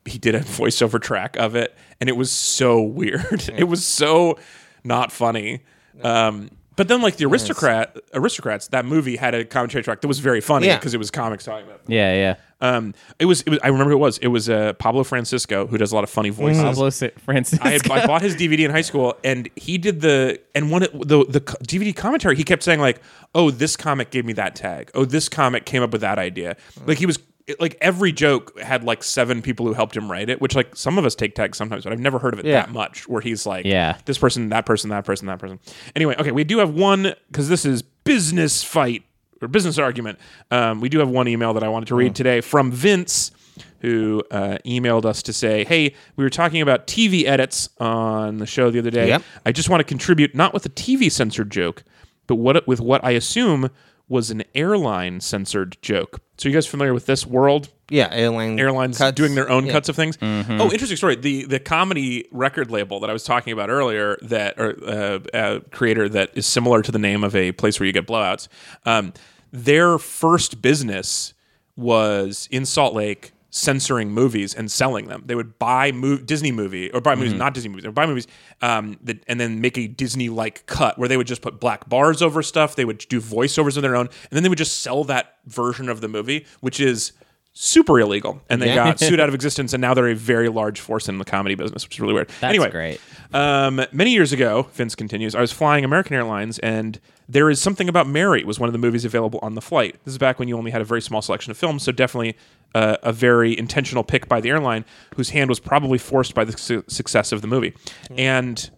[SPEAKER 1] he did a voiceover track of it, and it was so weird. It was so not funny. Um, but then like the aristocrat aristocrats that movie had a commentary track that was very funny
[SPEAKER 3] Yeah.
[SPEAKER 1] because it was comics talking about. It.
[SPEAKER 2] yeah, yeah.
[SPEAKER 1] Um, it was it was I remember who it was it was uh, Pablo Francisco who does a lot of funny
[SPEAKER 2] Mm-hmm.
[SPEAKER 1] voices.
[SPEAKER 2] Pablo Sa- Francisco.
[SPEAKER 1] I, had, I bought his DVD in high school, and he did the and one of the the co- DVD commentary. He kept saying like, "Oh, this comic gave me that tag. Oh, this comic came up with that idea." Like he was like every joke had like seven people who helped him write it, which like some of us take tags sometimes, but I've never heard of it
[SPEAKER 3] Yeah.
[SPEAKER 1] that much. Where he's like,
[SPEAKER 2] Yeah.
[SPEAKER 1] this person, that person, that person, that person." Anyway, okay, we do have one because this is business fight or business argument. Um, we do have one email that I wanted to read today from Vince, who uh, emailed us to say, "Hey, we were talking about TV edits on the show the other day.
[SPEAKER 3] Yep.
[SPEAKER 1] I just want to contribute not with a TV censored joke, but what with what I assume was an airline censored joke. So you guys familiar with this world?"
[SPEAKER 3] yeah, airline
[SPEAKER 1] airlines
[SPEAKER 3] cuts.
[SPEAKER 1] doing their own cuts of things. Oh, interesting story. The the comedy record label that I was talking about earlier, that or uh, uh, creator that is similar to the name of a place where you get blowouts. Um, their first business was in Salt Lake censoring movies and selling them. They would buy mo- Disney movie or buy movies, not Disney movies, or buy movies, um, that, and then make a Disney like cut where they would just put black bars over stuff. They would do voiceovers of their own, and then they would just sell that version of the movie, which is super illegal. And they got sued out of existence, and now they're a very large force in the comedy business, which is really weird.
[SPEAKER 2] That's
[SPEAKER 1] anyway,
[SPEAKER 2] great.
[SPEAKER 1] um, many years ago, Vince continues, I was flying American Airlines, and there is something about Mary was one of the movies available on the flight. This is back when you only had a very small selection of films, so definitely uh, a very intentional pick by the airline, whose hand was probably forced by the su- success of the movie. And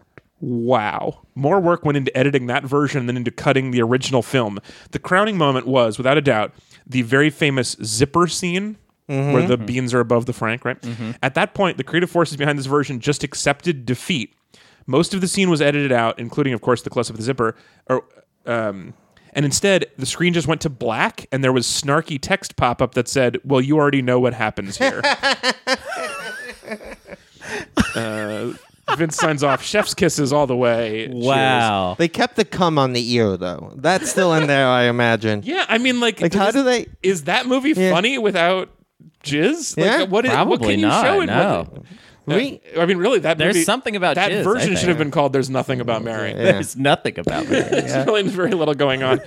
[SPEAKER 1] Wow. More work went into editing that version than into cutting the original film. The crowning moment was, without a doubt, the very famous zipper scene where the beans are above the Frank, right? At that point, the creative forces behind this version just accepted defeat. Most of the scene was edited out, including, of course, the close up of the zipper. Or, um, and instead, the screen just went to black, and there was snarky text pop up that said, Well, you already know what happens here. Uh, Vince signs off, chef's kisses all the way. Cheers.
[SPEAKER 2] Wow.
[SPEAKER 3] They kept the cum on the ear though. That's still in there, I imagine.
[SPEAKER 1] Yeah, I mean, like,
[SPEAKER 3] Like, how do they-
[SPEAKER 1] Is that movie funny without jizz? Like,
[SPEAKER 3] Yeah.
[SPEAKER 1] what, i- what
[SPEAKER 2] Probably
[SPEAKER 1] can
[SPEAKER 2] not,
[SPEAKER 1] you show in
[SPEAKER 2] no.
[SPEAKER 1] one-
[SPEAKER 3] We-
[SPEAKER 1] I mean, really, that
[SPEAKER 2] There's
[SPEAKER 1] movie-
[SPEAKER 2] something about
[SPEAKER 1] that
[SPEAKER 2] jizz, I
[SPEAKER 1] version should
[SPEAKER 2] think.
[SPEAKER 1] have been called "There's Nothing About Mary."
[SPEAKER 3] Yeah.
[SPEAKER 2] There's nothing about it.
[SPEAKER 1] There's really very little going on.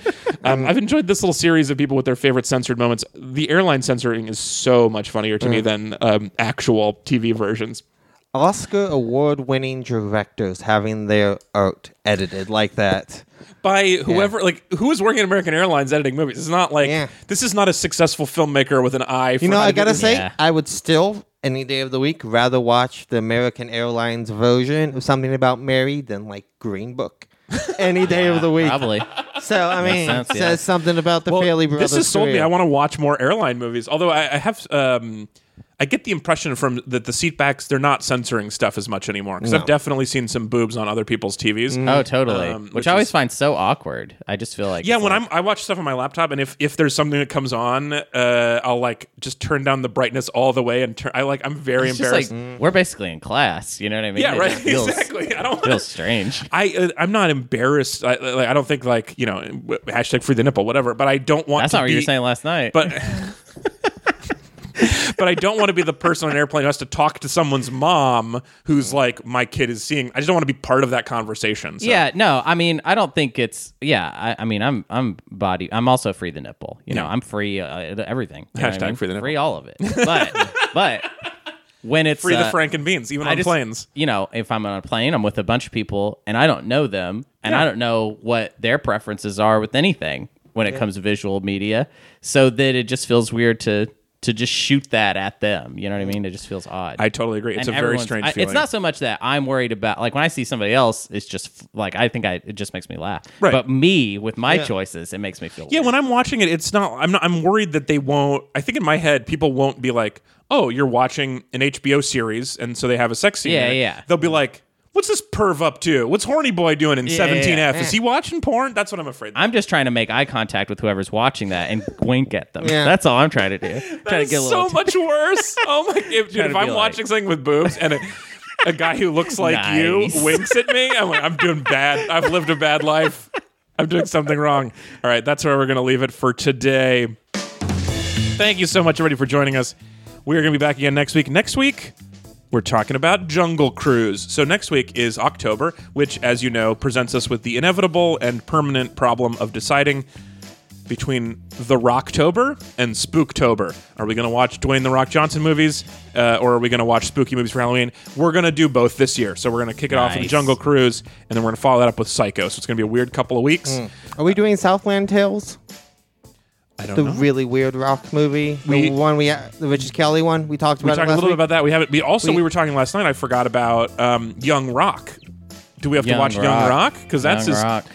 [SPEAKER 1] Um, I've enjoyed this little series of people with their favorite censored moments. The airline censoring is so much funnier to
[SPEAKER 3] Mm.
[SPEAKER 1] me than um, actual TV versions.
[SPEAKER 3] Oscar award winning directors having their art edited like that.
[SPEAKER 1] by whoever like who is working at American Airlines editing movies. It's not like
[SPEAKER 3] Yeah.
[SPEAKER 1] this is not a successful filmmaker with an eye. For
[SPEAKER 3] You know,
[SPEAKER 1] how
[SPEAKER 3] I
[SPEAKER 1] to do
[SPEAKER 3] gotta
[SPEAKER 1] this.
[SPEAKER 3] say,
[SPEAKER 2] Yeah.
[SPEAKER 3] I would still any day of the week rather watch the American Airlines version of something about Mary than like Green Book. Any day of the week.
[SPEAKER 2] Probably.
[SPEAKER 3] So I mean,
[SPEAKER 2] sense,
[SPEAKER 3] says
[SPEAKER 2] yeah.
[SPEAKER 3] something about the
[SPEAKER 1] Well,
[SPEAKER 3] Fairley Brothers.
[SPEAKER 1] This has sold me.
[SPEAKER 3] career.
[SPEAKER 1] I want to watch more airline movies. Although I, I have, um, I get the impression from that the seatbacks they're not censoring stuff as much anymore because I've definitely seen some boobs on other people's TVs.
[SPEAKER 3] Mm.
[SPEAKER 2] Oh, totally.
[SPEAKER 1] Um,
[SPEAKER 2] which,
[SPEAKER 1] which
[SPEAKER 2] I always
[SPEAKER 1] is-
[SPEAKER 2] find so awkward. I just feel like
[SPEAKER 1] Yeah,
[SPEAKER 2] it's
[SPEAKER 1] when
[SPEAKER 2] like,
[SPEAKER 1] I'm I watch stuff on my laptop, and if if there's something that comes on, uh, I'll like just turn down the brightness all the way and turn. I like I'm very
[SPEAKER 2] it's just like
[SPEAKER 1] embarrassed.
[SPEAKER 2] we're basically in class. You know what I mean?
[SPEAKER 1] yeah,
[SPEAKER 2] It
[SPEAKER 1] right.
[SPEAKER 2] just feels-
[SPEAKER 1] exactly. I don't.
[SPEAKER 2] Feels strange.
[SPEAKER 1] I uh, I'm not embarrassed. I, uh, like, I don't think like you know w- hashtag free the nipple whatever. But I don't want.
[SPEAKER 2] That's
[SPEAKER 1] to
[SPEAKER 2] not what you were
[SPEAKER 1] be-
[SPEAKER 2] saying last night.
[SPEAKER 1] But but I don't want to be the person on an airplane who has to talk to someone's mom who's like my kid is seeing. I just don't want to be part of that conversation. So.
[SPEAKER 2] Yeah, no, I mean, I don't think it's. Yeah, I, I mean, I'm, I'm body. I'm also free the nipple. You know, I'm free uh, everything. you know what I
[SPEAKER 1] Hashtag
[SPEAKER 2] mean?
[SPEAKER 1] free the nipple.
[SPEAKER 2] Free all of it. But, but when it's
[SPEAKER 1] free the
[SPEAKER 2] uh,
[SPEAKER 1] Frank and beans even
[SPEAKER 2] I
[SPEAKER 1] on
[SPEAKER 2] just-
[SPEAKER 1] planes.
[SPEAKER 2] You know, if I'm on a plane, I'm with a bunch of people, and I don't know them, and I don't know what their preferences are with anything when it comes to visual media. So that it just feels weird to to just shoot that at them. You know what I mean? It just feels odd.
[SPEAKER 1] I totally agree. It's
[SPEAKER 2] And
[SPEAKER 1] a very
[SPEAKER 2] everyone's-
[SPEAKER 1] strange
[SPEAKER 2] I-
[SPEAKER 1] feeling.
[SPEAKER 2] It's not so much that I'm worried about like when I see somebody else, it's just f- like I think I it just makes me laugh.
[SPEAKER 1] Right.
[SPEAKER 2] But me with my choices, it makes me feel
[SPEAKER 1] yeah,
[SPEAKER 2] weird.
[SPEAKER 1] when I'm watching it, it's not. I'm not. I'm worried that they won't. I think in my head, people won't be like, "Oh, you're watching an HBO series, and so they have a sex scene."
[SPEAKER 2] Yeah,
[SPEAKER 1] in it."
[SPEAKER 2] yeah.
[SPEAKER 1] They'll be like, "What's this perv up to? What's horny boy doing in 17F?
[SPEAKER 2] yeah.
[SPEAKER 1] Is he watching porn?" That's what I'm afraid.
[SPEAKER 2] I'm just trying to make eye contact with whoever's watching that and wink at them.
[SPEAKER 3] Yeah.
[SPEAKER 2] That's all I'm trying to do. trying to
[SPEAKER 1] It's
[SPEAKER 2] get a little
[SPEAKER 1] so much worse. Oh my! If, dude,
[SPEAKER 2] Trying
[SPEAKER 1] if
[SPEAKER 2] to
[SPEAKER 1] I'm
[SPEAKER 2] be
[SPEAKER 1] watching something with boobs and a, a guy who looks like
[SPEAKER 2] Nice.
[SPEAKER 1] you winks at me, I'm like, I'm doing bad. I've lived a bad life. I'm doing something wrong. All right, that's where we're gonna leave it for today. Thank you so much, everybody, for joining us. We are gonna be back again next week. Next week. We're talking about Jungle Cruise. So, next week is October, which, as you know, presents us with the inevitable and permanent problem of deciding between The Rocktober and Spooktober. Are we going to watch Dwayne The Rock Johnson movies uh, or are we going to watch spooky movies for Halloween? We're going to do both this year. So we're going to kick it off with
[SPEAKER 2] Nice.
[SPEAKER 1] Jungle Cruise and then we're going to follow that up with Psycho. So it's going to be a weird couple of weeks.
[SPEAKER 3] Are we doing Southland Tales?
[SPEAKER 1] I don't
[SPEAKER 3] The
[SPEAKER 1] know.
[SPEAKER 3] really weird rock movie,
[SPEAKER 1] We-
[SPEAKER 3] the one we the Richard Kelly one we talked
[SPEAKER 1] we
[SPEAKER 3] about. it
[SPEAKER 1] talked a
[SPEAKER 3] last
[SPEAKER 1] little bit
[SPEAKER 3] week.
[SPEAKER 1] about that. We haven't. We also we,
[SPEAKER 3] We-
[SPEAKER 1] were talking last night. I forgot about um, Young Rock. Do we have to
[SPEAKER 2] Young
[SPEAKER 1] watch Young Rock?
[SPEAKER 2] Rock.
[SPEAKER 1] Because that's
[SPEAKER 2] Young
[SPEAKER 1] his.
[SPEAKER 2] rock.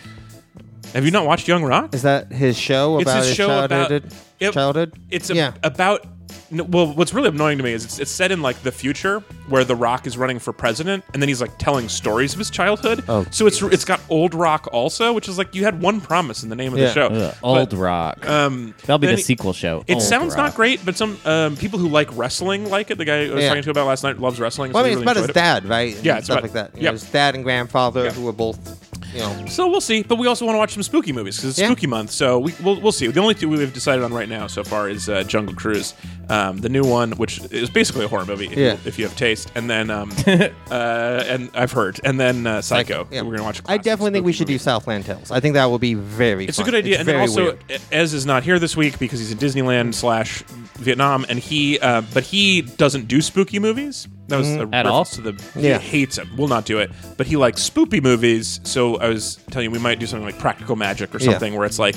[SPEAKER 1] Have you not watched Young Rock?
[SPEAKER 3] Is that his show
[SPEAKER 1] It's
[SPEAKER 3] about
[SPEAKER 1] his show about-
[SPEAKER 3] childhood?
[SPEAKER 1] Yep.
[SPEAKER 3] childhood?
[SPEAKER 1] It's a,
[SPEAKER 3] yeah.
[SPEAKER 1] about. n- Well, what's really annoying to me is it's, it's set in like the future where The Rock is running for president, and then he's like telling stories of his childhood.
[SPEAKER 3] Oh,
[SPEAKER 1] so it's it's got Old Rock also, which is like you had one promise in the name of the
[SPEAKER 3] Yeah.
[SPEAKER 1] show.
[SPEAKER 2] Ugh,
[SPEAKER 1] But
[SPEAKER 2] old rock. Um, That'll be
[SPEAKER 1] then
[SPEAKER 2] the
[SPEAKER 1] he-
[SPEAKER 2] sequel show.
[SPEAKER 1] It
[SPEAKER 2] Old
[SPEAKER 1] sounds
[SPEAKER 2] Rock.
[SPEAKER 1] not great, but some um, people who like wrestling like it. The guy I was
[SPEAKER 3] Yeah.
[SPEAKER 1] talking to about last night loves wrestling.
[SPEAKER 3] well, I
[SPEAKER 1] so
[SPEAKER 3] mean,
[SPEAKER 1] he
[SPEAKER 3] it's
[SPEAKER 1] really
[SPEAKER 3] about his
[SPEAKER 1] enjoyed it.
[SPEAKER 3] dad, right? And
[SPEAKER 1] Yeah, it's
[SPEAKER 3] stuff
[SPEAKER 1] about-
[SPEAKER 3] like that. You
[SPEAKER 1] yep.
[SPEAKER 3] know, his dad and grandfather
[SPEAKER 1] Yeah.
[SPEAKER 3] who were both you know.
[SPEAKER 1] So we'll see, but we also want to watch some spooky movies because it's
[SPEAKER 3] Yeah.
[SPEAKER 1] spooky month. So we, we'll we'll see. The only two we've decided on right now so far is uh, Jungle Cruise, um, the new one, which is basically a horror movie if,
[SPEAKER 3] Yeah.
[SPEAKER 1] you, if you have taste, and then um, uh, and I've heard, and then uh, Psycho.
[SPEAKER 3] yeah.
[SPEAKER 1] We're gonna watch. a
[SPEAKER 3] I
[SPEAKER 1] classic
[SPEAKER 3] definitely think we
[SPEAKER 1] spooky
[SPEAKER 3] should
[SPEAKER 1] movie.
[SPEAKER 3] do Southland Tales. I think that will be very.
[SPEAKER 1] It's
[SPEAKER 3] fun.
[SPEAKER 1] a good idea. and then
[SPEAKER 3] very
[SPEAKER 1] also, E-,
[SPEAKER 3] weird.
[SPEAKER 1] Ez is not here this week because he's in Disneyland slash Vietnam, and he, uh, but he doesn't do spooky movies. That was a
[SPEAKER 2] Mm-hmm. At
[SPEAKER 1] reference
[SPEAKER 2] all?
[SPEAKER 1] to the.
[SPEAKER 3] Yeah.
[SPEAKER 1] He hates them. Will not do it. But he likes spoopy movies. So I was telling you we might do something like Practical Magic or
[SPEAKER 3] Yeah.
[SPEAKER 1] something where it's like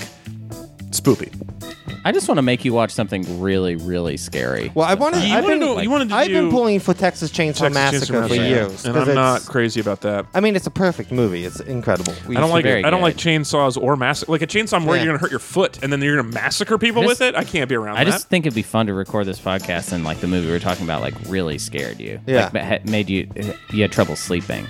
[SPEAKER 1] spoopy.
[SPEAKER 2] I just want to make you watch something really, really scary.
[SPEAKER 3] Well, I wanted.
[SPEAKER 1] You
[SPEAKER 3] I've
[SPEAKER 1] wanted
[SPEAKER 3] been,
[SPEAKER 1] to- you wanted to
[SPEAKER 3] I've been
[SPEAKER 1] do
[SPEAKER 3] pulling for Texas
[SPEAKER 1] Texas
[SPEAKER 3] Chainsaw
[SPEAKER 1] Chainsaw
[SPEAKER 3] Massacre for
[SPEAKER 1] Massacre,
[SPEAKER 3] years.
[SPEAKER 1] and
[SPEAKER 3] 'cause
[SPEAKER 1] I'm not
[SPEAKER 3] it's-
[SPEAKER 1] crazy about that.
[SPEAKER 3] I mean, it's a perfect movie. It's incredible. We
[SPEAKER 1] I don't
[SPEAKER 3] should-
[SPEAKER 1] like
[SPEAKER 2] very
[SPEAKER 1] I don't
[SPEAKER 2] good.
[SPEAKER 1] like chainsaws or massacre. Like a chainsaw, I'm worried
[SPEAKER 3] Yeah.
[SPEAKER 1] you're gonna hurt your foot, and then you're gonna massacre people
[SPEAKER 2] just-
[SPEAKER 1] with it. I can't be around
[SPEAKER 2] I
[SPEAKER 1] that.
[SPEAKER 2] just think it'd be fun to record this podcast and like the movie we were talking about, like really scared you.
[SPEAKER 3] Yeah.
[SPEAKER 2] like, ma- ha- made you uh, you had trouble sleeping.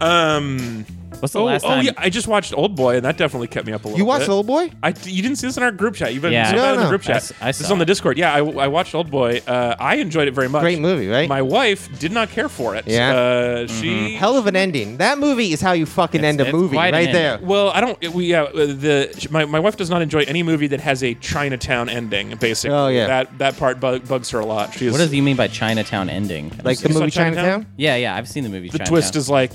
[SPEAKER 1] um.
[SPEAKER 2] What's the
[SPEAKER 1] Oh,
[SPEAKER 2] last
[SPEAKER 1] oh,
[SPEAKER 2] time?
[SPEAKER 1] yeah. I just watched Old Boy, and that definitely kept me up a little.
[SPEAKER 3] You watched
[SPEAKER 1] bit.
[SPEAKER 3] Old Boy?
[SPEAKER 1] I you didn't see this in our group chat. You've been
[SPEAKER 2] Yeah.
[SPEAKER 1] yeah.
[SPEAKER 2] No,
[SPEAKER 1] in the
[SPEAKER 3] no.
[SPEAKER 1] group
[SPEAKER 2] I
[SPEAKER 1] chat.
[SPEAKER 2] s- I
[SPEAKER 1] this is
[SPEAKER 2] saw
[SPEAKER 1] on the
[SPEAKER 2] it.
[SPEAKER 1] Discord. Yeah, I, I watched Old Boy. Uh, I enjoyed it very much.
[SPEAKER 3] Great movie, right?
[SPEAKER 1] My wife did not care for it.
[SPEAKER 3] Yeah.
[SPEAKER 1] Uh,
[SPEAKER 2] Mm-hmm.
[SPEAKER 1] she.
[SPEAKER 3] Hell of an ending. That movie is how you fucking end a
[SPEAKER 2] it's
[SPEAKER 3] movie
[SPEAKER 2] quite an
[SPEAKER 3] right
[SPEAKER 2] ending.
[SPEAKER 3] there.
[SPEAKER 1] well, I don't. We uh, the sh- my, my wife does not enjoy any movie that has a Chinatown ending. Basically,
[SPEAKER 3] Oh, yeah.
[SPEAKER 1] that that part bug, bugs her a lot. She's
[SPEAKER 2] what does you mean by Chinatown ending?
[SPEAKER 3] Like the
[SPEAKER 1] You saw
[SPEAKER 3] movie
[SPEAKER 1] Chinatown?
[SPEAKER 3] Chinatown?
[SPEAKER 2] yeah, yeah, I've seen the movie.
[SPEAKER 1] the twist is like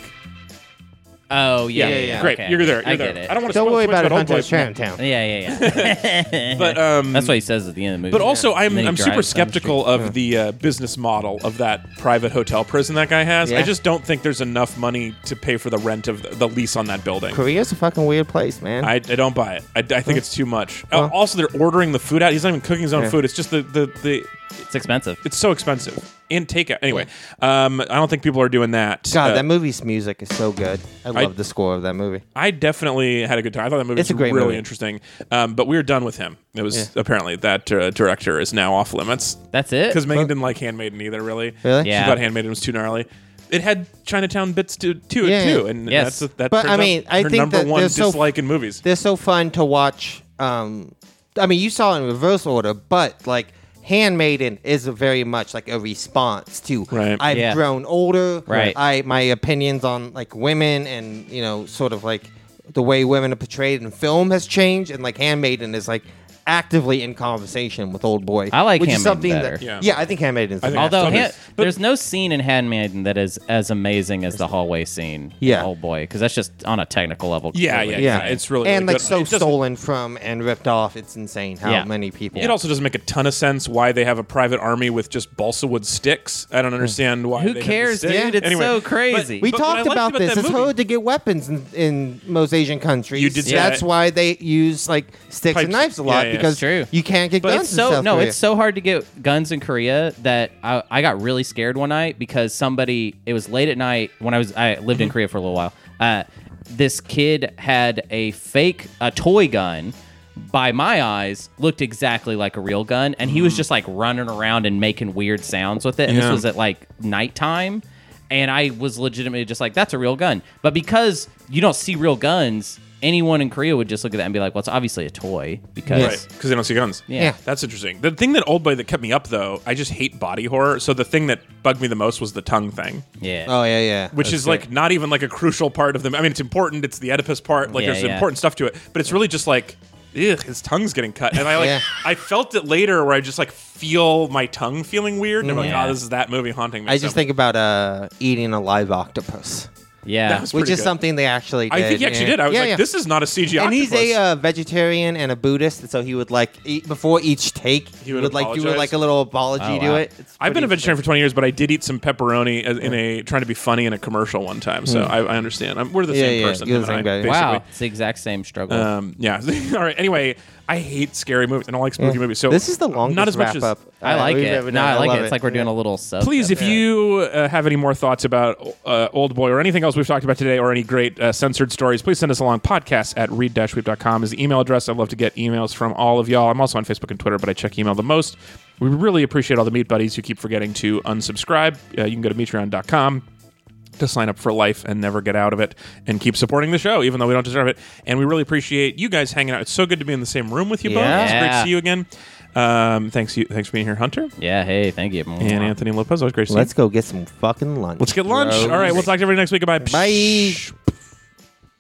[SPEAKER 2] oh
[SPEAKER 3] Yeah,
[SPEAKER 2] yeah, yeah,
[SPEAKER 3] yeah, yeah.
[SPEAKER 1] great.
[SPEAKER 2] Okay,
[SPEAKER 1] You're there. You're
[SPEAKER 2] I
[SPEAKER 1] there.
[SPEAKER 2] get it.
[SPEAKER 1] I don't want to
[SPEAKER 3] Don't worry about it,
[SPEAKER 1] Old Boy,
[SPEAKER 3] Hunter's Chinatown.
[SPEAKER 2] Yeah, yeah, yeah.
[SPEAKER 1] but um,
[SPEAKER 2] That's what he says at the end of the movie.
[SPEAKER 1] But also, I'm,
[SPEAKER 2] then he
[SPEAKER 1] I'm super
[SPEAKER 2] drives down the
[SPEAKER 1] skeptical of the uh, business model of that private hotel prison that guy has. I
[SPEAKER 3] Yeah.
[SPEAKER 1] just don't think there's enough money to pay for the rent of the, the lease on that building.
[SPEAKER 3] Korea's a fucking weird place, man.
[SPEAKER 1] I, I don't buy it. I, I think it's too much. Uh, also, they're ordering the food out. He's not even cooking his own
[SPEAKER 3] Yeah.
[SPEAKER 1] food. It's just the, the, the
[SPEAKER 2] It's expensive.
[SPEAKER 1] it's so expensive and takeout. Anyway, um, I don't think people are doing that.
[SPEAKER 3] God,
[SPEAKER 1] Uh,
[SPEAKER 3] that movie's music is so good. I love the score of that movie.
[SPEAKER 1] I definitely had a good time. I thought that movie
[SPEAKER 3] It's
[SPEAKER 1] was
[SPEAKER 3] a great
[SPEAKER 1] really
[SPEAKER 3] movie.
[SPEAKER 1] interesting. Um, but we were done with him. It was
[SPEAKER 3] Yeah.
[SPEAKER 1] apparently that uh, director is now off limits.
[SPEAKER 2] That's it.
[SPEAKER 1] Because Megan didn't like Handmaiden either, really.
[SPEAKER 3] Really?
[SPEAKER 1] She
[SPEAKER 2] Yeah.
[SPEAKER 1] thought Handmaiden was too gnarly. It had Chinatown bits to, to it
[SPEAKER 3] Yeah,
[SPEAKER 1] too,
[SPEAKER 3] yeah.
[SPEAKER 1] and
[SPEAKER 2] Yes.
[SPEAKER 1] that's that.
[SPEAKER 3] But,
[SPEAKER 1] turns
[SPEAKER 3] I mean,
[SPEAKER 1] out
[SPEAKER 3] I
[SPEAKER 1] her
[SPEAKER 3] think
[SPEAKER 1] number
[SPEAKER 3] that
[SPEAKER 1] one
[SPEAKER 3] they're so-
[SPEAKER 1] dislike in movies.
[SPEAKER 3] They're so fun to watch. Um, I mean, you saw it in reverse order, but like Handmaiden is a very much like a response to
[SPEAKER 1] Right.
[SPEAKER 3] I've
[SPEAKER 2] Yeah.
[SPEAKER 3] grown older.
[SPEAKER 2] Right.
[SPEAKER 3] I my opinions on like women and you know sort of like the way women are portrayed in film has changed, and like Handmaiden is like actively in conversation with Old Boy.
[SPEAKER 2] I like
[SPEAKER 3] which
[SPEAKER 2] Handmaiden
[SPEAKER 3] is something
[SPEAKER 2] better.
[SPEAKER 3] that
[SPEAKER 1] Yeah.
[SPEAKER 3] yeah. I think Handmaiden is. the
[SPEAKER 1] think-
[SPEAKER 3] best.
[SPEAKER 2] Although
[SPEAKER 1] Yeah,
[SPEAKER 2] Han-
[SPEAKER 1] it's- but-
[SPEAKER 2] there's no scene in Handmaiden that is as amazing as the hallway scene. in
[SPEAKER 3] Yeah.
[SPEAKER 2] Oh boy, because that's just on a technical level.
[SPEAKER 1] yeah, yeah,
[SPEAKER 2] completely.
[SPEAKER 1] yeah,
[SPEAKER 3] Yeah.
[SPEAKER 1] It's really
[SPEAKER 3] and
[SPEAKER 1] really
[SPEAKER 3] like
[SPEAKER 1] good.
[SPEAKER 3] so
[SPEAKER 1] It doesn't-
[SPEAKER 3] stolen from and ripped off. It's insane how
[SPEAKER 2] Yeah.
[SPEAKER 3] many people.
[SPEAKER 1] It also doesn't make a ton of sense why they have a private army with just balsa wood sticks. I don't understand why.
[SPEAKER 2] Who
[SPEAKER 1] they have the
[SPEAKER 2] cares,
[SPEAKER 1] sticks.
[SPEAKER 2] dude? It's
[SPEAKER 1] Anyway,
[SPEAKER 2] so
[SPEAKER 1] but-
[SPEAKER 2] crazy.
[SPEAKER 3] Hmm. We
[SPEAKER 1] but what I
[SPEAKER 3] talked
[SPEAKER 1] liked
[SPEAKER 3] about this.
[SPEAKER 1] that
[SPEAKER 3] it's
[SPEAKER 1] movie-
[SPEAKER 3] hard to get weapons in, in most Asian countries.
[SPEAKER 1] You did say
[SPEAKER 3] That's
[SPEAKER 1] that.
[SPEAKER 3] why they use like sticks
[SPEAKER 1] Pipes.
[SPEAKER 3] and knives a
[SPEAKER 1] Yeah,
[SPEAKER 3] lot
[SPEAKER 1] yeah,
[SPEAKER 3] because
[SPEAKER 1] it's
[SPEAKER 2] true.
[SPEAKER 3] you can't get
[SPEAKER 2] But
[SPEAKER 3] guns.
[SPEAKER 2] it's
[SPEAKER 3] in
[SPEAKER 2] so
[SPEAKER 3] South
[SPEAKER 2] no,
[SPEAKER 3] Korea.
[SPEAKER 2] it's so hard to get guns in Korea that I, I got really scared one night because somebody it was late at night when I was I lived
[SPEAKER 3] Mm-hmm.
[SPEAKER 2] in Korea for a little while. Uh, this kid had a fake a toy gun. By my eyes, looked exactly like a real gun, and he was
[SPEAKER 3] Mm.
[SPEAKER 2] just like running around and making weird sounds with it. And
[SPEAKER 1] Yeah.
[SPEAKER 2] this was at like nighttime, and I was legitimately just like, "That's a real gun." But because you don't see real guns, anyone in Korea would just look at that and be like, "Well, it's obviously a toy." Because
[SPEAKER 1] Right, because they don't see guns.
[SPEAKER 2] Yeah.
[SPEAKER 1] That's interesting. The thing that Old Boy that kept me up though, I just hate body horror. So the thing that bugged me the most was the tongue thing.
[SPEAKER 2] yeah,
[SPEAKER 3] Oh yeah, yeah.
[SPEAKER 1] which is like not even like a crucial part of them. I mean, it's important. It's the Oedipus part. Like
[SPEAKER 2] Yeah,
[SPEAKER 1] there's
[SPEAKER 2] yeah.
[SPEAKER 1] important stuff to it, but it's really just like, ugh, his tongue's getting cut. And I like,
[SPEAKER 3] Yeah.
[SPEAKER 1] I felt it later where I just like feel my tongue feeling weird. And I'm like,
[SPEAKER 2] Mm, Yeah.
[SPEAKER 1] oh, this is that movie haunting me.
[SPEAKER 3] I just
[SPEAKER 1] So-
[SPEAKER 3] think about uh, eating a live octopus,
[SPEAKER 2] yeah.
[SPEAKER 1] that was
[SPEAKER 3] which
[SPEAKER 1] pretty
[SPEAKER 3] is
[SPEAKER 1] good.
[SPEAKER 3] something they actually.
[SPEAKER 1] I think he
[SPEAKER 3] yeah.
[SPEAKER 1] actually did. I was
[SPEAKER 3] Yeah,
[SPEAKER 1] like,
[SPEAKER 3] yeah.
[SPEAKER 1] this is not a CGI.
[SPEAKER 3] And he's a uh, vegetarian and a Buddhist, so he would like eat, before each take. He
[SPEAKER 1] would
[SPEAKER 3] would, like do
[SPEAKER 1] apologize?
[SPEAKER 3] like a little apology
[SPEAKER 2] Oh,
[SPEAKER 3] to
[SPEAKER 2] wow.
[SPEAKER 3] it. It's
[SPEAKER 1] I've been a
[SPEAKER 3] pretty-
[SPEAKER 1] vegetarian for 20 years, but I did eat some pepperoni as- in a trying to be funny in a commercial one time. So I, I understand. I'm, we're the
[SPEAKER 3] Hmm. Yeah,
[SPEAKER 1] same
[SPEAKER 3] yeah,
[SPEAKER 1] person.
[SPEAKER 3] you're the
[SPEAKER 1] him and
[SPEAKER 3] same
[SPEAKER 1] I,
[SPEAKER 3] guy.
[SPEAKER 1] basically.
[SPEAKER 2] Wow, it's the exact same struggle.
[SPEAKER 1] Um, yeah. All right. Anyway, I hate scary movies. I don't like spooky movies. So
[SPEAKER 3] This is the longest
[SPEAKER 1] not as much
[SPEAKER 3] wrap
[SPEAKER 1] as,
[SPEAKER 3] up.
[SPEAKER 2] I
[SPEAKER 3] uh,
[SPEAKER 2] like
[SPEAKER 3] we've
[SPEAKER 2] it.
[SPEAKER 3] ever
[SPEAKER 2] No,
[SPEAKER 3] done.
[SPEAKER 2] I like it.
[SPEAKER 3] love
[SPEAKER 2] It's like we're doing a little sub.
[SPEAKER 1] Please, if you uh, have any more thoughts about uh, Old Boy or anything else we've talked about today or any great uh, censored stories, please send us along. Podcast at read-weep.com is the email address. I'd love to get emails from all of y'all. I'm also on Facebook and Twitter, but I check email the most. We really appreciate all the meat buddies who keep forgetting to unsubscribe. Uh, you can go to metreon.com to sign up for life and never get out of it and keep supporting the show, even though we don't deserve it. And we really appreciate you guys hanging out. It's so good to be in the same room with you both. It's great to
[SPEAKER 2] Yeah.
[SPEAKER 1] see you again. Um, thanks you, thanks for being here, Hunter
[SPEAKER 2] yeah, hey, thank you.
[SPEAKER 1] and Anthony Lopez. Always great to see you.
[SPEAKER 3] Let's go get some fucking lunch.
[SPEAKER 1] Let's get lunch.
[SPEAKER 3] Gross.
[SPEAKER 1] All right, we'll talk to everybody next week. Goodbye.
[SPEAKER 3] Bye.
[SPEAKER 1] Psh.